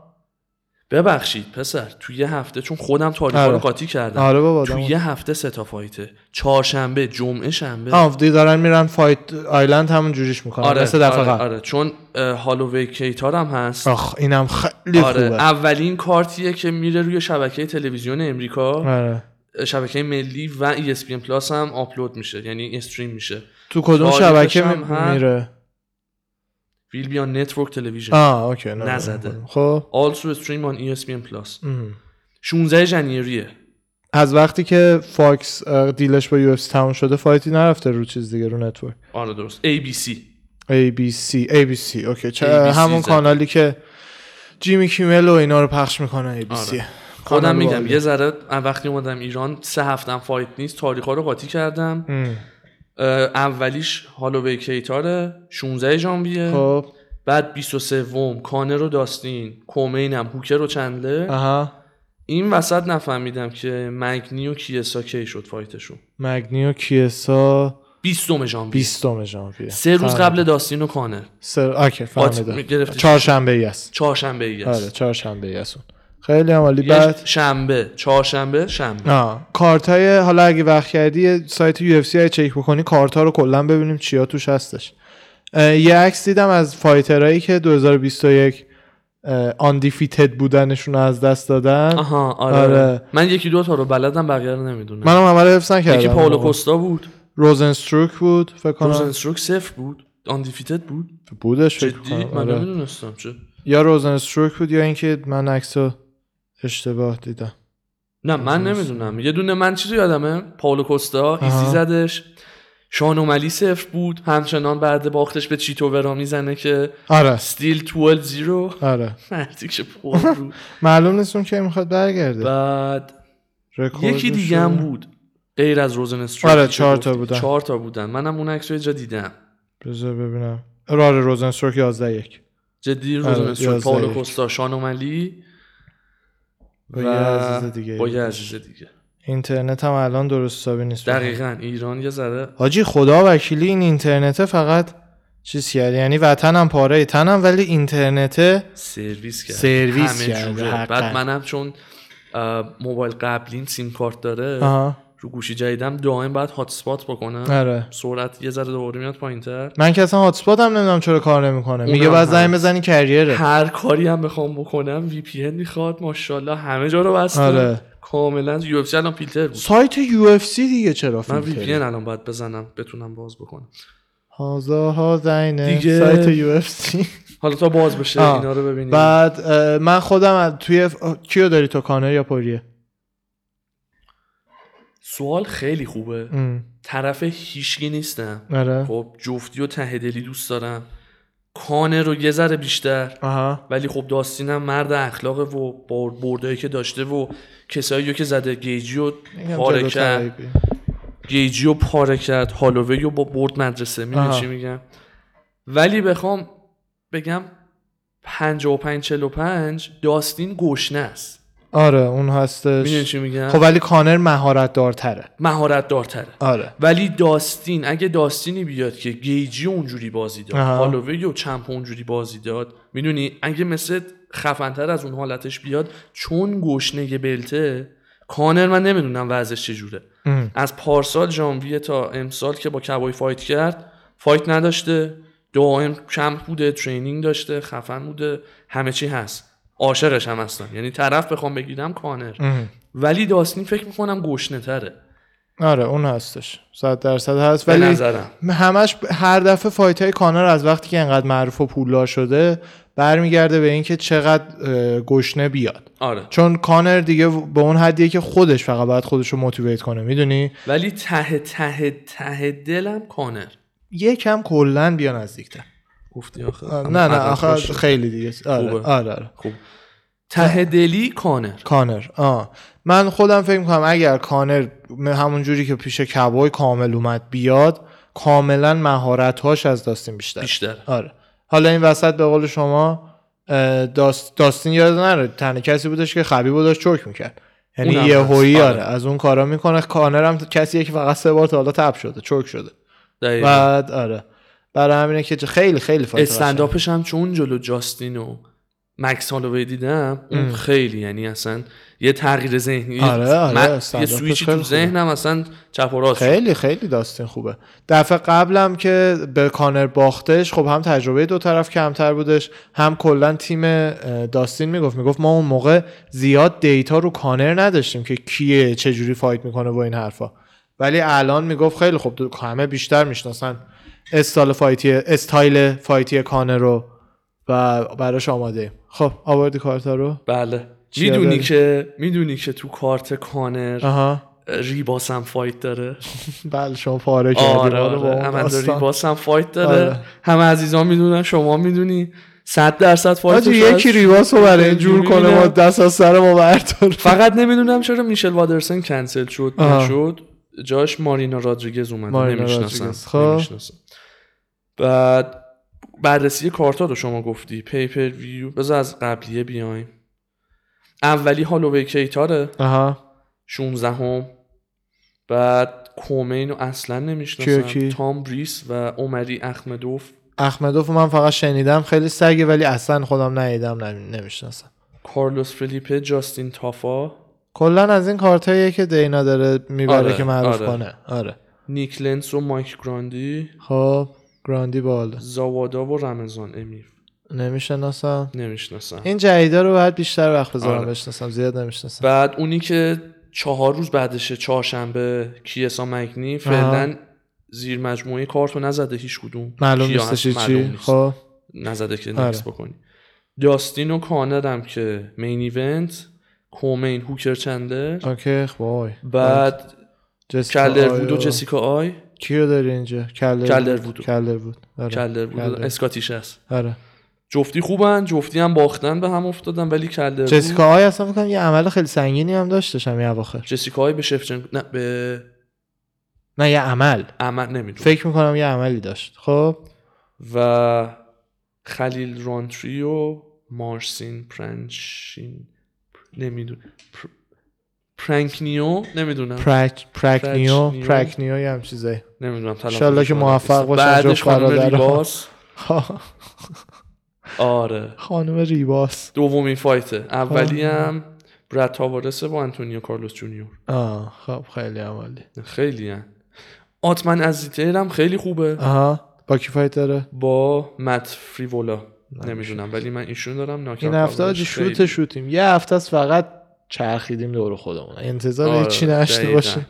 Speaker 2: ببخشید پسر تو یه هفته چون خودم تاریخا
Speaker 1: آره.
Speaker 2: رو قاطی کردم
Speaker 1: آره بابا
Speaker 2: تو
Speaker 1: آدم.
Speaker 2: یه هفته سه تا فایته چهارشنبه جمعه شنبه
Speaker 1: آه دی دارن میرن فایت آیلند همون جوریش میکنن آره. مثل دفعه
Speaker 2: آره,
Speaker 1: قبل
Speaker 2: آره. چون اه، هالووی کیتار هم هست
Speaker 1: آخ اینم خیلی
Speaker 2: آره
Speaker 1: خوبه
Speaker 2: اولین کارتیه که میره روی شبکه تلویزیون امریکا
Speaker 1: آره.
Speaker 2: شبکه ملی و E ESPN پلاس هم آپلود میشه یعنی استریم میشه
Speaker 1: تو کدوم
Speaker 2: تاریخش
Speaker 1: شبکه
Speaker 2: هم
Speaker 1: می-
Speaker 2: هست.
Speaker 1: میره
Speaker 2: ویل بی آن نتورک تلویزیون
Speaker 1: آه اوکی نه،
Speaker 2: نزده.
Speaker 1: نه. خب
Speaker 2: also stream on E ESPN plus
Speaker 1: ام.
Speaker 2: 16 ژانویه
Speaker 1: از وقتی که فاکس اه، دیلش با یو اف تموم شده فایتی نرفته رو چیز دیگه رو نتورک
Speaker 2: آره درست ABC
Speaker 1: ABC ABC اوکی چه
Speaker 2: ABC
Speaker 1: همون
Speaker 2: زده.
Speaker 1: کانالی که جیمی کیمل و اینا رو پخش میکنه ABC
Speaker 2: آره.
Speaker 1: کانال
Speaker 2: خودم میگم
Speaker 1: بالی.
Speaker 2: یه ذره من وقتی اومدم ایران سه هفتم فایت نیست تاریخا رو قاطی کردم
Speaker 1: ام.
Speaker 2: اه، اولیش هالووی کیتاره 16 ژانویه
Speaker 1: خب
Speaker 2: بعد 23 کانر و داستین کومینم هوکر و چندلر
Speaker 1: آها
Speaker 2: این وسط نفهمیدم که مگنی و کیسا کی شد فایتشون
Speaker 1: مگنیو کیسا
Speaker 2: 20 ژانویه
Speaker 1: 20 ژانویه
Speaker 2: سه روز
Speaker 1: فهمیدم.
Speaker 2: قبل داستین و کانر
Speaker 1: سه آکی
Speaker 2: آت-
Speaker 1: فهمیدم
Speaker 2: گرفتی.
Speaker 1: چهارشنبه ای است
Speaker 2: چهارشنبه ای
Speaker 1: آره
Speaker 2: است
Speaker 1: چهارشنبه ای است اون. خیلی هم عالی
Speaker 2: یه
Speaker 1: بعد
Speaker 2: شنبه چهارشنبه شنبه
Speaker 1: آه. کارت های حالا اگه وقت کردی یه سایت یو اف سی چک بکنی کارت ها رو کلا ببینیم چیا توش هستش اه، یه عکس دیدم از فایترایی که 2021 آندیفیتد بودنشون رو از دست دادن
Speaker 2: آها آره.
Speaker 1: آره.
Speaker 2: من یکی دو تا رو بلدم بقیه رو نمیدونم
Speaker 1: منم همه رو حفظ نکردم
Speaker 2: یکی پاولو
Speaker 1: موقع.
Speaker 2: کوستا بود
Speaker 1: آره. روزنستروک بود فکر کنم
Speaker 2: روزنستروک صفر بود آندیفیتد بود
Speaker 1: بودش فکر
Speaker 2: جدی
Speaker 1: کنم
Speaker 2: من
Speaker 1: آره.
Speaker 2: نمیدونستم چه
Speaker 1: یا روزنستروک بود یا اینکه من عکس رو اشتباه دیدم
Speaker 2: نه من نمیدونم یه دونه من چیزی یادمه پاولو کوستا ایزی
Speaker 1: آها.
Speaker 2: زدش شانوملی صفر بود همچنان بعد باختش به چیتو ورا میزنه که
Speaker 1: آره
Speaker 2: ستیل 12 زیرو
Speaker 1: آره
Speaker 2: نزدیکش پر بود
Speaker 1: معلوم نیست اون که میخواد برگرده
Speaker 2: بعد
Speaker 1: رکورد
Speaker 2: بله. یکی دیگه هم بود غیر از روزن استروک
Speaker 1: آره،
Speaker 2: که
Speaker 1: چهار
Speaker 2: گفتی.
Speaker 1: تا بودن.
Speaker 2: چهار تا بودن منم اون عکس رو یه جا دیدم
Speaker 1: بذار ببینم آره، آره روزنستروک 11 یک
Speaker 2: جدی
Speaker 1: آره،
Speaker 2: روزن استروک
Speaker 1: یازده
Speaker 2: پاولو
Speaker 1: یک.
Speaker 2: کوستا شانوملی
Speaker 1: با یه عزیز دیگه
Speaker 2: با یه عزیز دیگه
Speaker 1: اینترنت هم الان درست حسابی نیست
Speaker 2: دقیقا ایران یه ذره
Speaker 1: حاجی خدا وکیلی این اینترنته فقط چیز کرد یعنی وطنم پاره تنم ولی اینترنته
Speaker 2: سرویس کرد
Speaker 1: سرویس
Speaker 2: همه
Speaker 1: کرده،
Speaker 2: جوره.
Speaker 1: حقا.
Speaker 2: بعد منم چون اه، موبایل قبلین سیم کارت داره
Speaker 1: آها
Speaker 2: رو گوشی جدیدم دائم باید هات اسپات بکنم
Speaker 1: آره
Speaker 2: سرعت یه ذره دوباره میاد پایینتر
Speaker 1: من که اصلا هاتسپات هم نمیدونم چرا کار نمیکنه میگه
Speaker 2: اونم
Speaker 1: بعد زنگ
Speaker 2: هست.
Speaker 1: بزنی کریره
Speaker 2: هر کاری هم بخوام بکنم وی پی ان میخواد ماشاءالله همه جا رو بستم
Speaker 1: آره.
Speaker 2: کاملا یو اف الان فیلتر بود
Speaker 1: سایت یو اف سی دیگه چرا
Speaker 2: من وی پی
Speaker 1: فیلتره
Speaker 2: ان الان باید بزنم بتونم باز بکنم
Speaker 1: هازا ها زینه
Speaker 2: دیگه-
Speaker 1: سایت یو اف سی
Speaker 2: حالا تا باز بشه
Speaker 1: آه.
Speaker 2: اینا رو ببینیم
Speaker 1: بعد اه، من خودم از توی ف- آه، کیو داری تو کانر یا
Speaker 2: خب.
Speaker 1: پریه
Speaker 2: سوال خیلی خوبه
Speaker 1: ام،
Speaker 2: طرف هیچکی نیستم
Speaker 1: آره
Speaker 2: خب جفتی و تهدلی دوست دارم کانه رو یه ذره بیشتر
Speaker 1: آها
Speaker 2: ولی خب داستینم مرد اخلاقه و بر- بردایی که داشته و کسایی رو که زده گیجی و
Speaker 1: میگم
Speaker 2: پاره
Speaker 1: جلو
Speaker 2: کرد
Speaker 1: طبیعی.
Speaker 2: گیجی و پاره کرد هالووی رو با برد مدرسه میدونی
Speaker 1: آها.
Speaker 2: چی میگم ولی بخوام بگم 55 45 داستین گشنه است
Speaker 1: آره اون
Speaker 2: میدونی
Speaker 1: هستش
Speaker 2: چی میگم
Speaker 1: خب ولی کانر مهارت دارتره
Speaker 2: مهارت دارتره
Speaker 1: آره
Speaker 2: ولی داستین اگه داستینی بیاد که گیجی اونجوری بازی داد
Speaker 1: آها.
Speaker 2: هالووی و چمپ اونجوری بازی داد میدونی اگه مثل خفنتر از اون حالتش بیاد چون گشنه بلته کانر من نمیدونم وضعش چجوره
Speaker 1: ام.
Speaker 2: از پارسال ژانویه تا امسال که با کبای فایت کرد فایت نداشته دائم کمپ بوده ترینینگ داشته خفن بوده همه چی هست عاشقش هم هستم یعنی طرف بخوام بگیرم کانر
Speaker 1: ام.
Speaker 2: ولی داستین فکر میکنم گشنه تره
Speaker 1: آره اون هستش صد درصد هست
Speaker 2: به
Speaker 1: ولی
Speaker 2: نظرم
Speaker 1: همش ب- هر دفعه فایت های کانر از وقتی که انقدر معروف و پولدار شده برمیگرده به اینکه چقدر اه، گشنه بیاد
Speaker 2: آره
Speaker 1: چون کانر دیگه به اون حدیه که خودش فقط باید خودش رو موتیویت کنه میدونی
Speaker 2: ولی ته ته ته دلم کانر
Speaker 1: یکم کلا بیا نزدیکتر
Speaker 2: گفتی آخه
Speaker 1: آه،
Speaker 2: اما
Speaker 1: نه نه
Speaker 2: عدد
Speaker 1: آخه
Speaker 2: باشه.
Speaker 1: خیلی دیگه است. آره
Speaker 2: خوبه.
Speaker 1: آره, آره.
Speaker 2: خوب ته دلی کانر
Speaker 1: کانر آه. من خودم فکر میکنم اگر کانر م- همون جوری که پیش کبای کامل اومد بیاد کاملا مهارتهاش از داستین بیشتر
Speaker 2: بیشتر
Speaker 1: آره حالا این وسط به قول شما اه، داست... داستین یاد نره تنها کسی بودش که خبیب رو داشت چوک میکرد یعنی
Speaker 2: اونم
Speaker 1: یه
Speaker 2: هست.
Speaker 1: هویی
Speaker 2: آره.
Speaker 1: آره از اون کارا میکنه کانر هم کسیه که فقط سه بار تا حالا تپ شده چوک شده
Speaker 2: دقیقا
Speaker 1: بعد آره برای همینه که خیلی خیلی فایده
Speaker 2: استنداپش هم چون جلو جاستین و مکس هالووی دیدم اون
Speaker 1: ام.
Speaker 2: خیلی یعنی اصلا یه تغییر ذهنی
Speaker 1: آره، آره،
Speaker 2: من- یه
Speaker 1: استنداپش
Speaker 2: سویچی
Speaker 1: خیلی
Speaker 2: تو
Speaker 1: خوبه.
Speaker 2: ذهنم اصلا چپ و راست شد.
Speaker 1: خیلی خیلی داستین خوبه دفعه قبلم که به کانر باختش خب هم تجربه دو طرف کمتر بودش هم کلا تیم اه، داستین میگفت میگفت ما اون موقع زیاد دیتا رو کانر نداشتیم که کیه چجوری فایت میکنه و این حرفا ولی الان میگفت خیلی خب دو- همه بیشتر میشناسن استایل فایتی استایل فایتی کانر رو و براش آماده ایم خب آوردی کارتا رو
Speaker 2: بله
Speaker 1: چی
Speaker 2: میدونی
Speaker 1: داره؟
Speaker 2: که میدونی که تو کارت کانر
Speaker 1: آها
Speaker 2: ریباس هم فایت داره
Speaker 1: بله شما پاره کردی
Speaker 2: آره
Speaker 1: ما رو با
Speaker 2: آره
Speaker 1: اون
Speaker 2: امنداری
Speaker 1: داستان.
Speaker 2: باس هم فایت داره
Speaker 1: آره.
Speaker 2: همه عزیزان میدونن شما میدونی صد درصد فایت
Speaker 1: حاجی یکی ریواس رو برای اینجور کنه ما دست از سر ما بردار
Speaker 2: فقط نمیدونم چرا میشل وادرسن کنسل شد
Speaker 1: آها.
Speaker 2: نشد جاش مارینا رادریگز اومد
Speaker 1: مارینا رادریگز، خب.
Speaker 2: نمیشناسم نمیشناسم بعد بررسی کارتا رو شما گفتی پیپر ویو بذار از قبلیه بیایم اولی هالووی کیتاره
Speaker 1: آها
Speaker 2: 16 هم بعد کومین رو اصلا
Speaker 1: کیو
Speaker 2: نمیشناسم
Speaker 1: کی؟
Speaker 2: تام بریس و عمری اخمدوف
Speaker 1: احمدوف من فقط شنیدم خیلی سگه ولی اصلا خودم ندیدم نمی- نمیشناسم
Speaker 2: کارلوس فلیپه جاستین تافا
Speaker 1: کلا از این کارتاییه که دینا داره میبره
Speaker 2: آره،
Speaker 1: که معروف
Speaker 2: آره.
Speaker 1: کنه آره
Speaker 2: نیک لنس و مایک گراندی
Speaker 1: خب گراندی بال
Speaker 2: زاوادا و رمضان امیر
Speaker 1: نمیشناسم
Speaker 2: نمیشناسم
Speaker 1: این جدیدا رو باید بیشتر وقت بذارم
Speaker 2: آره.
Speaker 1: بشناسم زیاد نمیشناسم
Speaker 2: بعد اونی که چهار روز بعدشه چهارشنبه کیسا مکنی فعلا زیر مجموعه کارتو نزده هیچ کدوم
Speaker 1: معلوم
Speaker 2: کیا
Speaker 1: نیستش
Speaker 2: هست، معلوم
Speaker 1: چی
Speaker 2: نیست.
Speaker 1: خب
Speaker 2: نزده که
Speaker 1: آره.
Speaker 2: نکس بکنی داستین و کانر هم که مین ایونت کومین هوکر چندر
Speaker 1: اوکی خب وای
Speaker 2: بعد
Speaker 1: جسیکا
Speaker 2: کلر
Speaker 1: آی
Speaker 2: وود و جسیکا آی
Speaker 1: کی رو داری اینجا کلر
Speaker 2: کلر وودو.
Speaker 1: کلر بود آره
Speaker 2: کلر وود و
Speaker 1: کلر.
Speaker 2: اسکاتیش هست
Speaker 1: آره
Speaker 2: جفتی خوبن جفتی هم باختن به هم افتادن ولی کلر وود-
Speaker 1: جسیکا آی اصلا میکنم یه عمل خیلی سنگینی هم داشتش همین اواخر
Speaker 2: جسیکا آی به شفچن نه به
Speaker 1: نه یه عمل
Speaker 2: احمد نمیدونم
Speaker 1: فکر میکنم یه عملی داشت خب
Speaker 2: و خلیل رانتری و مارسین پرنشین نمیدونم پرانکنیو نمیدونم
Speaker 1: پرک پرکنیو
Speaker 2: پرکنیو.
Speaker 1: پرکنیو یه هم چیزایی
Speaker 2: نمیدونم
Speaker 1: انشالله که موفق باشن
Speaker 2: بعدش
Speaker 1: جفت
Speaker 2: خانم
Speaker 1: برادرها.
Speaker 2: ریباس آره
Speaker 1: خانم ریباس
Speaker 2: دومین فایته اولی
Speaker 1: آه.
Speaker 2: هم برد تاوارسه با انتونیو کارلوس جونیور
Speaker 1: آه خب خیلی عملی
Speaker 2: خیلی هم آتمن ازیتیر هم خیلی خوبه
Speaker 1: آها با کی فایت داره
Speaker 2: با مت فریولا نمیدونم ولی من ایشون دارم ناکر
Speaker 1: این هفته آجی شوت شوتیم یه هفته است فقط چرخیدیم دور خودمون
Speaker 2: آره،
Speaker 1: انتظار هیچی نشته باشیم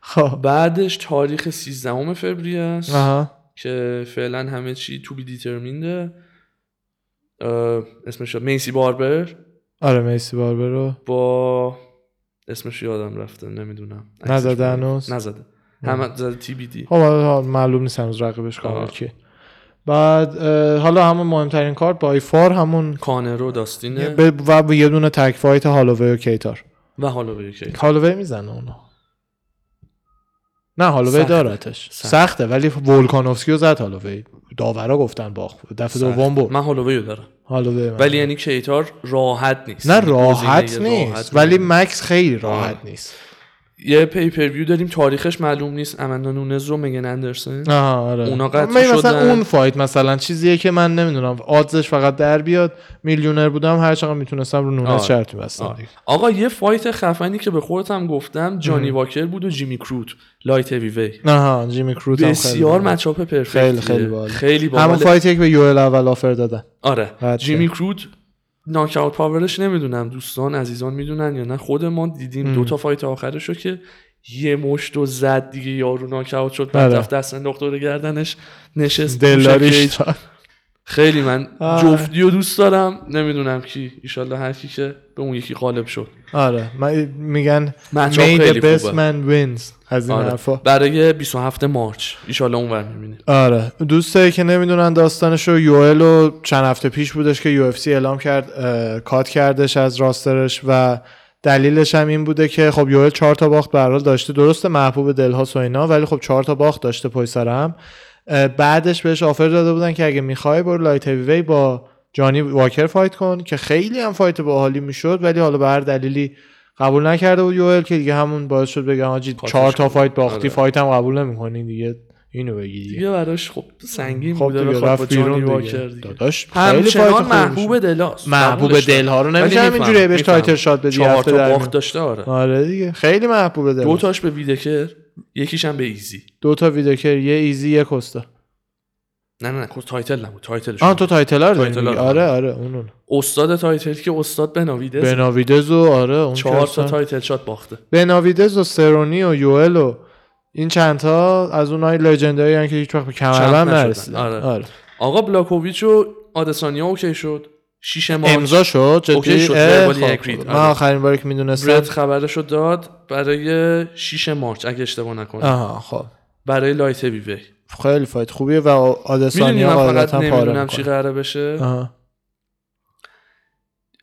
Speaker 1: خب
Speaker 2: بعدش تاریخ 13 فوریه است
Speaker 1: آها
Speaker 2: که فعلا همه چی تو بی دیترمینده اسمش میسی باربر
Speaker 1: آره میسی باربر رو
Speaker 2: با اسمش یادم رفته نمیدونم
Speaker 1: نزده هنوز؟
Speaker 2: نزده همه زده تی بی دی
Speaker 1: خب حالا معلوم نیست هنوز رقیبش کامل
Speaker 2: آه.
Speaker 1: کیه بعد اه، حالا همون مهمترین کارت بای فار همون
Speaker 2: کانر و داستینه
Speaker 1: ب- و با یه دونه تک فایت هالووی و کیتار
Speaker 2: و حالا به یکی
Speaker 1: هالووی میزنه اونو نه هالووی
Speaker 2: سخته.
Speaker 1: دارتش
Speaker 2: سخت.
Speaker 1: سخته ولی ولکانوفسکی رو زد هالووی داورا گفتن باخت دفعه دوم برد
Speaker 2: من هالووی رو دارم
Speaker 1: هالووی من.
Speaker 2: ولی یعنی کیتار راحت نیست
Speaker 1: نه
Speaker 2: یعنی
Speaker 1: راحت
Speaker 2: گزینه
Speaker 1: نیست
Speaker 2: راحت
Speaker 1: ولی
Speaker 2: نیست.
Speaker 1: مکس خیلی راحت
Speaker 2: آه.
Speaker 1: نیست
Speaker 2: یه پیپرویو داریم تاریخش معلوم نیست امندا نونز رو مگن اندرسن
Speaker 1: آها آره
Speaker 2: اونا قطع
Speaker 1: من مثلا
Speaker 2: شدن.
Speaker 1: اون فایت مثلا چیزیه که من نمیدونم آدزش فقط در بیاد میلیونر بودم هر چقدر میتونستم رو
Speaker 2: آره.
Speaker 1: نونز شرط میبستم
Speaker 2: آه. آقا یه فایت خفنی که به خودت هم گفتم جانی واکر بود و جیمی کروت لایت هیوی وی
Speaker 1: آها جیمی کروت هم خیلی
Speaker 2: بسیار
Speaker 1: باحال.
Speaker 2: مچاپ پرفکت
Speaker 1: خیلی خیلی باحال.
Speaker 2: خیلی
Speaker 1: همون
Speaker 2: باحاله.
Speaker 1: فایتی که به یوئل اول آفر دادن
Speaker 2: آره
Speaker 1: بچه.
Speaker 2: جیمی کرود ناک اوت پاورش نمیدونم دوستان عزیزان میدونن یا نه خود ما دیدیم دو تا فایت آخرش رو که یه مشت و زد دیگه یارو ناک اوت شد بعد
Speaker 1: آره.
Speaker 2: رفت دست انداخت دور گردنش نشست پوش
Speaker 1: دلاریش
Speaker 2: کیج.
Speaker 1: داد.
Speaker 2: خیلی من
Speaker 1: آه.
Speaker 2: جفتی رو دوست دارم نمیدونم کی ایشالله هر کی که به اون یکی غالب شد
Speaker 1: آره من میگن
Speaker 2: مچاپ
Speaker 1: may the
Speaker 2: خیلی
Speaker 1: best
Speaker 2: خوبه.
Speaker 1: man wins از این
Speaker 2: آره.
Speaker 1: حرفا
Speaker 2: برای 27 مارچ ایشالله اونور میبینیم
Speaker 1: آره دوستایی که نمیدونن داستانش رو یوئل و چند هفته پیش بودش که UFC اعلام کرد اه، کات کردش از راسترش و دلیلش هم این بوده که خب یوئل چهار تا باخت به هر حال داشته درسته محبوب دلها و اینا ولی خب چهار تا باخت داشته پای سر هم اه، بعدش بهش آفر داده بودن که اگه میخوای برو لایت وی با جانی واکر فایت کن که خیلی هم فایت باحالی میشد ولی حالا به هر دلیلی قبول نکرده بود یوئل که دیگه همون باعث شد بگم آجی
Speaker 2: کاتش
Speaker 1: چهار تا
Speaker 2: کن.
Speaker 1: فایت باختی
Speaker 2: آره.
Speaker 1: فایت هم قبول نمیکنی دیگه اینو بگی دیگه.
Speaker 2: دیگه براش خب سنگین
Speaker 1: خب
Speaker 2: بوده
Speaker 1: دیگه
Speaker 2: بخواد با
Speaker 1: رفت
Speaker 2: جانی
Speaker 1: بیرون
Speaker 2: واکر
Speaker 1: دیگه
Speaker 2: دیگه.
Speaker 1: داداش خیلی
Speaker 2: همچنان
Speaker 1: فایت خوبی
Speaker 2: محبوب
Speaker 1: میشه.
Speaker 2: دلهاست
Speaker 1: محبوب
Speaker 2: قبولش دارم.
Speaker 1: دلها رو
Speaker 2: ولی
Speaker 1: نمیشه
Speaker 2: میفهمم،
Speaker 1: همینجوری بهش
Speaker 2: میفهمم.
Speaker 1: تایتل شات بدی
Speaker 2: چهار
Speaker 1: هفته
Speaker 2: تا
Speaker 1: در
Speaker 2: باخت
Speaker 1: میون.
Speaker 2: داشته آره
Speaker 1: آره دیگه خیلی محبوب دل
Speaker 2: دو تاش به ویدکر یکیش هم به ایزی
Speaker 1: دو تا ویدیوکر یه ایزی یه کوستا
Speaker 2: نه نه نه تایتل نبود تایتلش
Speaker 1: آن تو تایتل رو داری
Speaker 2: تایتلا
Speaker 1: میگی.
Speaker 2: رو
Speaker 1: آره
Speaker 2: دارم.
Speaker 1: آره اونون
Speaker 2: استاد تایتل که استاد بناویدس
Speaker 1: بناویدز و آره اون که
Speaker 2: چهار
Speaker 1: اصلا-
Speaker 2: تا تایتل شات باخته
Speaker 1: بناویدز و سرونی و یوئل و این چندتا از اونهای لژندری هستن که هیچ وقت به کمربند
Speaker 2: نشدن.
Speaker 1: نرسیدن
Speaker 2: آره. آقا بلاکوویچ و آدسانیا اوکی شد شیش مارچ
Speaker 1: امضا شد
Speaker 2: اوکی
Speaker 1: جدی
Speaker 2: شد.
Speaker 1: اه، خب.
Speaker 2: Verbally agreed.
Speaker 1: من
Speaker 2: آره. خب.
Speaker 1: آخرین باری که میدونستم
Speaker 2: برد خبرش رو داد برای 6 مارچ اگه اشتباه نکنم
Speaker 1: آها خب
Speaker 2: برای لایت وی
Speaker 1: خیلی فایت خوبیه و
Speaker 2: میدونی
Speaker 1: آدسانیا
Speaker 2: من فقط
Speaker 1: قاعدتا پاره
Speaker 2: نمیدونم چی
Speaker 1: میکنه
Speaker 2: قراره بشه
Speaker 1: آها.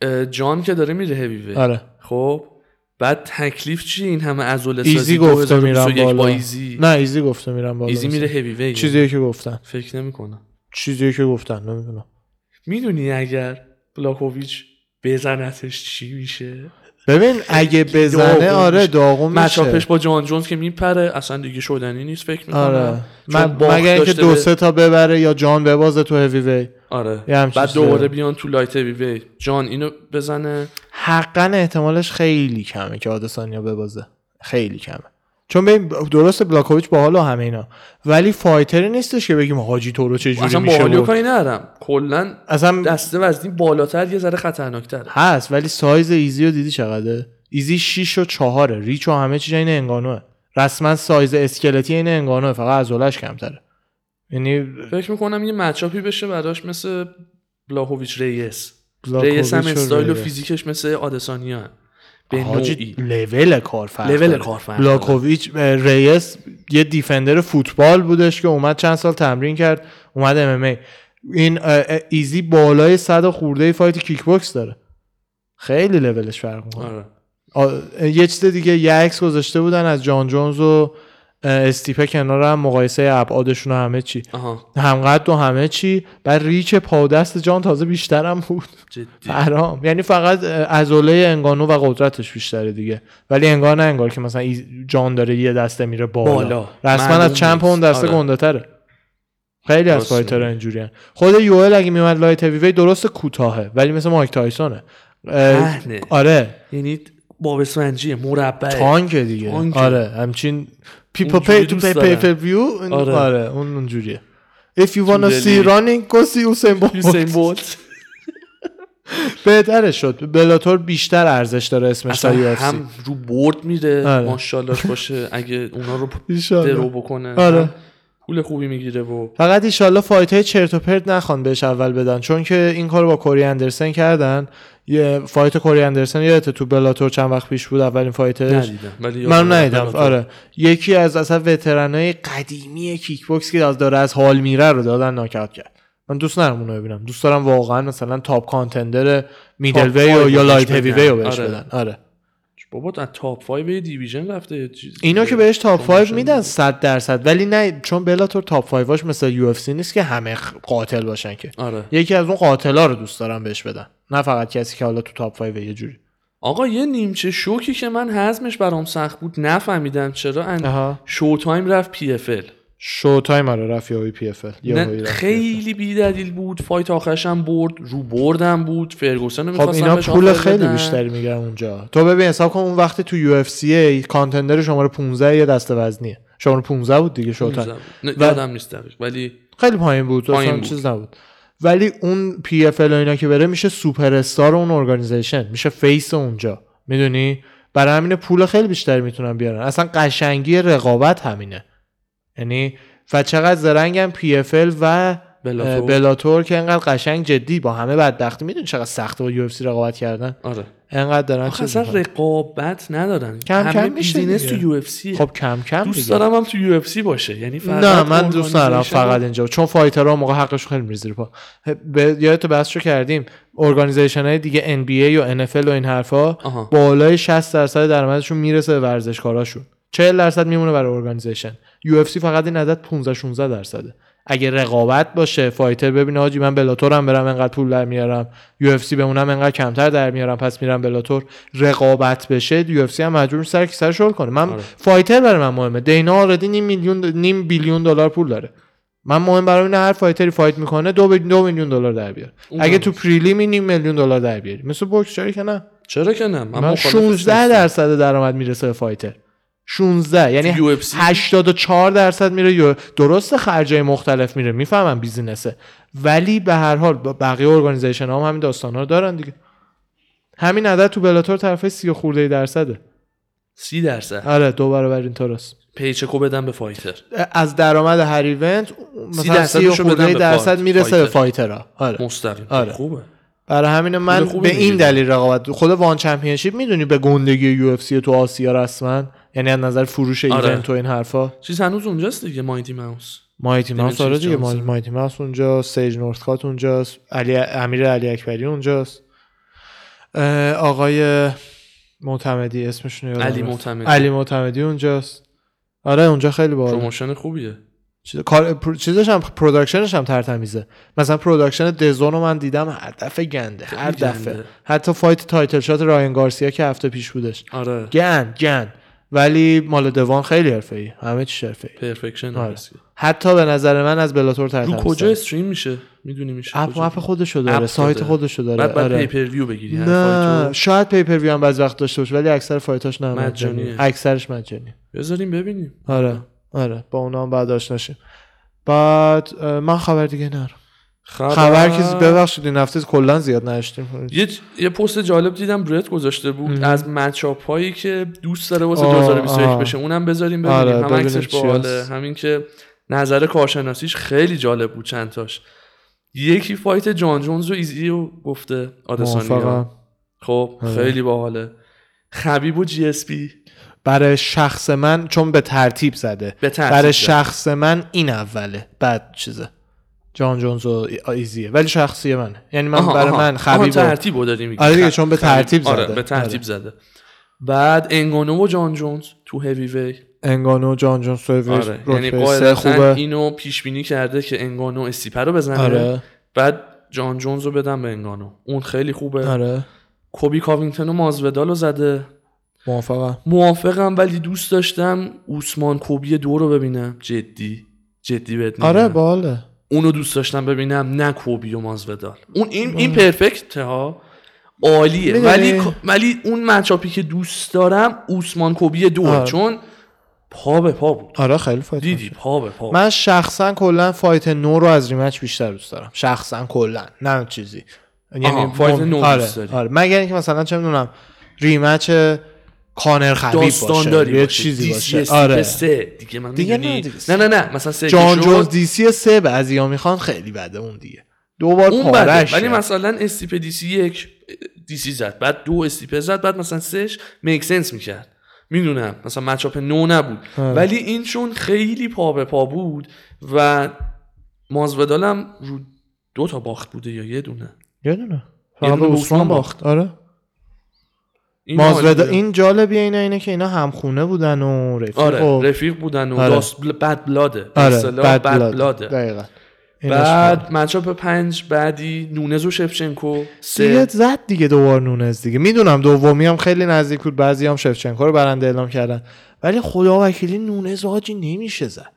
Speaker 2: اه، جان که داره میره هیوی وی
Speaker 1: آره
Speaker 2: خب بعد تکلیف چی این همه عضله سازی
Speaker 1: ایزی گفته میرم
Speaker 2: 2021
Speaker 1: بالا
Speaker 2: با ایزی
Speaker 1: نه ایزی گفته میرم بالا
Speaker 2: ایزی میره
Speaker 1: مثلا.
Speaker 2: هیوی وی
Speaker 1: چیزی که گفتن
Speaker 2: فکر نمیکنم
Speaker 1: چیزی که گفتن نمیدونم
Speaker 2: میدونی اگر بلاکوویچ بزنتش چی میشه
Speaker 1: ببین اگه بزنه
Speaker 2: داغون
Speaker 1: آره
Speaker 2: میشه.
Speaker 1: داغون میشه
Speaker 2: مچاپش با جان جونز که میپره اصلا دیگه شدنی نیست فکر میکنم
Speaker 1: آره من مگر اینکه دو سه تا ببره یا جان ببازه تو هیوی وی
Speaker 2: آره
Speaker 1: یه همچین
Speaker 2: بعد
Speaker 1: چیزی.
Speaker 2: دوباره بیان تو لایت هیوی وی جان اینو بزنه
Speaker 1: حقا احتمالش خیلی کمه که آدسانیا ببازه خیلی کمه چون ببین درست بلاکوویچ باحال و همه اینا ولی فایتری نیستش که بگیم حاجی تو رو چه جوری
Speaker 2: اصلا
Speaker 1: میشه
Speaker 2: باحالی و
Speaker 1: برد.
Speaker 2: کاری ندارم کلا
Speaker 1: اصلا
Speaker 2: دسته وزنی بالاتر یه ذره خطرناکتره
Speaker 1: هست ولی سایز ایزی رو دیدی چقدره ایزی 6 و 4 ریچ و همه چیز عین انگانوه رسما سایز اسکلتی عین انگانوه فقط عضلش کمتره یعنی
Speaker 2: فکر میکنم یه مچاپی بشه براش مثل بلاهویچ ریس
Speaker 1: بلاکوویچ
Speaker 2: ریس هم
Speaker 1: رو
Speaker 2: استایل و
Speaker 1: بره.
Speaker 2: فیزیکش مثل آدسانیا هم. به
Speaker 1: حاجی
Speaker 2: نوعی
Speaker 1: لول کار فرق
Speaker 2: لول
Speaker 1: داره.
Speaker 2: کار فرق
Speaker 1: بلاکوویچ اه، ریس یه دیفندر فوتبال بودش که اومد چند سال تمرین کرد اومد ام این اه، اه، ایزی بالای 100 و خورده فایت کیک باکس داره خیلی لولش فرق میکنه
Speaker 2: آره.
Speaker 1: آ- یه چیز دیگه یه عکس گذاشته بودن از جان جونز و اه، استیپه کنار هم مقایسه ابعادشون و همه چی
Speaker 2: آها
Speaker 1: همقدر و همه چی بعد ریچ پادست جان تازه بیشتر هم بود
Speaker 2: جدی
Speaker 1: فرام یعنی فقط اه، عضله انگانو و قدرتش بیشتره دیگه ولی انگار نه انگار که مثلا ای- جان داره یه دسته میره بالا,
Speaker 2: بالا.
Speaker 1: رسما
Speaker 2: معلوم
Speaker 1: از چند پوند
Speaker 2: نیست.
Speaker 1: دسته
Speaker 2: آره.
Speaker 1: گنده تره خیلی از
Speaker 2: درسته.
Speaker 1: فایتر اینجوریان خود یوئل اگه میومد لایت هیوی وی درست کوتاهه ولی مثل مایک تایسونه اه،
Speaker 2: پهنه.
Speaker 1: آره
Speaker 2: یعنی باب سنجیه مربع
Speaker 1: تانک دیگه
Speaker 2: تانک.
Speaker 1: آره همچین پیپل
Speaker 2: اونجوری
Speaker 1: پی تو
Speaker 2: دوست
Speaker 1: پی
Speaker 2: دارم.
Speaker 1: پی پر ویو اون-
Speaker 2: آره.
Speaker 1: آره اون اونجوریه If you wanna
Speaker 2: دلی.
Speaker 1: see running go see Usain Bolt.
Speaker 2: یوسین بولت
Speaker 1: بهتره شد بلاتور بیشتر ارزش داره اسمش تا
Speaker 2: اصلا
Speaker 1: UFC
Speaker 2: هم رو برد میره
Speaker 1: آره.
Speaker 2: ماشاءالله باشه اگه اونا رو
Speaker 1: ایشالله.
Speaker 2: درو بکنه
Speaker 1: آره.
Speaker 2: هم پول خوبی میگیره و
Speaker 1: فقط ایشالله فایت های چرت و پرت نخوان بهش اول بدن چون که این کار با کوری اندرسن کردن یه فایت کوری اندرسن یادت تو بلاتور چند وقت پیش بود اولین فایتش
Speaker 2: ندیدم ولی
Speaker 1: من
Speaker 2: یادم
Speaker 1: ندیدم
Speaker 2: رفت.
Speaker 1: آره یکی از اصلا وترنای قدیمی کیک باکس که از داره از حال میره رو دادن ناکاut کرد من دوست ندارم اونو ببینم دوست دارم واقعا مثلا تاپ کانتندر میدل
Speaker 2: تاپ
Speaker 1: وی
Speaker 2: فایو
Speaker 1: و یا
Speaker 2: بهش
Speaker 1: لایت هیوی
Speaker 2: بدن.
Speaker 1: وی رو بهش
Speaker 2: آره.
Speaker 1: بدن آره
Speaker 2: بابا از تاپ 5 به دیویژن رفته یه چیز
Speaker 1: اینا
Speaker 2: دیگه.
Speaker 1: که بهش تاپ 5
Speaker 2: پروموشن
Speaker 1: میدن 100 درصد ولی نه چون بلاتور تاپ 5 هاش مثل یو اف سی نیست که همه خ- قاتل باشن که
Speaker 2: آره
Speaker 1: یکی از اون قاتلا رو دوست دارم بهش بدن نه فقط کسی که حالا تو تاپ 5 یه جوری
Speaker 2: آقا یه نیمچه شوکی که من هضمش برام سخت بود نفهمیدم چرا ان
Speaker 1: آها
Speaker 2: شو تایم رفت پی اف ال
Speaker 1: شو تایمر رو رفت یاوی پی اف ال یاهوی رفت.
Speaker 2: خیلی بی‌دلیل بود فایت آخرش هم برد رو بردم بود فرگوسن رو
Speaker 1: خب
Speaker 2: می‌خواستن
Speaker 1: اینا
Speaker 2: بهش
Speaker 1: پول
Speaker 2: آفر
Speaker 1: خیلی
Speaker 2: بدن.
Speaker 1: بیشتری میگیرن اونجا تو ببین حساب کن اون وقتی تو یو اف سی کانتندر شماره 15 یه دسته وزنیه شماره 15 بود دیگه شو تایم
Speaker 2: نمی‌دونم. نه، یادم نیست دقیق ولی
Speaker 1: خیلی پایین بود
Speaker 2: پایین
Speaker 1: پایین
Speaker 2: بود.
Speaker 1: چیز نبود ولی اون پی اف ال و اینا که بره میشه سوپر استار اون ارگانیزیشن میشه فیس اونجا میدونی برای همین پول خیلی بیشتری میتونن بیارن اصلا قشنگی رقابت همینه یعنی و چقدر زرنگم پی اف ال و
Speaker 2: بلاتور.
Speaker 1: اه، بلاتور که انقدر قشنگ جدی با همه بدبختی میدونی چقدر سخته با یو اف سی رقابت کردن
Speaker 2: آره
Speaker 1: انقدر دارن
Speaker 2: آخه
Speaker 1: چیز
Speaker 2: اصلا
Speaker 1: می‌کنن.
Speaker 2: رقابت ندارن
Speaker 1: کم
Speaker 2: همه
Speaker 1: کم میشه
Speaker 2: بیزینس تو
Speaker 1: دیگه.
Speaker 2: یو اف سی
Speaker 1: خب کم کم
Speaker 2: دوست
Speaker 1: دیگه.
Speaker 2: دارم هم تو یو اف سی باشه یعنی فقط
Speaker 1: نه من دوست ندارم
Speaker 2: organization
Speaker 1: فقط اینجا چون فایترها موقع حقش خیلی میره زیر پا به یادت بحث رو کردیم ارگانیزیشن های دیگه NBA و NFL و این حرفا
Speaker 2: آها.
Speaker 1: بالای 60 درصد درآمدشون میرسه به ورزشکاراشون 40 درصد میمونه برای ارگانیزیشن UFC فقط این عدد 15 16 درصده اگه رقابت باشه فایتر ببینه آجی من بلاتورم برم انقدر پول در میارم یو اف سی بمونم انقدر کمتر در میارم پس میرم بلاتور رقابت بشه یو اف سی هم مجبور میشه سر کیسه شل کنه من
Speaker 2: آره.
Speaker 1: فایتر برای من مهمه دینا آردی نیم میلیون نیم بیلیون دلار پول داره من مهم برام اینه هر فایتری فایت میکنه دو, بی- دو میلیون دلار در بیاره
Speaker 2: اون
Speaker 1: اگه
Speaker 2: هم
Speaker 1: تو پریلیمی نیم میلیون دلار در بیاری مثل بوکس چرا که نه
Speaker 2: چرا که نه من
Speaker 1: من
Speaker 2: مخالفش
Speaker 1: 16
Speaker 2: نیستم.
Speaker 1: درصد درآمد میرسه به فایتر 16 یعنی
Speaker 2: UFC
Speaker 1: 84 درصد میره یو درست خرجای مختلف میره میفهمم بیزینسه ولی به هر حال با بقیه ارگانیزیشن ها هم همین داستان ها دارن دیگه همین عدد تو بلاتور طرف 30 خورده درصده
Speaker 2: سی درصد
Speaker 1: آره دو برابر این است
Speaker 2: پیچکو بدن به فایتر
Speaker 1: از درآمد هر ایونت مثلا
Speaker 2: درصدش
Speaker 1: 30
Speaker 2: رو بدن
Speaker 1: خورده
Speaker 2: به
Speaker 1: درصد
Speaker 2: فایت-
Speaker 1: میرسه به فایترها آره
Speaker 2: مستقیم
Speaker 1: آره.
Speaker 2: خوبه
Speaker 1: برای همین من
Speaker 2: خوبی
Speaker 1: به این
Speaker 2: می‌گیری.
Speaker 1: دلیل رقابت خود وان چمپیونشیپ میدونی به گندگی یو اف سی تو آسیا رسما یعنی از نظر فروش
Speaker 2: آره.
Speaker 1: ایونت و این حرفا
Speaker 2: چیز هنوز اونجاست دیگه مایتی ماوس
Speaker 1: مایتی ماوس
Speaker 2: دیمنشن
Speaker 1: آره دیگه
Speaker 2: جانسون.
Speaker 1: مای- مایتی ماوس اونجا سیج نورثکات اونجاست علی امیر علی اکبری اونجاست اه، آقای معتمدی اسمشون یادم
Speaker 2: علی
Speaker 1: رفت.
Speaker 2: معتمدی.
Speaker 1: علی معتمدی اونجاست آره اونجا خیلی باحال
Speaker 2: پروموشن خوبیه
Speaker 1: چیز کار پر- چیزش هم پروداکشنش هم ترتمیزه مثلا پروداکشن دزون رو من دیدم هر دفعه گنده هر
Speaker 2: گنده.
Speaker 1: دفعه حتی فایت تایتل شات رایان گارسیا که هفته پیش بودش
Speaker 2: آره
Speaker 1: گند گند ولی مال دوان خیلی حرفه‌ای همه چی حرفه‌ای
Speaker 2: پرفکشن
Speaker 1: آره.
Speaker 2: هست.
Speaker 1: حتی به نظر من از بلاتور ترتمیز
Speaker 2: رو کجا استریم میشه میدونی میشه
Speaker 1: اپ
Speaker 2: کجا؟
Speaker 1: اپ خودشو داره
Speaker 2: اپ
Speaker 1: سایت
Speaker 2: داره.
Speaker 1: خودشو داره
Speaker 2: بعد یعنی بعد
Speaker 1: آره.
Speaker 2: پیپر ویو بگیری هر
Speaker 1: نه
Speaker 2: فایتو.
Speaker 1: شاید پیپر ویو هم بعض وقت داشته باشه ولی اکثر فایتاش نه
Speaker 2: مجانیه.
Speaker 1: مجانیه. اکثرش مجانی
Speaker 2: بذاریم ببینیم
Speaker 1: آره آره با اونا هم بعد آشنا شیم بعد اه، من خبر دیگه نرم
Speaker 2: خبر,
Speaker 1: خبر که ببخشید این هفته کلا زیاد نشتیم
Speaker 2: یه, یه پست جالب دیدم برت گذاشته بود
Speaker 1: مهم.
Speaker 2: از مچاپ هایی که دوست داره واسه
Speaker 1: آه،
Speaker 2: 2021
Speaker 1: آه.
Speaker 2: بشه اونم بذاریم ببینیم
Speaker 1: آره،
Speaker 2: هم
Speaker 1: ببینیم
Speaker 2: عکسش
Speaker 1: چی
Speaker 2: باحاله
Speaker 1: هست.
Speaker 2: همین که نظر کارشناسیش خیلی جالب بود چند تاش یکی فایت جان جونز و ایزی رو گفته آدسانیا
Speaker 1: موافقم
Speaker 2: خب
Speaker 1: آره.
Speaker 2: خیلی باحاله خبیب و جی اس پی
Speaker 1: برای شخص من چون به ترتیب زده
Speaker 2: به ترتیب
Speaker 1: برای
Speaker 2: زده.
Speaker 1: شخص من این اوله بعد چیزه جان جونز و ایزیه ولی شخصی منه یعنی من
Speaker 2: آها،
Speaker 1: برای
Speaker 2: آها.
Speaker 1: من
Speaker 2: آها،
Speaker 1: خبیب و-
Speaker 2: ترتیب رو داری میگی
Speaker 1: آره دیگه،
Speaker 2: خ-
Speaker 1: چون به
Speaker 2: خبیب.
Speaker 1: ترتیب
Speaker 2: آره،
Speaker 1: زده.
Speaker 2: به ترتیب
Speaker 1: آره.
Speaker 2: زده بعد انگانو و جان جونز تو هیوی وی
Speaker 1: انگانو جان جونز تو
Speaker 2: آره یعنی
Speaker 1: رتبه سه
Speaker 2: قاعدتا
Speaker 1: خوبه
Speaker 2: اینو پیش بینی کرده که انگانو استیپه رو بزنه
Speaker 1: آره
Speaker 2: بعد جان جونز رو بدم به انگانو اون خیلی خوبه
Speaker 1: آره
Speaker 2: کوبی کاوینگتون و مازودال رو زده
Speaker 1: موافقم
Speaker 2: موافقم ولی دوست داشتم اوسمان کوبی دو رو ببینم جدی جدی بهت میگم.
Speaker 1: آره باله
Speaker 2: اونو دوست داشتم ببینم نه کوبی و مازودال اون این این پرفکت ها عالیه
Speaker 1: می‌دونی؟
Speaker 2: ولی ولی اون مچاپی که دوست دارم اوسمان کوبی دو
Speaker 1: آره.
Speaker 2: چون پا به پا بود
Speaker 1: آره خیلی فایت
Speaker 2: دیدی پا به پا
Speaker 1: من شخصا کلا فایت نو رو از ریمچ بیشتر دوست دارم شخصا کلا نه چیزی یعنی
Speaker 2: آها، فایت
Speaker 1: مم-
Speaker 2: نو دوست
Speaker 1: آره,
Speaker 2: داری.
Speaker 1: آره مگر اینکه مثلا چه میدونم ریمچ کانر خبیب باشه
Speaker 2: داستانداری
Speaker 1: یه
Speaker 2: باشه.
Speaker 1: چیزی
Speaker 2: DCSC
Speaker 1: باشه
Speaker 2: به
Speaker 1: آره
Speaker 2: سه دیگه من
Speaker 1: دیگه
Speaker 2: می‌دونی.
Speaker 1: نه دیگه.
Speaker 2: نه نه نه مثلا سه
Speaker 1: جان
Speaker 2: که
Speaker 1: جونز
Speaker 2: شد،
Speaker 1: دی سی سه به از یامی خان خیلی بده اون دیگه دوبار
Speaker 2: اون بده
Speaker 1: پارش
Speaker 2: ولی
Speaker 1: کرد.
Speaker 2: مثلا استیپ دی سی یک دی سی زد بعد دو استیپ زد بعد مثلا سهش میک سنس میکرد میدونم مثلا مچاپ نو نبود
Speaker 1: آره.
Speaker 2: ولی این چون خیلی پا به پا بود و مازودالم رو دو تا باخت بوده یا یه دونه
Speaker 1: یه دونه
Speaker 2: یه
Speaker 1: فقط
Speaker 2: دونه
Speaker 1: به
Speaker 2: به
Speaker 1: عثمان
Speaker 2: عثمان
Speaker 1: باخت آره
Speaker 2: این
Speaker 1: مازودا
Speaker 2: عالیه.
Speaker 1: این جالبیه اینه اینه که اینا همخونه بودن و رفیق و
Speaker 2: آره رفیق بودن و
Speaker 1: آره.
Speaker 2: داست بل... بد بلاده به
Speaker 1: آره
Speaker 2: اصطلاح
Speaker 1: بد
Speaker 2: بد
Speaker 1: بلاد.
Speaker 2: بلاده.
Speaker 1: دقیقاً ایناش مهم.
Speaker 2: بعد مچاپ پنج بعدی نونز و شفچنکو
Speaker 1: دیگه
Speaker 2: سه
Speaker 1: زد دیگه دوبار نونز دیگه میدونم دومی هم خیلی نزدیک بود بعضی هم شفچنکو رو برنده اعلام کردن ولی خدا وکیلی نونز آجی نمیشه زد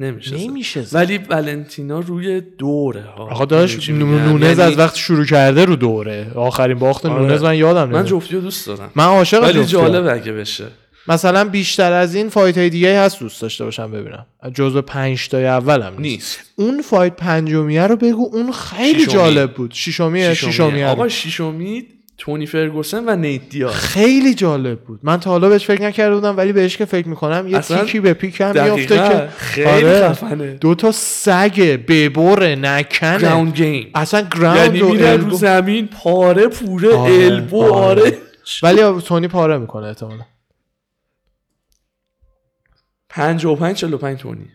Speaker 2: نمیشه زد.
Speaker 1: نمیشه زد
Speaker 2: ولی ولنتینا روی دوره ها
Speaker 1: آقا داشت
Speaker 2: می‌دونی چی میگم؟
Speaker 1: نونز
Speaker 2: یعنی
Speaker 1: از وقت شروع کرده رو دوره آخرین باخت
Speaker 2: آره.
Speaker 1: نونز من یادم
Speaker 2: من
Speaker 1: نمیاد
Speaker 2: جفتی رو دوست دارم
Speaker 1: من عاشق
Speaker 2: ولی
Speaker 1: جفتی‌ام.
Speaker 2: جالب اگه بشه
Speaker 1: مثلا بیشتر از این فایت های دیگه هست دوست داشته باشم ببینم جزو پنج تای اولم نیست.
Speaker 2: نیست
Speaker 1: اون فایت پنجمیه رو بگو اون خیلی
Speaker 2: ششمی.
Speaker 1: جالب بود ششمیه ششمیه
Speaker 2: آقا
Speaker 1: رو.
Speaker 2: شیشومی تونی فرگوسن و نیت دیاز
Speaker 1: خیلی جالب بود من تا حالا بهش فکر نکرده بودم ولی بهش که فکر میکنم یه
Speaker 2: اصلا
Speaker 1: تیکی به پیکم میافته
Speaker 2: دقیقا
Speaker 1: که
Speaker 2: خیلی
Speaker 1: آره.
Speaker 2: خفنه
Speaker 1: دو تا سگ ببره نکنه
Speaker 2: گراوند گیم
Speaker 1: اصلا گراوند
Speaker 2: یعنی
Speaker 1: و
Speaker 2: میرن رو
Speaker 1: elbow.
Speaker 2: زمین پاره پوره
Speaker 1: آره،
Speaker 2: البو
Speaker 1: آره.
Speaker 2: آره
Speaker 1: ولی تونی پاره میکنه احتمالا
Speaker 2: پنج و پنج چلو پنج تونی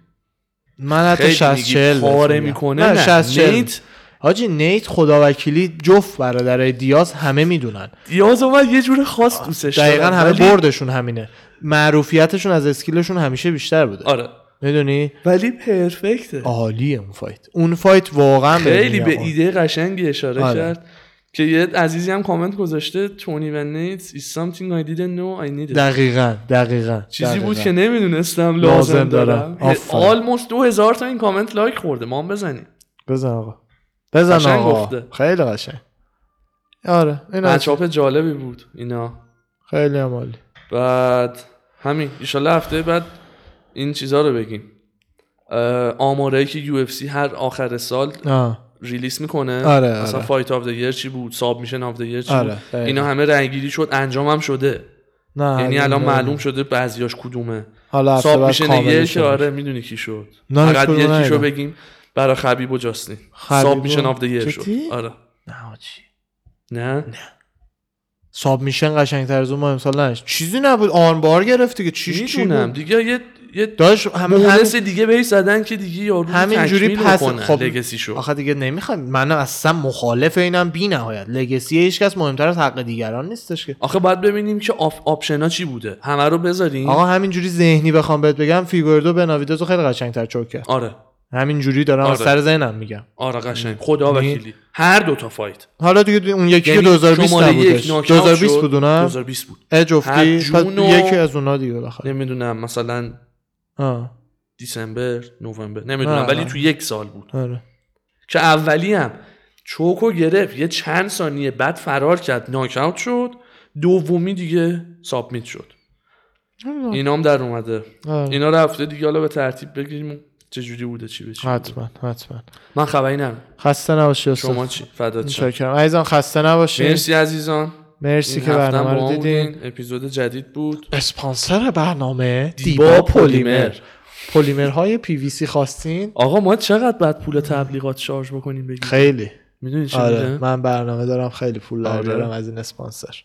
Speaker 1: من حتی
Speaker 2: خیلی
Speaker 1: 60
Speaker 2: میگی
Speaker 1: 40
Speaker 2: پاره میکنه نه,
Speaker 1: 60 40
Speaker 2: نیت
Speaker 1: حاجی نیت خداوکیلی جفت برادرای دیاز همه میدونن
Speaker 2: دیاز اومد یه جور خاص دوستش دارم.
Speaker 1: دقیقا همه
Speaker 2: ولی-
Speaker 1: بردشون همینه معروفیتشون از اسکیلشون همیشه بیشتر بوده
Speaker 2: آره
Speaker 1: میدونی
Speaker 2: ولی پرفکته
Speaker 1: عالیه اون فایت اون فایت واقعا
Speaker 2: خیلی
Speaker 1: بهت
Speaker 2: به
Speaker 1: میگم.
Speaker 2: ایده قشنگی اشاره
Speaker 1: آره.
Speaker 2: کرد که یه عزیزی هم کامنت گذاشته تونی و نیت is something I didn't know I needed
Speaker 1: دقیقا دقیقا
Speaker 2: چیزی
Speaker 1: دقیقاً.
Speaker 2: بود که نمیدونستم
Speaker 1: لازم
Speaker 2: لازم,
Speaker 1: دارم.
Speaker 2: دارم
Speaker 1: آفرین.
Speaker 2: آلموست دو هزار تا این کامنت لایک خورده ما هم بزنیم
Speaker 1: بزن آقا بزن
Speaker 2: قشنگ
Speaker 1: آقا
Speaker 2: گفته.
Speaker 1: خیلی قشنگ آره این از-
Speaker 2: مچاپ جالبی بود اینا
Speaker 1: خیلی هم عالی
Speaker 2: بعد همین ایشالله هفته بعد این چیزها رو بگیم آمارایی که یو هر آخر سال
Speaker 1: آه.
Speaker 2: ریلیس میکنه
Speaker 1: آره،
Speaker 2: مثلا
Speaker 1: آره.
Speaker 2: فایت آف دی ایر چی بود ساب میشن آف دی ایر چی
Speaker 1: آره،
Speaker 2: بود
Speaker 1: دقیقا.
Speaker 2: اینا همه رنگیری شد انجام هم شده
Speaker 1: نه
Speaker 2: یعنی
Speaker 1: نه،
Speaker 2: الان
Speaker 1: نه.
Speaker 2: معلوم شده بعضیاش کدومه
Speaker 1: حالا هفته
Speaker 2: ساب
Speaker 1: بعد
Speaker 2: میشن
Speaker 1: کاملش
Speaker 2: یک
Speaker 1: رو
Speaker 2: آره میدونی کی شد
Speaker 1: نه،
Speaker 2: فقط
Speaker 1: کدوم
Speaker 2: یکیشو
Speaker 1: ندیدم.
Speaker 2: بگیم برای خبیب و جاستین
Speaker 1: خبیب
Speaker 2: ساب
Speaker 1: و-
Speaker 2: میشن آف دی ایر شد
Speaker 1: جدی؟
Speaker 2: آره
Speaker 1: نه حاجی.
Speaker 2: نه
Speaker 1: ساب میشن قشنگتر از اون ما امسال نش چیزی نبود آنبار گرفت که چیش چی
Speaker 2: میدونم
Speaker 1: بود
Speaker 2: دیگه یه یه
Speaker 1: داش همین
Speaker 2: مونس دیگه بهش زدن که دیگه یارو
Speaker 1: همینجوری
Speaker 2: تکمیل
Speaker 1: پس-
Speaker 2: بکنن
Speaker 1: خب،
Speaker 2: لگسی شد
Speaker 1: آخه دیگه نمیخوام من اصلا مخالف اینم بی نهایت لگسی هیچکس مهمتر از حق دیگران نیستش که
Speaker 2: آخه باید ببینیم که آف آپشنا چی بوده همه رو بذاریم
Speaker 1: آقا همینجوری ذهنی بخوام بهت بگم فیگوردو به ناویدو تو خیلی قشنگتر چوک کرد
Speaker 2: آره
Speaker 1: همین جوری دارم
Speaker 2: آره.
Speaker 1: از سر ذهنم میگم
Speaker 2: آره قشنگ
Speaker 1: یعنی-
Speaker 2: خدا وکیلی هر دو تا فایت
Speaker 1: حالا دیگه اون یکی که 2020
Speaker 2: یعنی شماره یک
Speaker 1: نبودش
Speaker 2: ناک‌اوت
Speaker 1: 2020
Speaker 2: شد.
Speaker 1: بود اونم
Speaker 2: 2020 بود
Speaker 1: اج
Speaker 2: هر
Speaker 1: افتی
Speaker 2: جون
Speaker 1: پس
Speaker 2: و-
Speaker 1: یکی از اونا دیگه بالاخره
Speaker 2: نمیدونم مثلا
Speaker 1: آه،
Speaker 2: دیسمبر نوامبر نمیدونم
Speaker 1: آه.
Speaker 2: ولی تو یک سال بود
Speaker 1: آره
Speaker 2: که اولی هم چوکو گرفت یه چند ثانیه بعد فرار کرد ناکاوت شد دومی دیگه سابمیت شد اینام در اومده
Speaker 1: آره.
Speaker 2: اینا رفته دیگه حالا به ترتیب بگیم چجوری بوده چی بشه
Speaker 1: حتما حتما
Speaker 2: من خبری ندارم
Speaker 1: خسته نباشی استاد
Speaker 2: شما چی فدات شم.
Speaker 1: متشکرم عزیزان خسته نباشید مرسی,
Speaker 2: مرسی عزیزان
Speaker 1: که
Speaker 2: این هفتم
Speaker 1: برنامه
Speaker 2: با
Speaker 1: رو
Speaker 2: ما
Speaker 1: دیدین
Speaker 2: بودین. اپیزود جدید بود
Speaker 1: اسپانسر برنامه
Speaker 2: دیبا پلیمر.
Speaker 1: پلیمرهای پی وی سی خواستین
Speaker 2: آقا ما چقدر بعد پول تبلیغات شارژ بکنیم بگیم
Speaker 1: خیلی
Speaker 2: میدونی چی
Speaker 1: آره
Speaker 2: میگم
Speaker 1: من برنامه دارم خیلی پول در
Speaker 2: آره.
Speaker 1: بیارم از این اسپانسر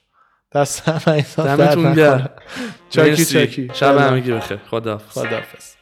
Speaker 1: دست هم عزیزان درد
Speaker 2: دمتون
Speaker 1: نکنه.
Speaker 2: گرم
Speaker 1: چاکی
Speaker 2: مرسی.
Speaker 1: چاکی
Speaker 2: شب همگی بخیر خداحافظ
Speaker 1: خداحافظ